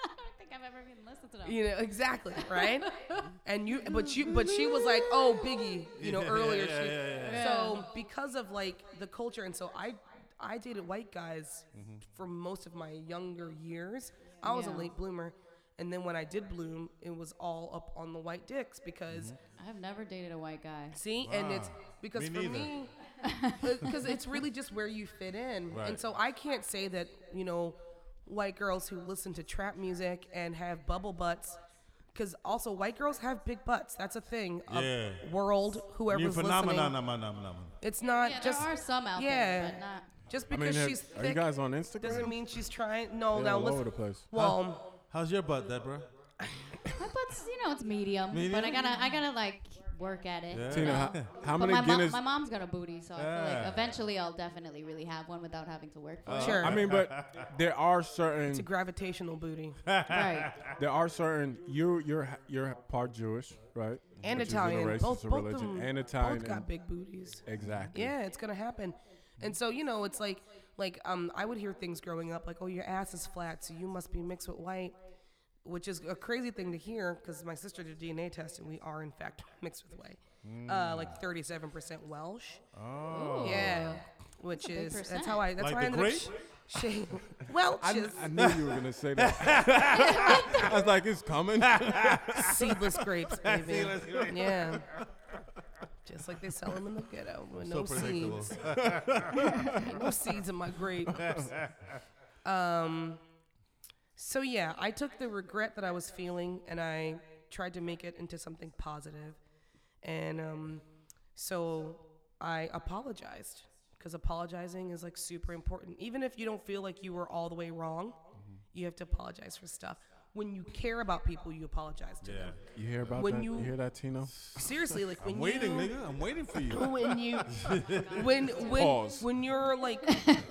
S3: I don't think I've ever even listened to them.
S4: You know, exactly, right? and you, but you, but she was like, oh, Biggie, you know, earlier. she, So because of like the culture, and so I, I dated white guys for most of my younger years. I was
S3: Yeah.
S4: a late bloomer. And then when I did bloom, it was all up on the white dicks because
S3: I've never dated a white guy.
S4: See, and it's because
S2: Me
S4: for
S2: neither.
S4: me, because it's really just where you fit in, and
S2: Right.
S4: so I can't say that you know white girls who listen to trap music and have bubble butts, because also white girls have big butts. That's a thing. of
S2: Yeah.
S4: World,
S2: New
S4: whoever's
S2: phenomenon,
S4: listening,
S2: phenomenon, phenomenon.
S4: it's not
S3: Yeah,
S4: just
S3: there are some out
S4: yeah.
S3: there, but not.
S4: Just
S1: I mean,
S4: because
S1: have-
S4: she's
S1: are you
S4: thick
S1: guys on Instagram?
S4: doesn't mean she's trying. No,
S1: They're
S4: now
S1: all
S4: listen.
S1: over the place.
S4: Well,
S2: How's your butt, Deborah?
S3: My butt's, you know, it's medium,
S2: Medium?
S3: but I gotta, I gotta like work at it.
S2: Yeah.
S3: you
S1: Tina,
S3: know?
S1: how, how
S3: But
S1: many
S3: my, mom,
S1: Guinness?
S3: my mom's got a booty, so I feel
S2: Yeah. Oh.
S3: like eventually I'll definitely really have one without having to work for it.
S4: sure.
S1: I mean, but there are certain
S4: it's a gravitational booty
S3: right.
S1: There are certain you you're you're part Jewish, right?
S4: and
S1: Which isn't a
S4: Italian.
S1: race,
S4: Both,
S1: it's a
S4: both
S1: religion.
S4: them.
S1: and Italian.
S4: Both got
S1: and-
S4: big booties.
S1: Exactly.
S4: Yeah, it's gonna happen. And so you know, it's like like um, I would hear things growing up like, "Oh, your ass is flat, so you must be mixed with white," which is a crazy thing to hear because my sister did a DNA test and we are in fact mixed with white, uh, like thirty-seven percent Welsh.
S3: Oh. Ooh.
S4: Yeah, which
S3: big
S4: is that's
S3: percent.
S4: how I that's
S2: Oh, Like
S4: why I
S2: the
S4: ended
S2: grape?
S4: up sh- sh- Welch
S1: I,
S4: is
S1: I knew you were gonna say that. I was like, it's coming.
S4: seedless grapes, baby.
S2: Seedless grapes.
S4: Yeah. Just like they sell them in the ghetto with no
S2: predictable.
S4: seeds. no seeds in my grape. Um, so yeah, I took the regret that I was feeling and I tried to make it into something positive. And um, so I apologized because apologizing is like super important. Even if you don't feel like you were all the way wrong,
S2: Mm-hmm.
S4: you have to apologize for stuff. When you care about people, you apologize to them.
S1: You hear about
S4: When
S1: that?
S4: you-
S1: You hear that, Tino?
S4: Seriously, like when
S2: I'm waiting,
S4: you,
S2: nigga. I'm waiting for you.
S4: when you when when
S1: Pause.
S4: when you're like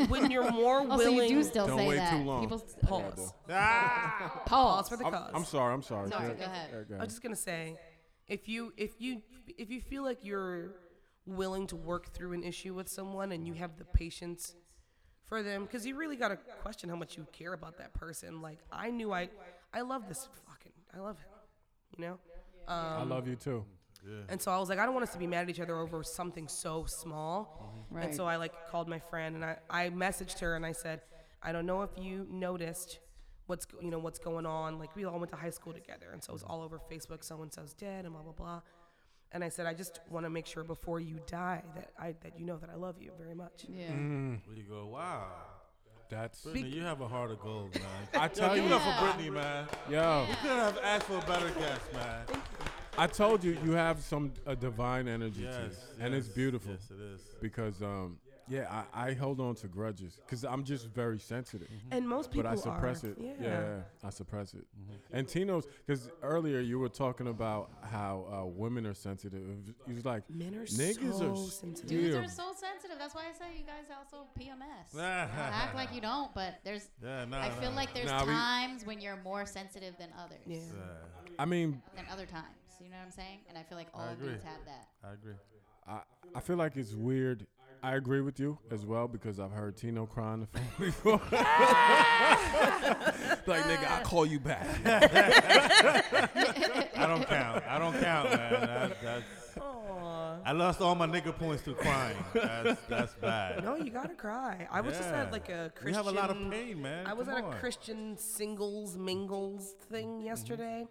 S4: when you're more
S3: Oh, so
S4: willing
S3: you do still
S1: Don't
S3: say
S1: wait
S3: that.
S1: too long.
S3: People s- okay.
S4: pause. Pause
S3: Pause.
S4: for the
S1: I'm,
S4: cause.
S1: I'm sorry. I'm sorry.
S3: Sorry,
S1: Go-
S3: go ahead.
S1: there it goes.
S4: I was just gonna say, if you if you if you feel like you're willing to work through an issue with someone and you have the patience for them, because you really gotta question how much you care about that person. Like I knew I I love this fucking I love him, you know. Um,
S1: I love you too.
S4: and so I was like, I don't want us to be mad at each other over something so small.
S3: Right.
S4: And so I like called my friend and I, I messaged her and I said, I don't know if you noticed what's go- you know what's going on. Like we all went to high school together, and so it was all over Facebook. So and so's dead, and blah blah blah. And I said, I just want to make sure before you die that I that you know that I love you very much.
S3: Yeah.
S2: Where you go? Wow.
S1: That's
S2: Brittany, you have a heart of gold, man.
S1: I tell
S2: Give it
S1: you,
S2: up for Brittany, man.
S1: yo.
S2: You couldn't have asked for a better guest, man.
S1: I told you, you have some a divine energy to you,
S2: Yes,
S1: and it's
S2: yes,
S1: beautiful.
S2: Yes, it is.
S1: Because um, yeah, I, I held on to grudges because I'm just very sensitive.
S4: And most Mm-hmm. people
S1: but I suppress
S4: are.
S1: it. Yeah. I suppress it.
S2: Mm-hmm.
S1: And Tino's, because earlier you were talking about how uh, women are sensitive. He was like,
S4: Men are
S1: niggas
S4: so
S1: are
S4: sensitive.
S3: Dudes
S1: yeah.
S3: are so sensitive. That's why I say you guys also PMS. You know, act like you don't, but there's.
S2: Yeah, nah,
S3: I feel
S2: nah.
S3: like there's
S1: Nah, we-
S3: times when you're more sensitive than others.
S4: Yeah.
S1: I mean,
S3: Than other times. You know what I'm saying? And I feel like all
S2: agree.
S3: dudes have that.
S2: I agree.
S1: I, I feel like it's weird. I agree with you as well because I've heard Tino cry on the phone before. like, nigga, I'll call you back.
S2: I don't count. I don't count, man. That, that's,
S4: Aw.
S2: I lost all my nigga points through crying. That's, that's bad.
S4: No, you gotta cry. I was just
S2: Yeah.
S4: at like a Christian.
S2: We have a lot of pain, man.
S4: I was
S2: Come
S4: at a
S2: on. Mm-hmm.
S4: Christian singles mingles thing yesterday,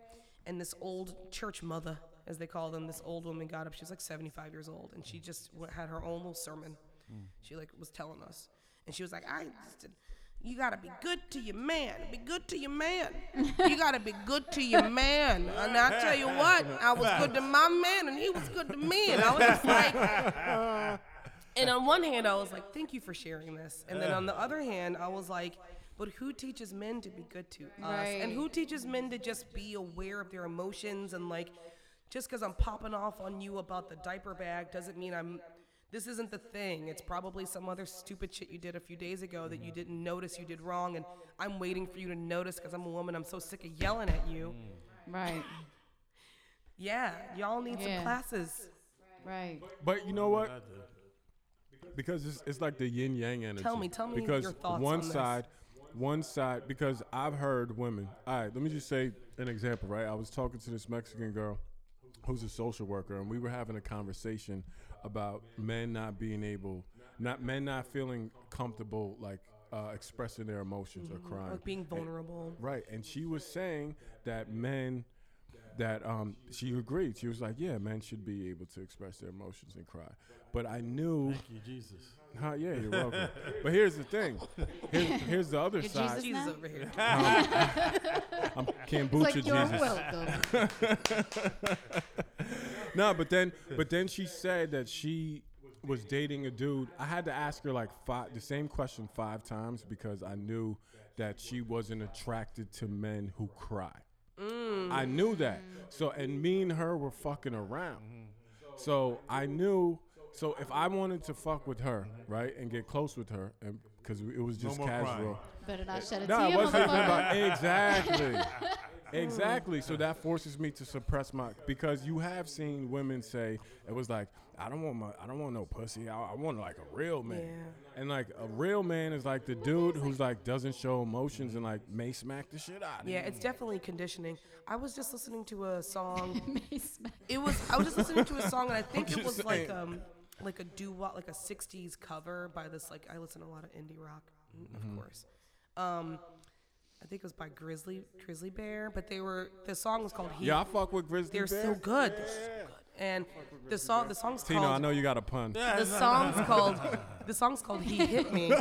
S4: and this old church mother, as they call them, this old woman got up. She was like 75 years old, and she just w- had her own little sermon.
S2: Mm.
S4: She like was telling us, and she was like, "I just did- You gotta be good to your man. Be good to your man. You gotta be good to your man. And I tell you what, I was good to my man, and he was good to me. And I was just like, and on one hand, I was like, thank you for sharing this. And then on the other hand, I was like, but who teaches men to be good to us? And who
S3: Right.
S4: teaches men to just be aware of their emotions and like, just because I'm popping off on you about the diaper bag doesn't mean I'm. This isn't the thing. It's probably some other stupid shit you did a few days ago that you didn't notice you did wrong, and I'm waiting for you to notice because I'm a woman. I'm so sick of yelling at you.
S3: Right.
S4: Yeah, y'all need
S3: Yeah.
S4: some classes.
S3: Right.
S1: But you know what? Because it's, it's like the yin yang energy.
S4: Tell me- tell me
S1: because
S4: your thoughts
S1: one
S4: on this.
S1: side, one side. Because I've heard women. All right, let me just say an example. Right, I was talking to this Mexican girl, who's a social worker, and we were having a conversation about men not being able, not men not feeling comfortable, like uh, expressing their emotions or crying,
S4: Like Mm-hmm. being vulnerable.
S1: Right, and she was saying that men that um she agreed. She was like, "Yeah, men should be able to express their emotions and cry." But I knew,
S2: Thank you, Jesus.
S1: huh, yeah, you're welcome. but here's the thing. Here's, here's the other
S3: Your
S1: side.
S3: Jesus-
S4: Jesus
S3: Now-
S4: over here.
S1: I'm
S3: It's
S1: kombucha
S3: like you're
S1: Jesus.
S3: welcome.
S1: no, but then but then she said that she was dating a dude. I had to ask her like five, the same question five times because I knew that she wasn't attracted to men who cry. I knew that. So and me and her were fucking around. So I knew. So if I wanted to fuck with her, right, and get close with her, and because it was just
S2: more crying.
S1: casual.
S3: Better not shed a
S1: No,
S3: tear,
S1: it wasn't even
S3: motherfucker.
S1: about exactly. exactly. So that forces me to suppress my because you have seen women say it was like I don't want my I don't want no pussy. I, I want like a real man.
S4: Yeah.
S1: And like a real man is like the dude who's like doesn't show emotions and like may smack the shit out of
S4: Yeah,
S1: you.
S4: it's definitely conditioning. I was just listening to a song.
S3: May smack-
S4: It was I was just listening to a song and I think it was
S1: just
S4: like
S1: saying.
S4: um like a doo wop like a '60s cover by this like I listen to a lot of indie rock, mm,
S1: Mm-hmm.
S4: of course. Um, I think it was by Grizzly Grizzly Bear, but they were the song was called Heat.
S1: Yeah, I fuck with Grizzly
S4: They're
S1: Bear.
S4: so good. They're so good. And the song the song's
S1: Tino, I
S4: called
S1: know you got a pun.
S4: the song's called the song's called He Hit Me.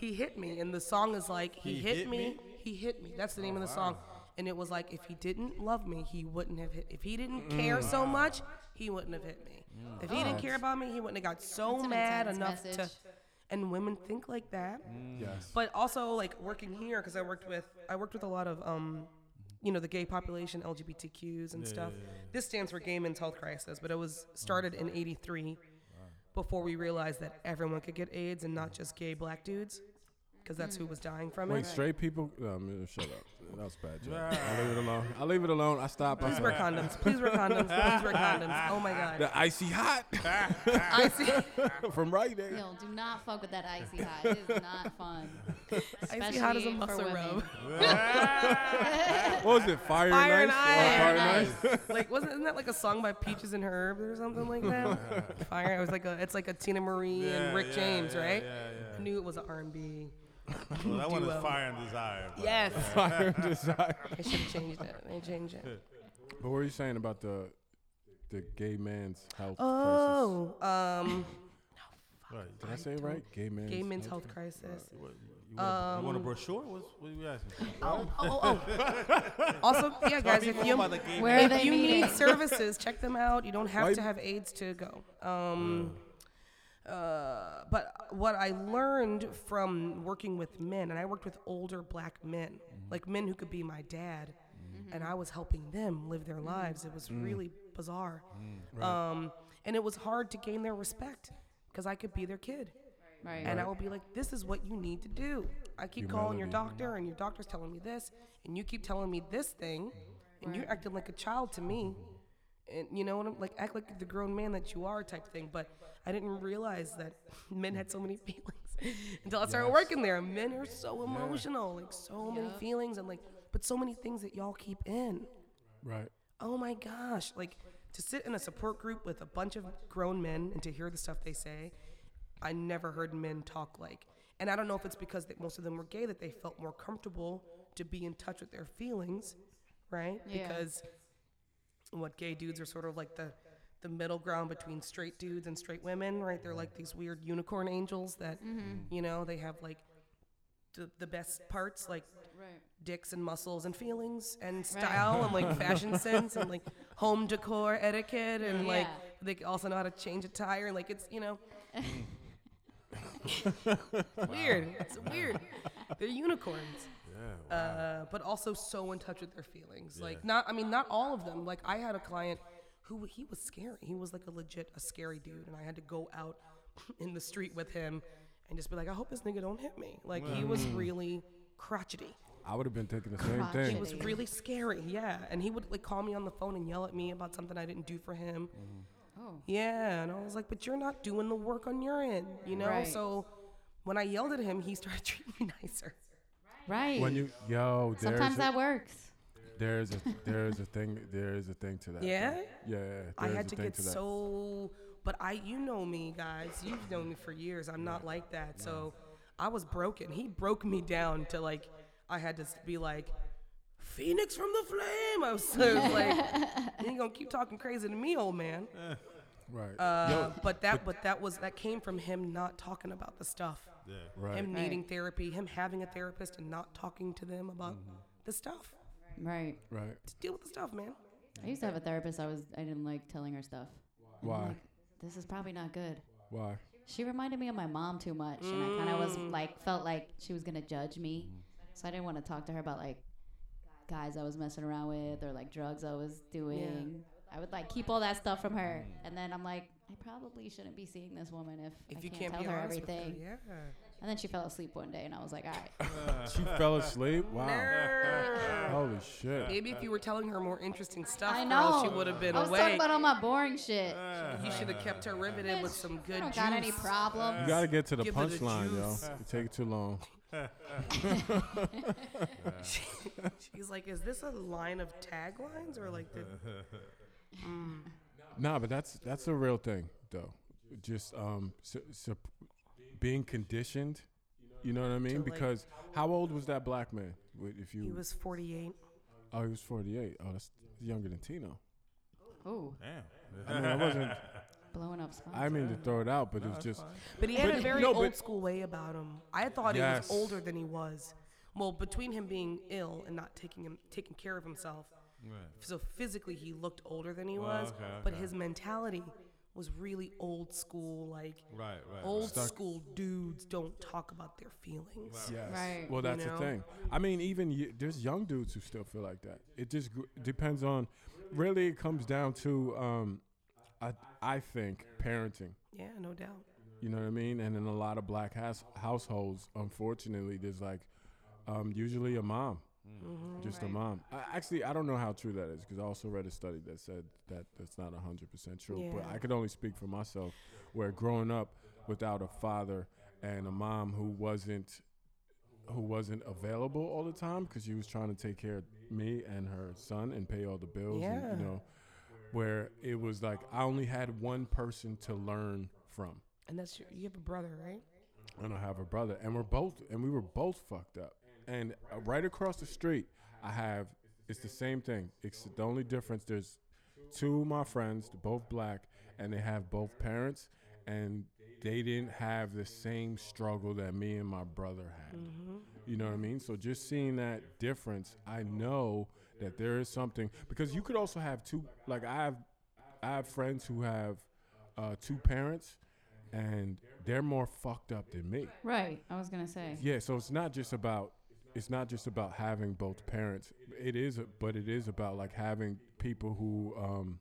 S4: He hit me and the song is like He, hit, me, Oh, he hit me. That's the name of the song. And it was like if he didn't love me, he wouldn't have hit if he didn't care so much, he wouldn't have hit me. If he didn't care about me, he wouldn't have got so
S3: That's an
S4: mad
S3: intense
S4: enough to
S3: message.
S4: and women think like that.
S1: Yes.
S4: But also like working here because I worked with I worked with a lot of um, you know, the gay population, LGBTQs and stuff. This stands for Gay Men's Health Crisis, but it was started in '83 before we realized that everyone could get AIDS and not just gay black dudes, because that's who was dying from
S1: Wait,
S4: it.
S1: straight people? No, I'm gonna shut up. That was a bad. Joke. I leave it alone. I leave it alone. I stop. I
S4: Please wear
S1: stop.
S4: condoms. Please wear condoms. Please wear condoms. Oh my God.
S1: The icy hot
S4: I see.
S1: from Rite Aid.
S3: Yo, do not fuck with that icy hot. It is not fun.
S4: Icy hot is a
S3: Especially for
S4: muscle
S3: women.
S4: rub.
S1: What was it? Fire,
S4: Fire
S1: and
S4: and
S1: ice.
S4: Ice.
S1: Oh,
S3: Fire
S1: fire
S3: and
S1: and ice.
S4: Like wasn't isn't that like a song by Peaches and Herb or something like that? Fire. It was like a. It's like a Tina Marie and Rick James, right?
S2: Yeah, yeah.
S4: I knew it was an R&B.
S2: Well, that one
S4: Duo.
S2: is fire and desire. but-
S4: Yes.
S1: Fire and desire.
S4: I should have changed it. I changed it.
S1: But what were you saying about the the gay man's health crisis?
S4: Oh, um,
S2: Right.
S1: Did I say it right? Gay man's.
S4: gay men's health crisis.
S2: What, you, want a, you
S3: Um,
S2: want a brochure? What's, what are you asking? for?
S4: Oh, oh, oh. also, yeah, guys, if you,
S2: About the gay
S3: Where are
S4: if
S3: they
S4: you
S3: meeting?
S4: need services, check them out. You don't
S1: Why-
S4: have to have AIDS to go. Um, uh, but what I learned from working with men, and I worked with older black men, like men who could be my dad,
S3: Mm-hmm.
S4: and I was helping them live their lives. It was really bizarre. Um, and it was hard to gain their respect because I could be their kid.
S3: Right.
S4: And I will be like, this is what you need to do. I keep calling your
S1: Humility.
S4: doctor, and your doctor's telling me this, and you keep telling me this thing, and you're acting like a child to me. And you know what I'm like, act like the grown man that you are, type thing. But I didn't realize that men had so many feelings until I started working there. Men are so emotional, like so many feelings, and like, but so many things that y'all keep in
S1: Right.
S4: oh my gosh like to sit in a support group with a bunch of grown men and to hear the stuff they say i never heard men talk like and i don't know if it's because that most of them were gay that they felt more comfortable to be in touch with their feelings right
S3: Yeah.
S4: because what gay dudes are sort of like the the middle ground between straight dudes and straight women right they're like these weird unicorn angels that you know they have like the, the best parts like
S3: Right.
S4: dicks and muscles and feelings and style and like fashion sense and like home decor etiquette and like
S3: Yeah.
S4: they also know how to change a tire like it's you know weird it's weird they're unicorns uh, but also so in touch with their feelings like not i mean not all of them like i had a client who he was scary he was like a legit a scary dude and i had to go out in the street with him and just be like i hope this nigga don't hit me like he was really crotchety
S1: I would have been thinking the same
S3: Crotchety.
S1: thing.
S4: it was really scary, yeah. And he would like call me on the phone and yell at me about something I didn't do for him.
S1: Mm-hmm.
S3: Oh.
S4: Yeah, and I was like, "But you're not doing the work on your end, you know."
S3: Right.
S4: So when I yelled at him, he started treating me nicer.
S3: Right.
S1: When you yo, there's
S3: Sometimes
S1: a,
S3: that works.
S1: there's a there's a thing there's a thing to that. though.
S4: Yeah?
S1: Yeah. There's
S4: I
S1: a
S4: had to
S1: thing
S4: get
S1: to that.
S4: so, but I, you know me, guys. You've known me for years. I'm not like that. So I was broken. He broke me down to like, I had to s- be like, Phoenix from the flame. I was so like, you ain't gonna keep talking crazy to me, old man.
S1: right.
S4: Uh, but that but that was that came from him not talking about the stuff
S1: right.
S4: him
S3: Right.
S4: needing therapy him having a therapist and not talking to them about
S1: Mm-hmm.
S4: the stuff
S3: Right.
S1: right.
S4: Just deal with the stuff man
S3: I used to have a therapist. I was I didn't like telling her stuff.
S1: Why?
S3: This is probably not good.
S4: Mm-hmm.
S1: Why?
S3: She reminded me of my mom too much, and I kind of was
S4: Mm.
S3: like, felt like she was gonna judge me, so I didn't want to talk to her about like guys I was messing around with or like drugs I was doing. I would like keep all that stuff from her, and then I'm like, I probably shouldn't be seeing this woman if,
S4: If
S3: I
S4: you
S3: can't,
S4: can't,
S3: tell
S4: be
S3: her
S4: honest
S3: everything.
S4: with her, yeah.
S3: And then she fell asleep one day, and I was like, all right,
S1: She fell asleep. Wow.
S4: Nerd.
S1: Holy shit.
S4: Maybe if you were telling her more interesting stuff,
S3: I
S4: girl, she
S3: know.
S4: would have been
S3: I was talking
S4: awake. Uh.
S3: about all my boring shit.
S4: You should have kept her riveted with some
S3: I
S4: good
S3: don't
S4: juice.
S3: got any problems.
S1: You gotta get to the
S4: Give her the
S1: punchline, yo.
S4: juice.
S1: You take too long.
S4: She's like, is this a line of taglines or like the?
S1: Nah, but that's that's a real thing though. Just um, su- su- being conditioned. You know what I mean?
S4: like-
S1: Because how old was that black man? Wait, If you
S4: He was 48.
S1: oh, he was forty-eight. Oh, that's younger than Tino.
S4: Oh,
S3: Ooh,
S2: Damn.
S1: I mean, I wasn't.
S3: blowing up spots.
S1: I didn't mean to throw it out, but it was just
S4: But he had
S1: But-
S4: a very
S1: no, but-
S4: old school way about him. I thought
S1: Yes.
S4: he was older than he was. Well, between him being ill and not taking him taking care of himself, so physically he looked older than he was,
S2: okay,
S4: but his mentality was really old school, like
S2: Right, right.
S4: old school dudes don't talk about their feelings.
S1: yes.
S3: Right.
S1: Well,
S4: You
S1: that's
S4: know?
S1: the thing. I mean, even y- there's young dudes who still feel like that. It just g- depends on. Really, it comes down to um, I I think parenting.
S4: Yeah, no doubt.
S1: You know what I mean? And in a lot of black house households, unfortunately, there's like um, usually a mom,
S4: Mm-hmm.
S1: just a mom. I, actually, I don't know how true that is because I also read a study that said that that's not 100% true. But
S4: Yeah.
S1: I could only speak for myself where growing up without a father and a mom who wasn't who wasn't available all the time because she was trying to take care of me and her son and pay all the bills and
S4: Yeah.
S1: you know where it was like i only had one person to learn from
S4: And that's your, you have a brother, right?
S1: and I have a brother, and we're both and we were both fucked up. And uh, right across the street, I have it's the same thing. It's the only difference. There's two of my friends, they're both black, and they have both parents, and they didn't have the same struggle that me and my brother had. You know what I mean? So just seeing that difference, I know that there is something because you could also have two. Like I have, I have friends who have uh, two parents, and they're more fucked up than me.
S3: Right. I was gonna say.
S1: Yeah, so it's not just about it's not just about having both parents. It is, but it is about like having people who um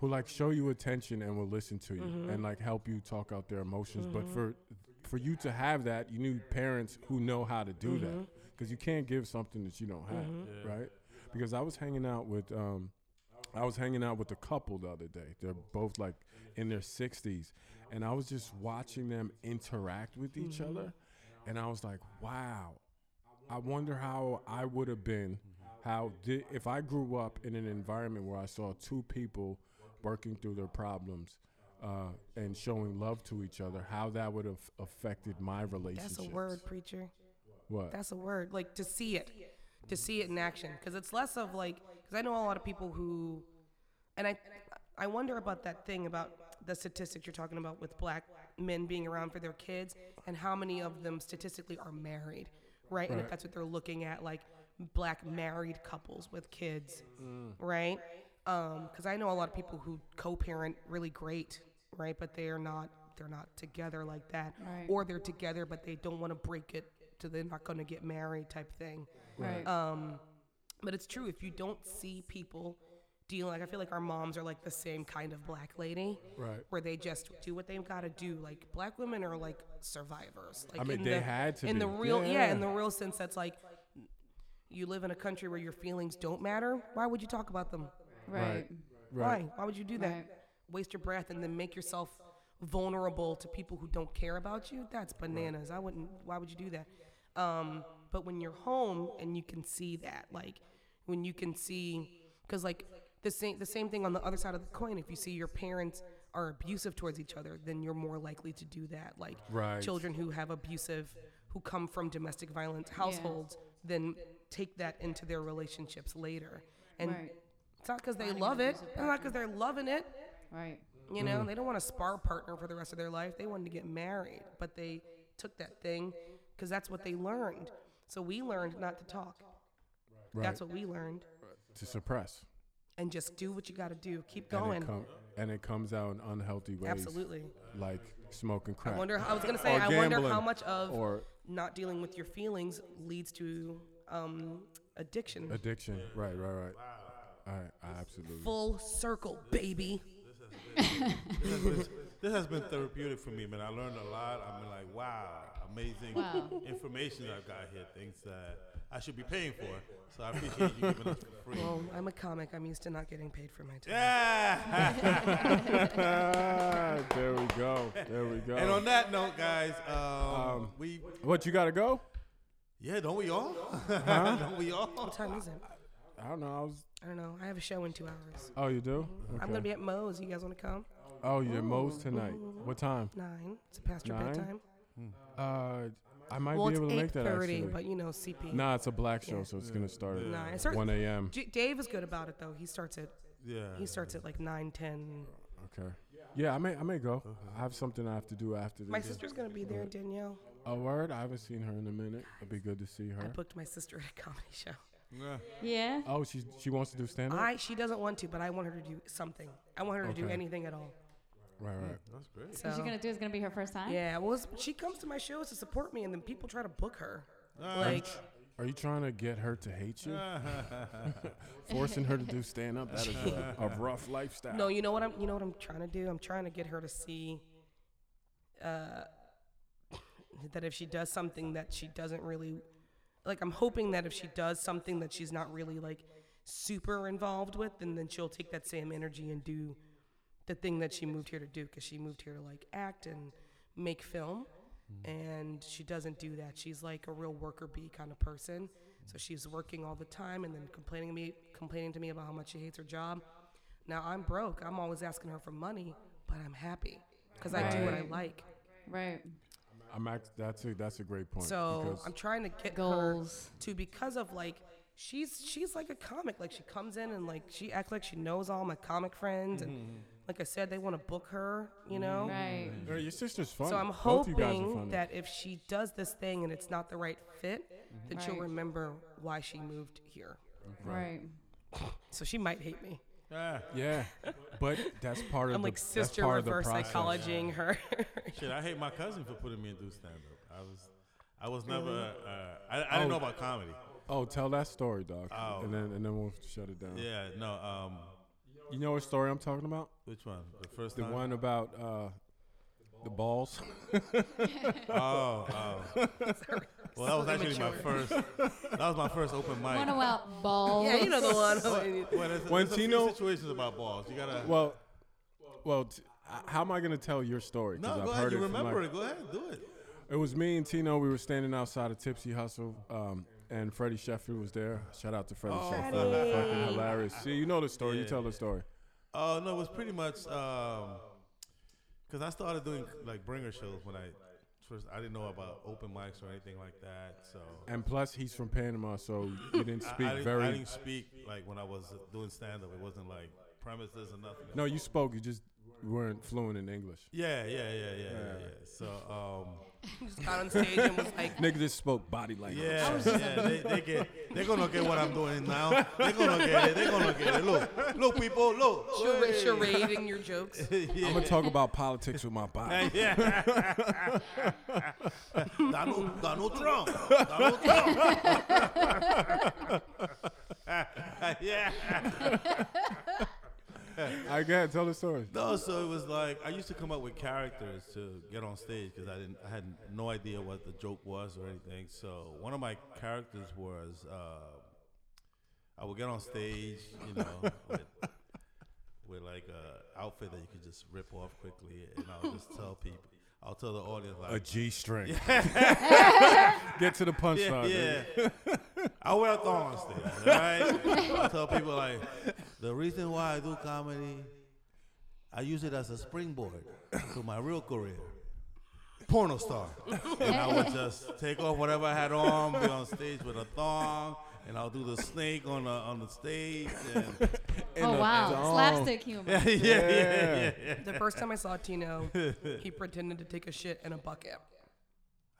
S1: who like show you attention and will listen to you and like help you talk out their emotions. But for for you to have that, you need parents who know how to do that because you can't give something that you don't have, right? Because I was hanging out with um I was hanging out with a couple the other day. They're both like in their 60s. And I was just watching them interact with each
S4: Mm-hmm.
S1: other. And I was like, wow, I wonder how I would have been, how did, if I grew up in an environment where I saw two people working through their problems uh, and showing love to each other, how that would have affected my relationship.
S4: That's a word, preacher.
S1: What?
S4: That's a word. Like to see it, to see it in action. Because it's less of like, because I know a lot of people who, and I, I wonder about that thing about the statistics you're talking about with black men being around for their kids and how many of them statistically are married, right? And if that's what they're looking at, like black married couples with kids, right? Because I know a lot of people who co-parent really great, right? But they are not. They're not together like that,
S3: Right.
S4: or they're together but they don't want to break it, so they're not going to get married type thing.
S3: Right.
S4: Um, but it's true if you don't see people dealing. Like I feel like our moms are like the same kind of black lady,
S1: Right.
S4: Where they just do what they've got to do. Like black women are like survivors. Like
S1: mean,
S4: in
S1: they
S4: the,
S1: had to
S4: in the
S1: be.
S4: real, yeah.
S1: Yeah.
S4: in the real sense that's like you live in a country where your feelings don't matter. Why would you talk about them?
S3: right.
S1: Right.
S4: Why? Why would you do that?
S3: Right.
S4: Waste your breath and then make yourself vulnerable to people who don't care about you? That's bananas. I wouldn't. Why would you do that? Um, but when you're home and you can see that, like when you can see, because like the same the same thing on the other side of the coin. If you see your parents are abusive towards each other, then you're more likely to do that. Like
S1: Right.
S4: children who have abusive, who come from domestic violence households, then take that into their relationships later. And
S3: Right.
S4: it's not because they love it. It's not because they're loving it.
S3: Right.
S4: You
S1: Mm.
S4: know, they don't want a spar partner for the rest of their life. They wanted to get married, but they took that thing because that's what they learned. So we learned not to talk.
S1: Right.
S4: That's what we learned.
S1: to suppress.
S4: and just do what you got to do. Keep
S1: and
S4: going.
S1: it, com- and it comes out in unhealthy ways,
S4: Absolutely.
S1: like smoking crack.
S4: I wonder. I was gonna say.
S2: Or
S4: I wonder how
S2: gambling.
S4: much of
S1: Or-
S4: not dealing with your feelings leads to um, addiction.
S1: Addiction. Right, right, right. I, I absolutely.
S4: Full circle, baby.
S2: This has, been, this has been therapeutic for me, man. I learned a lot. I'm like, wow, amazing
S3: Wow.
S2: information I've got here. Things that I should be paying for. So I appreciate you giving us for free.
S4: Well, I'm a comic. I'm used to not getting paid for my time.
S2: Yeah.
S1: Ah, there we go. There we go.
S2: and on that note, guys, um,
S1: Um,
S2: we
S1: what you gotta go?
S2: yeah, don't we all? don't we all?
S4: What time is it?
S1: I don't know. I was.
S4: I don't know. I have a show in two hours.
S1: Oh, you do? Okay.
S4: I'm gonna be at Moe's. You guys want to come?
S1: oh, you're Moe's tonight. What time?
S4: Nine. It's past your
S1: Nine?
S4: bedtime.
S1: Uh, I might
S4: well,
S1: be
S4: it's
S1: able to make
S4: eight
S1: that
S4: thirty,
S1: actually.
S4: but you know CP.
S1: Nah, it's a black show,
S4: Yeah.
S1: so it's gonna start at
S4: Nah, it starts-
S1: 1 a.m.
S4: J- Dave is good about it though. He starts at
S2: Yeah.
S4: he starts at like nine ten.
S1: Okay. Yeah, I may I may go. I have something I have to do after this.
S4: My sister's gonna be there, Danielle.
S1: A word. I haven't seen her in a minute. It'd be good to see
S4: I
S1: her.
S4: booked my sister at a comedy show.
S2: Yeah.
S3: Yeah.
S1: Oh, she she wants to do stand up.
S4: I she doesn't want to, but I want her to do something. I want her to do
S1: Okay.
S4: anything at all.
S1: Right, right.
S2: That's great.
S4: So
S3: What's she gonna do? Is it gonna be her first time?
S4: yeah, well, it's- she comes to my shows to support me, and then people try to book her.
S2: Ah.
S4: Like
S1: Are you trying to get her to hate you? Forcing her to do stand up. That is a, a rough lifestyle.
S4: No, you know what I'm. You know what I'm trying to do. I'm trying to get her to see uh, that if she does something that she doesn't really like, I'm hoping that if she does something that she's not really like super involved with, then then she'll take that same energy and do the thing that she moved here to do because she moved here to like act and make film. And she doesn't do that. She's like a real worker bee kind of person. So she's working all the time and then complaining to me, complaining to me about how much she hates her job. Now I'm broke. I'm always asking her for money, but I'm happy because I do what I
S3: Right.
S4: like.
S3: Right.
S1: I'm act- that's a that's a great point.
S4: So
S1: because
S4: I'm trying to get
S3: Goals.
S4: her to because of like she's she's like a comic. Like she comes in and like she acts like she knows all my comic friends and
S1: Mm-hmm.
S4: like I said, they want to book her. You know.
S3: Right.
S1: Yeah, your sister's funny.
S4: So I'm
S1: Mm-hmm. Both you guys are
S4: hoping
S1: funny.
S4: that if she does this thing and it's not the right fit,
S1: Mm-hmm.
S4: then she'll
S3: Right.
S4: remember why she moved here.
S3: Right.
S4: So she might hate me.
S2: Ah,
S1: yeah, but that's part of
S4: I'm
S1: the
S4: like
S1: that's
S4: sister
S1: part of the
S4: reverse
S1: process.
S4: psychologying her.
S2: shit, I hate my cousin for putting me in do stand up. I was, I was never. Uh, I, I didn't know about comedy.
S1: Oh, tell that story, dog, and then and then we'll shut it down.
S2: Oh. Yeah. No. Um.
S1: You know what story I'm talking about?
S2: Which one? The first
S1: The
S2: time.
S1: one about uh, the balls.
S2: Oh, oh. well, that was actually my first. That was my first open mic.
S3: One about balls.
S4: yeah, you know the one.
S2: Well, there's,
S1: When
S2: there's a
S1: Tino-
S2: few situations about balls. You gotta.
S1: well, well, t- I- how am I gonna tell your story? 'Cause
S2: no,
S1: I've
S2: go
S1: heard
S2: ahead. You
S1: it from, like,
S2: remember it. Go ahead, do it.
S1: It was me and Tino. We were standing outside of Tipsy Hustle, um, and Freddie Sheffield was there. Shout out to Freddie Sheffield.
S4: Freddie.
S1: Fucking hilarious. See, you know the story. You
S2: Yeah.
S1: tell the story.
S2: Oh no, it was pretty much um 'cause I started doing like bringer shows when I first. I didn't know about open mics or anything like that. So
S1: And plus, he's from Panama, so you didn't
S2: I-
S1: speak
S2: I, didn't,
S1: very.
S2: I didn't speak like when I was doing stand up. It wasn't like premises or nothing.
S1: no, you spoke. You just weren't fluent in English.
S2: Yeah, yeah, yeah, yeah, yeah. yeah, So um.
S4: Just got on stage and was like,
S1: Nigga just spoke body language.
S2: Yeah, yeah, they, they get, they're gonna get what I'm doing now. They're gonna get it. They're gonna get it. Look, look, people, look.
S4: char-
S2: Hey.
S4: charading your jokes.
S1: I'm gonna talk about politics with my body.
S2: Yeah. Donald, Donald Trump. Donald Trump. yeah.
S1: I got tell the story.
S2: No, so it was like I used to come up with characters to get on stage because I didn't, I had no idea what the joke was or anything. So one of my characters was uh, I would get on stage, you know, with, with like a outfit that you could just rip off quickly, and I'll just tell people, I'll tell the audience
S1: A
S2: like,
S1: G string. Get to the punchline.
S2: yeah, yeah. I wear a thong on stage, all right? I tell people like the reason why I do comedy, I use it as a springboard to my real career. Porno star. And I would just take off whatever I had on, be on stage with a thong, and I'll do the snake on the on the stage. And
S3: Oh wow.
S1: dong.
S3: Slapstick humor.
S2: yeah, yeah, yeah, yeah,
S4: The first time I saw Tino, he pretended to take a shit in a bucket.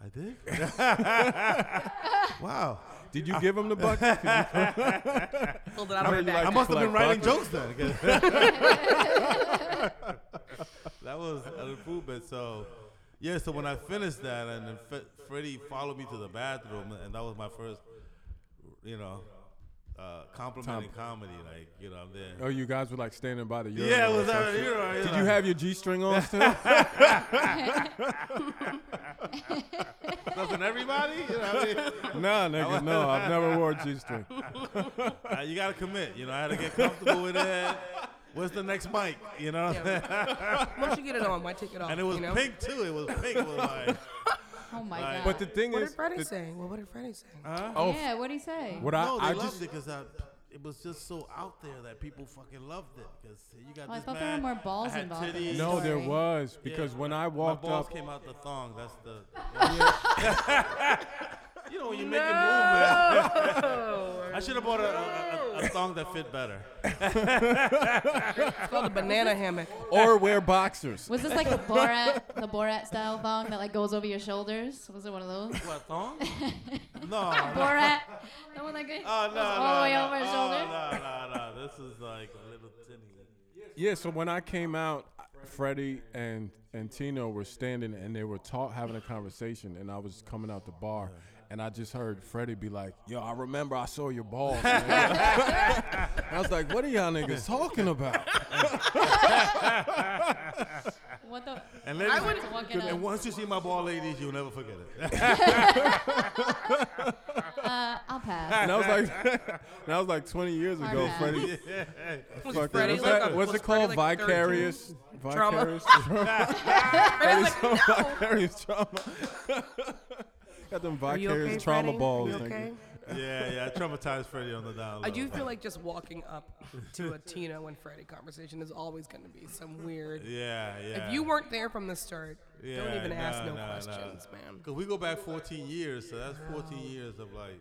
S2: I did. wow.
S1: Did you give him the buck? 'Cause you-
S4: Pulled it out of my
S1: really
S4: back.
S1: like-
S2: I must have been
S1: Like,
S2: writing
S1: fuck
S2: jokes then. 'cause- that was an improvement. So, yeah. So when I finished that, and then Fe- Freddie followed me to the bathroom, and that was my first, you know, uh, complimenting comedy. Like, you know, I'm there.
S1: Oh, you guys were like standing by the urinal.
S2: yeah, it
S1: or
S2: was
S1: some
S2: that?
S1: shit.
S2: You know,
S1: Did you have your G string on still?
S2: something? Everybody, you know, what I mean?
S1: nah, nigga, no. I've never wore a G string.
S2: Uh, you gotta commit. You know, I had to get comfortable with it. What's the next mic? You know, what I'm saying?
S4: Once you get it on, why take it off?
S2: and it was
S4: you know?
S2: pink too. It was pink. It was like,
S3: Oh my
S2: Right.
S3: god.
S1: But the thing
S4: What
S1: is,
S4: did Freddie
S1: the-
S4: say? Well, what did Freddie say?
S1: oh,
S3: yeah, what do you say?
S1: what
S2: no, they
S1: I, I
S2: loved
S1: just
S2: it because it was just so out there that people fucking loved it. Because you got
S3: Oh, I
S2: this
S3: thought
S2: man.
S3: there were more balls
S2: that had
S3: involved in
S2: titties.
S3: this.
S1: no, there
S3: Sorry.
S1: was because when I walked
S2: My balls
S1: up,
S2: came out the thong. That's the. you know when you make a movement. I should have bought a, a, a, a thong that fit better.
S4: It's called a banana hammock.
S1: or wear boxers.
S3: Was this like the Borat, the Borat style thong that like goes over your shoulders? Was it one of those?
S2: What thong? no. no.
S3: Borat, the one that goes
S2: Oh no, no,
S3: all the way
S2: no.
S3: over his
S2: oh,
S3: shoulder.
S2: no, no, no. This is like a little tinny.
S1: Yeah, so when I came out, Freddie and and Tino were standing and they were talk having a conversation, and I was coming out the bar, and I just heard Freddie be like, "Yo, I remember I saw your balls." man." I was like, "What are y'all niggas talking about?"
S3: What the?
S2: And,
S4: I
S2: ladies,
S4: would.
S3: It's walking
S2: and
S3: up.
S2: once you see my ball, ladies, you'll never forget it.
S3: Uh, I'll pass.
S1: And I was like, and I was like 20 years
S3: Our
S1: ago,
S3: bad.
S1: Freddie.
S4: Was
S1: fucking-
S4: Freddie
S1: what's,
S4: like
S1: that-
S4: a-
S1: what's
S4: was
S1: it called?
S4: Freddie like 13?
S1: vicarious,
S4: Trauma.
S1: vicarious, trauma.
S4: Freddie's like,
S1: Some
S4: "No."
S1: vicarious trauma. Got them
S4: Are you
S1: vicarious
S4: okay,
S1: trauma
S4: Freddie?
S1: balls.
S4: You
S1: nigga.
S4: okay?
S2: yeah, yeah. I traumatized Freddie on the down.
S4: I
S2: low.
S4: do feel like just walking up to a Tina and Freddie conversation is always going to be some weird.
S2: Yeah, yeah.
S4: If you weren't there from the start, don't
S2: Yeah,
S4: even ask
S2: no,
S4: no,
S2: no, no.
S4: questions, man.
S2: Because we go back 14 years, so that's 14 years of like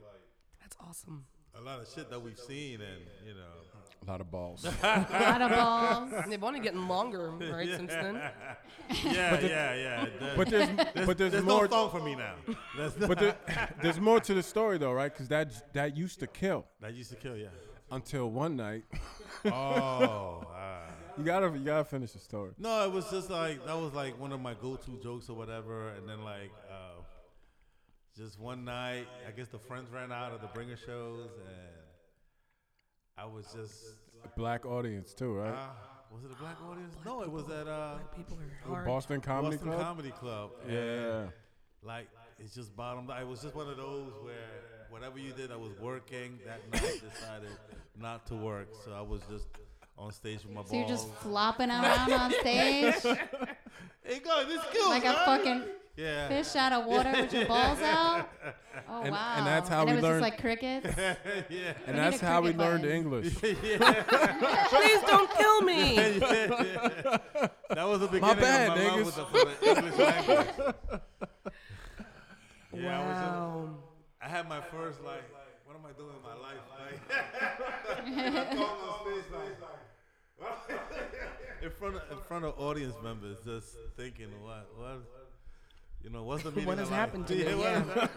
S4: That's awesome.
S2: a lot of shit that we've seen, and you know,
S1: A lot of balls.
S3: A lot of balls.
S4: And they've only gotten longer, right, since then.
S2: yeah, yeah, yeah. There's,
S1: But there's, but there's,
S2: there's
S1: more.
S2: no thong for me now. That's not,
S1: but there, there's more to the story though, right? Because that that used to kill
S2: that used to kill you.
S1: until one night.
S2: Oh. ah.
S1: You gotta you gotta finish the story.
S2: No, it was just like that was like one of my go-to jokes or whatever, and then like uh, just one night, I guess the friends ran out of the bringer shows, and I was just
S1: A black audience too, right?
S2: uh, was it a black audience? No, it was at uh,
S4: People are hard.
S1: Boston Comedy
S2: Boston
S1: Club.
S2: Comedy Club.
S1: yeah.
S2: like it's just bottom. I was just one of those where whatever you did, I was working that night. Decided not to work, so I was just on stage with my
S3: So you're
S2: balls.
S3: just flopping around on stage
S2: hey, go, this cool,
S3: like a fucking
S2: yeah.
S3: fish out of water with your balls out. Oh
S1: And-
S3: wow.
S1: and that's how we
S3: it was
S1: learned-
S3: just like crickets.
S1: And
S3: need a
S1: that's how we
S3: cricket
S1: learned
S3: button.
S1: English.
S4: Please don't kill me.
S2: That was the beginning
S1: bad,
S2: of my love
S1: niggas.
S2: with the, for the English language. Yeah, I was just-
S4: Wow.
S2: I had my first like, what am I doing in my life? Like, I called on stage, like- in front of in front of audience members, just thinking, what what, you know, what's the meaning
S4: What
S2: of
S4: has
S2: life?
S4: happened to me?
S2: what is
S4: Yeah.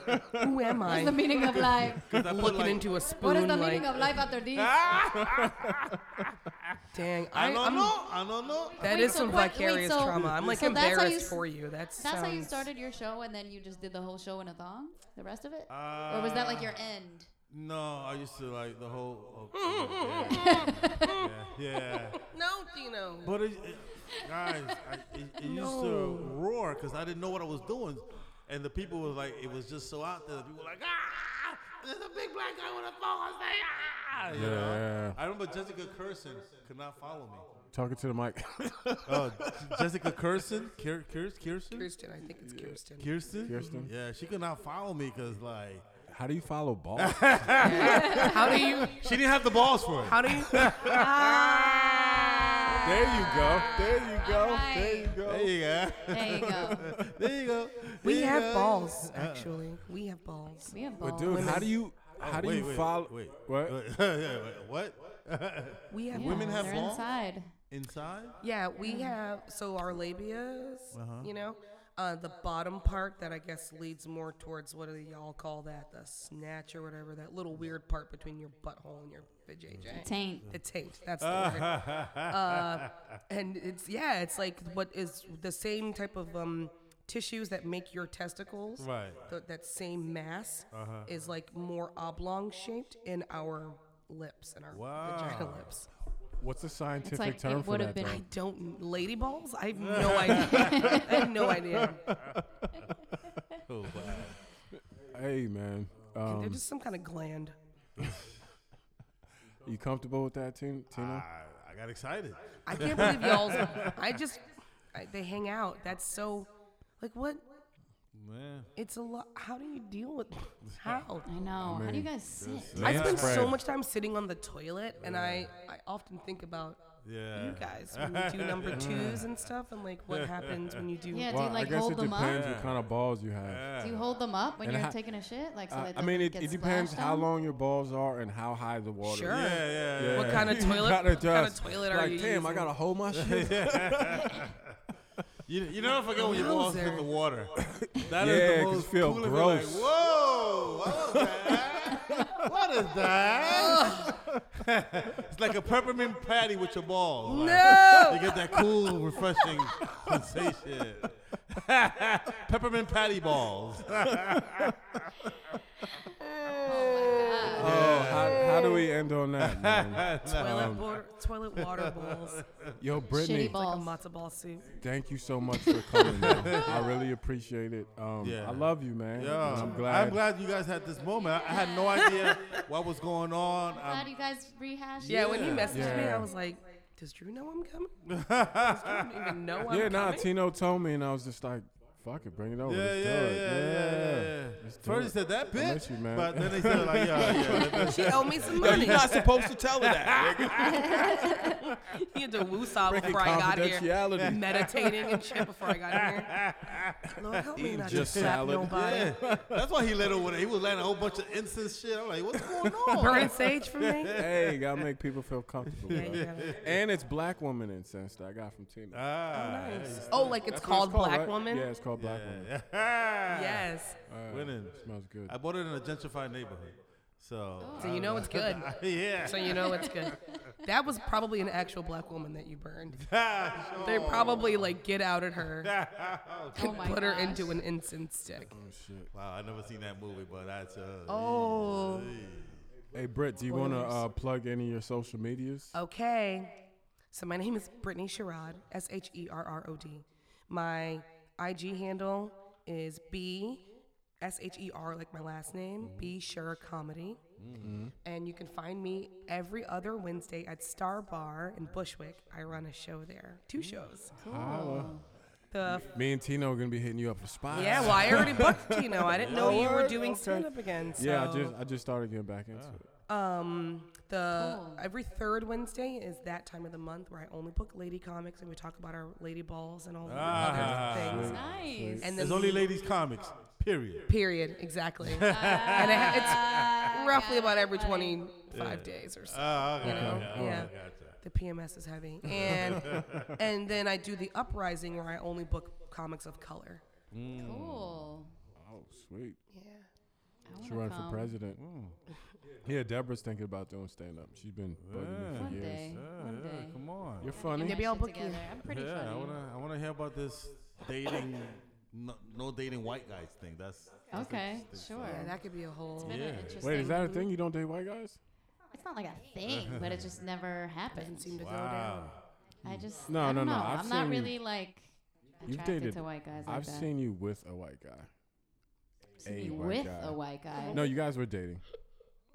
S4: Who am
S3: What's the
S4: I?
S3: meaning of life?
S2: 'Cause I put,
S4: Looking
S2: like-
S4: into a
S3: What is
S4: spoon
S3: the
S4: like, Ah!
S3: meaning of life after these?
S4: dang. I,
S2: I don't
S4: I'm,
S2: know. I don't know.
S4: That
S3: Wait,
S4: is
S3: so
S4: some
S3: what- wait,
S4: vicarious
S3: so-
S4: trauma. I'm like
S3: so that's how you
S4: embarrassed
S3: s-
S4: for you. That's
S3: That's how you
S4: sounds-
S3: started your show, and then you just did the whole show in a thong. The rest of it,
S2: Uh,
S3: or was that like your
S4: Ah.
S3: end?
S2: No, I used to like the whole. oh, yeah, yeah, yeah.
S4: No, Tino.
S2: But it, it, guys, I, it, it used
S4: No.
S2: to roar because I didn't know what I was doing, and the people was like, it was just so out there. People were like, ah, there's a big black guy with a phone. I say, ah. you know?
S1: Yeah.
S2: I remember Jessica Curson could not follow me.
S1: Talking to the mic.
S2: Oh, Jessica Curson, Kier, Kier, Kirsten,
S4: Kirsten, I think it's Kirsten.
S2: Kirsten,
S1: Kirsten.
S2: Yeah, she could not follow me because like
S1: How do you follow balls?
S4: How do you?
S2: she didn't have the balls for it.
S4: How do you?
S3: Ah.
S1: there you go. There you go.
S3: right.
S1: There you go.
S2: There you go.
S3: There you go.
S2: There you go.
S4: We
S2: There you
S4: have
S2: go.
S4: balls, actually. We have balls.
S3: We have
S1: But
S3: balls.
S1: dude, how do you how do
S2: Oh, Wait,
S1: you
S2: wait,
S1: follow?
S2: Wait,
S1: What?
S2: wait, wait, what?
S4: We have
S3: Yeah,
S2: women have
S3: they're
S2: balls?
S3: inside.
S2: Inside?
S4: Yeah, we have. So our labias, you know, Uh, the bottom part that I guess leads more towards what do y'all call that? The snatch or whatever. That little weird part between your butthole and your vajayjay.
S3: Taint.
S4: The taint. That's the word. uh, and it's yeah, it's like what is the same type of um, tissues that make your testicles.
S2: Right.
S4: th- that same mass is like more oblong shaped in our lips and our vagina
S2: Wow.
S4: lips.
S1: What's the scientific
S3: like it
S1: term for
S3: would've
S1: that?
S3: been-
S4: I don't lady balls. I have no idea. I have no idea.
S2: Oh, wow.
S1: though? Hey man,
S4: They're
S1: um,
S4: just some kind of gland.
S1: you comfortable with that, Tin- Tina?
S2: I, I got excited.
S4: I can't believe y'all's. I just. I, they hang out. That's so. Like what?
S2: Man.
S4: It's a lot. How do you deal with? How?
S3: I know. How do you
S1: mean,
S3: guys sit?
S4: I
S1: Yeah.
S4: spend so
S1: Spread.
S4: much time sitting on the toilet, and I, I often think about
S2: Yeah.
S4: you guys when you do number twos and stuff, and like what happens when you do.
S3: Yeah, do
S1: Well,
S3: you like
S1: I guess
S3: hold
S1: it
S3: them
S1: depends
S3: up?
S1: what kind of balls you have.
S3: Do you hold them up when
S1: And
S3: you're
S1: how-
S3: taking a shit? Like so
S1: Uh,
S3: that
S1: I mean,
S3: doesn't
S1: it,
S3: get
S1: it depends
S3: splashed
S1: how
S3: on?
S1: long your balls are and how high the water
S4: Sure.
S1: is.
S2: Yeah, yeah, yeah.
S4: What kind of
S1: You
S4: toilet?
S1: gotta
S4: What kind of
S1: just-
S4: toilet are
S1: Like,
S4: you
S1: damn, I
S4: using?
S1: gotta hold my shit.
S2: You, you never forget when your balls hit
S4: Wowzer.
S2: the water. That is
S1: Yeah,
S2: the
S1: 'cause
S2: most
S1: you feel
S2: coolest thing, like,
S1: gross.
S2: Whoa, what was that? what is that? it's like a peppermint patty with your balls. like,
S4: No!
S2: you get that cool, refreshing sensation. peppermint patty balls.
S1: Oh, how, how do we end on that, man?
S2: um,
S4: toilet, water, toilet water balls,
S1: Yo, Brittany,
S3: Shitty
S4: like a
S3: balls.
S4: matzo ball soup.
S1: thank you so much for coming. man. I really appreciate it. Um,
S2: Yeah.
S1: I love you, man.
S2: Yeah,
S1: I'm glad.
S2: I'm glad you guys had this moment. I, I had no idea what was going on.
S3: Glad
S2: I'm,
S3: you guys rehashed.
S4: Yeah, when you
S2: Yeah.
S4: messaged me,
S1: um, Yeah.
S4: I was like, "Does Drew know I'm coming? Does Drew even know I'm
S1: yeah,
S4: coming?"
S1: nah, Tino told me, and I was just like, fuck it, bring it over.
S2: yeah,
S1: Let's
S2: yeah,
S1: do
S2: Oh, yeah,
S1: it.
S2: yeah, yeah, yeah.
S1: Let's do
S2: First
S1: it.
S2: he said that
S1: I
S2: bitch,
S1: miss you, man.
S2: but then they said like, yeah, yeah, that bitch.
S4: she owe me some money.
S5: supposed to tell her that.
S4: he had to woosah
S1: Breaking
S4: before I got here,
S1: confidentiality.
S4: meditating and shit before I got here. Lord, help me not to
S1: just
S4: slap
S1: salad.
S4: nobody.
S2: Yeah, that's why he let her with it. He was letting a whole bunch of incense shit. I'm like, what's going on?
S4: Burn sage for me.
S1: Hey, gotta make people feel comfortable.
S4: Yeah,
S1: bro.
S4: you gotta-
S1: And it's black woman incense that I got from Tina.
S2: Ah,
S4: Oh, like it's
S1: That's what
S4: called, Black
S1: right?
S4: Woman.
S1: Yeah, it's called Black Woman.
S2: yeah, yeah.
S4: Yes.
S1: Uh,
S2: Winning.
S1: Smells good.
S2: I bought it in a gentrified neighborhood, so
S4: So you know it's good.
S2: yeah.
S4: So you know it's good. That was probably an actual black woman that you burned. They probably like get out at her.
S3: Oh my
S4: put her
S3: gosh.
S4: into an incense stick.
S2: Wow, I never seen that movie, but that's uh,
S4: Oh,
S1: Hey, Britt, do you want to uh, plug any of your social
S4: Uh,
S1: medias?
S4: okay. So my name is Brittany Sherrod, S H E R R O D. My IG handle is B S H E R, like my last name, B Sher Comedy. And you can find me every other Wednesday at Star Bar in Bushwick. I run a show there, two shows. The
S1: Me and Tino are gonna be hitting you up for spots.
S4: yeah, well, I already booked you know. I didn't know you were doing stand up again. So.
S1: Yeah, I just I just started getting back into it.
S4: Um, the
S3: Cool.
S4: every third Wednesday is that time of the month where I only book lady comics and we talk about our lady balls and all the
S2: Ah.
S4: other things.
S3: Nice.
S4: And then
S2: there's only ladies comics. Period.
S4: period exactly, and it, ha- it's roughly about every twenty five days or so.
S2: Ah, okay,
S4: you know,
S2: okay, okay,
S4: yeah.
S2: gotcha.
S4: The PMS is heavy, and and then I do the uprising where I only book comics of color.
S3: cool.
S1: Oh, sweet.
S4: Yeah,
S3: I
S1: She
S3: wanna
S1: run
S3: come
S1: for president.
S2: Mm.
S1: Yeah, Deborah's thinking about doing stand up. She's been bugging me for
S3: One
S1: years.
S3: day. One day.
S2: Come on.
S1: You're funny.
S3: Get
S4: Maybe
S3: that
S4: I'll
S3: shit
S4: book you.
S3: together. I'm pretty
S2: yeah, I
S3: funny.
S2: wanna, I wanna hear about this dating, no, no dating white guys thing. That's
S3: Okay, sure.
S4: yeah, that could be a whole.
S3: Been an
S2: Yeah. Wait,
S3: interesting-
S1: Wait, is that a thing? You don't date white guys?
S3: It's not like a thing, but it just never happens.
S4: seem to go down.
S2: wow.
S3: I just
S1: No,
S3: I don't
S1: no, no,
S3: know.
S1: I've
S3: I'm not
S1: seen-
S3: really like
S1: You've
S3: attracted
S1: dated-
S3: to white guys like
S1: I've
S3: that.
S1: seen you with a white guy.
S3: Seen
S1: a
S3: you
S1: white
S3: with
S1: guy.
S3: a white guy.
S1: No, you guys were dating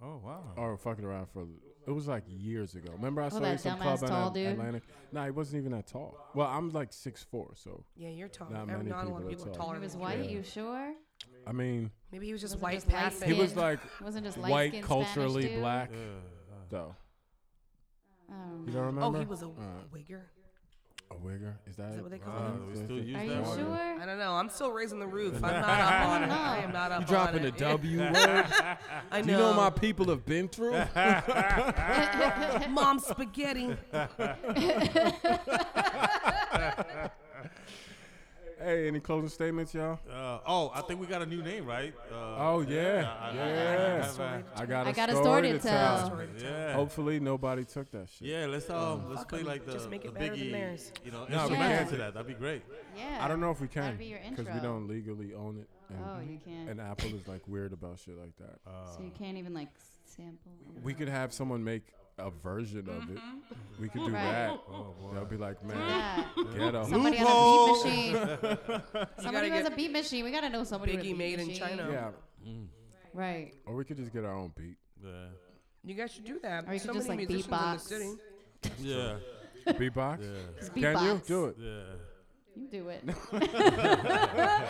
S2: Oh wow.
S1: or fucking around for. It was like years ago. Remember I saw you
S3: Oh, that
S1: at some
S3: dumbass
S1: club in
S3: tall
S1: At-
S3: dude?
S1: Atlantic. No, he wasn't even that tall. Well, I'm like six four, so
S4: Yeah, you're tall.
S1: Not
S4: Not,
S1: many
S4: not a lot
S1: people
S4: of
S1: are
S4: people are
S1: tall.
S4: taller. than
S3: He was
S4: you.
S3: white. You sure?
S1: I mean,
S4: Maybe he was just
S3: Wasn't
S4: white
S3: just light
S4: passing.
S1: he
S3: Skin.
S1: was like
S3: It wasn't just light
S1: white,
S3: skinned
S1: culturally
S3: Spanish dude?
S1: black, though.
S3: I
S1: You
S3: don't know.
S1: don't remember?
S4: Oh, he was a
S1: Alright.
S4: wigger.
S1: A wigger? Is that,
S4: Is that what they call
S2: Uh,
S4: him?
S2: we still use
S3: Are you
S2: that word?
S3: sure?
S4: I don't know. I'm still raising the roof. I'm not up on it. I am not up
S1: You dropping
S4: on
S1: a
S4: it.
S1: W word?
S4: I know.
S1: Do you know my people have been through?
S4: mom spaghetti.
S1: hey, Hey, any closing statements, y'all?
S2: Uh, oh, I think we got a new name, right? Uh,
S1: Oh yeah,
S2: I- I- I
S1: yeah.
S2: have a-
S1: I got a,
S3: I got a story to tell.
S2: yeah.
S1: Hopefully nobody took that shit.
S2: Yeah, let's um, let's play like the,
S4: Just make
S2: the
S4: it better than
S2: Biggie,
S4: theirs.
S2: you know,
S1: No,
S3: we
S2: instrumental
S3: can't.
S2: to that. That'd be great.
S3: Yeah.
S1: I don't know if we
S3: That'd
S1: can
S3: be your
S1: because we
S3: intro.
S1: don't legally own it. And,
S3: Oh, Uh, you can't.
S1: and Apple is like weird about shit like that.
S3: So you can't even like sample. or-
S1: we could have someone make a version of it. We could do
S3: Mm-hmm. Right. Oh,
S1: that. They'll be like, man,
S3: Yeah.
S1: get up.
S3: Somebody has
S2: Loophole.
S3: a beat machine. somebody
S4: gotta
S3: who has a
S4: get
S3: beat machine. We gotta know somebody. with a
S4: Biggie
S3: beat
S4: made in
S3: machine.
S4: China.
S1: Yeah,
S3: Right.
S1: or we could just get our own beat.
S2: Yeah,
S4: You guys should do that.
S3: Or you
S4: so
S3: could just,
S4: many
S3: like,
S4: musicians in the
S3: beatbox.
S4: city.
S2: yeah,
S1: Beatbox.
S3: Just
S1: Can you
S3: beatbox.
S1: do it?
S2: yeah.
S3: You do it. I remember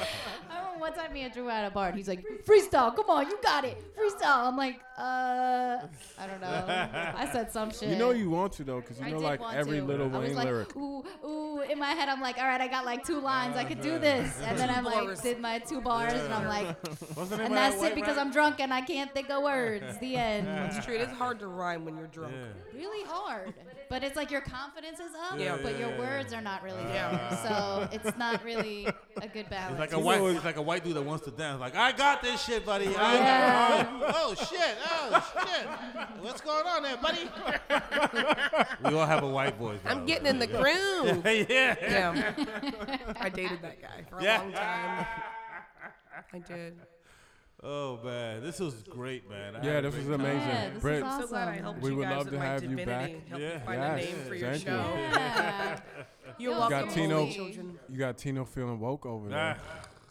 S3: one time me and Drew were at a bar, and he's like, "Freestyle, come on, you got it, freestyle." I'm like, "Uh, I don't know." I said some shit.
S1: You know you want to though, because you
S3: I
S1: know
S3: did
S1: like
S3: want
S1: every
S3: to.
S1: Little
S3: I was
S1: Wayne
S3: like,
S1: lyric.
S3: Ooh, ooh. In my head, I'm like, "All right, I got like two lines. I could do this." And then I
S4: bars.
S3: like did my two bars, and I'm like,
S2: What's the name
S3: and
S2: of that
S3: that's
S2: white
S3: it because
S2: rapper?
S3: I'm drunk and I can't think of words. The end.
S4: It's true. It is hard to rhyme when you're drunk.
S2: Yeah.
S3: really hard. But it's like your confidence is up,
S4: Yeah.
S3: but your
S2: Yeah.
S3: words are not really
S4: Yeah.
S3: there. So it's not really a good balance.
S2: It's like a white, it's like a white dude that wants to dance. Like I got this shit, buddy. I-
S3: Yeah.
S2: Oh shit! Oh shit! What's going on there, buddy? we all have a white voice.
S4: I'm
S2: though.
S4: getting in the groove.
S2: Hey, yeah.
S4: Yeah. I dated that guy for a long time. I did.
S2: Oh man, this was great, man. I
S1: Yeah,
S2: had a
S1: this was
S2: great time.
S1: amazing.
S3: Yeah, this is
S1: Brett,
S4: I'm so glad I
S3: Awesome.
S4: helped
S1: We
S4: you
S1: would
S4: guys
S1: love
S4: with
S1: to
S4: my
S1: have you
S4: divinity.
S1: back.
S4: Help
S2: Yeah.
S4: you find
S1: Yes,
S4: a name for your
S1: thank you.
S4: show.
S3: Yeah.
S4: You're
S3: You
S4: welcome.
S1: got Tino.
S4: Children.
S1: You got Tino feeling woke over
S2: Nah,
S1: there.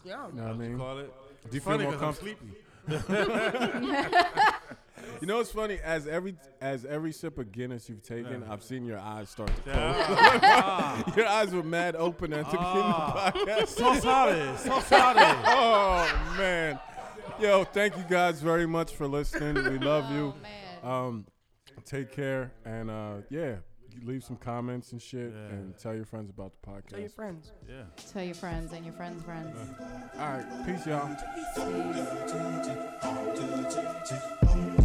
S4: Yeah.
S1: You know what I mean?
S2: call it.
S1: Do you feel
S2: Funny
S1: more
S2: 'cause I'm
S1: comfortable?
S2: sleepy.
S1: You know what's funny? As every as every sip of Guinness you've taken, I've seen your eyes start to close. your eyes were mad open at the beginning of the podcast.
S2: So sorry. So sorry.
S1: oh man. Yo, thank you guys very much for listening. We love you.
S3: Oh, man.
S1: Um, take care and uh, yeah, leave some comments and shit, and tell your friends about the podcast.
S4: Tell your friends.
S3: Tell your friends and your friends' friends.
S1: All right, peace, y'all.
S6: Peace.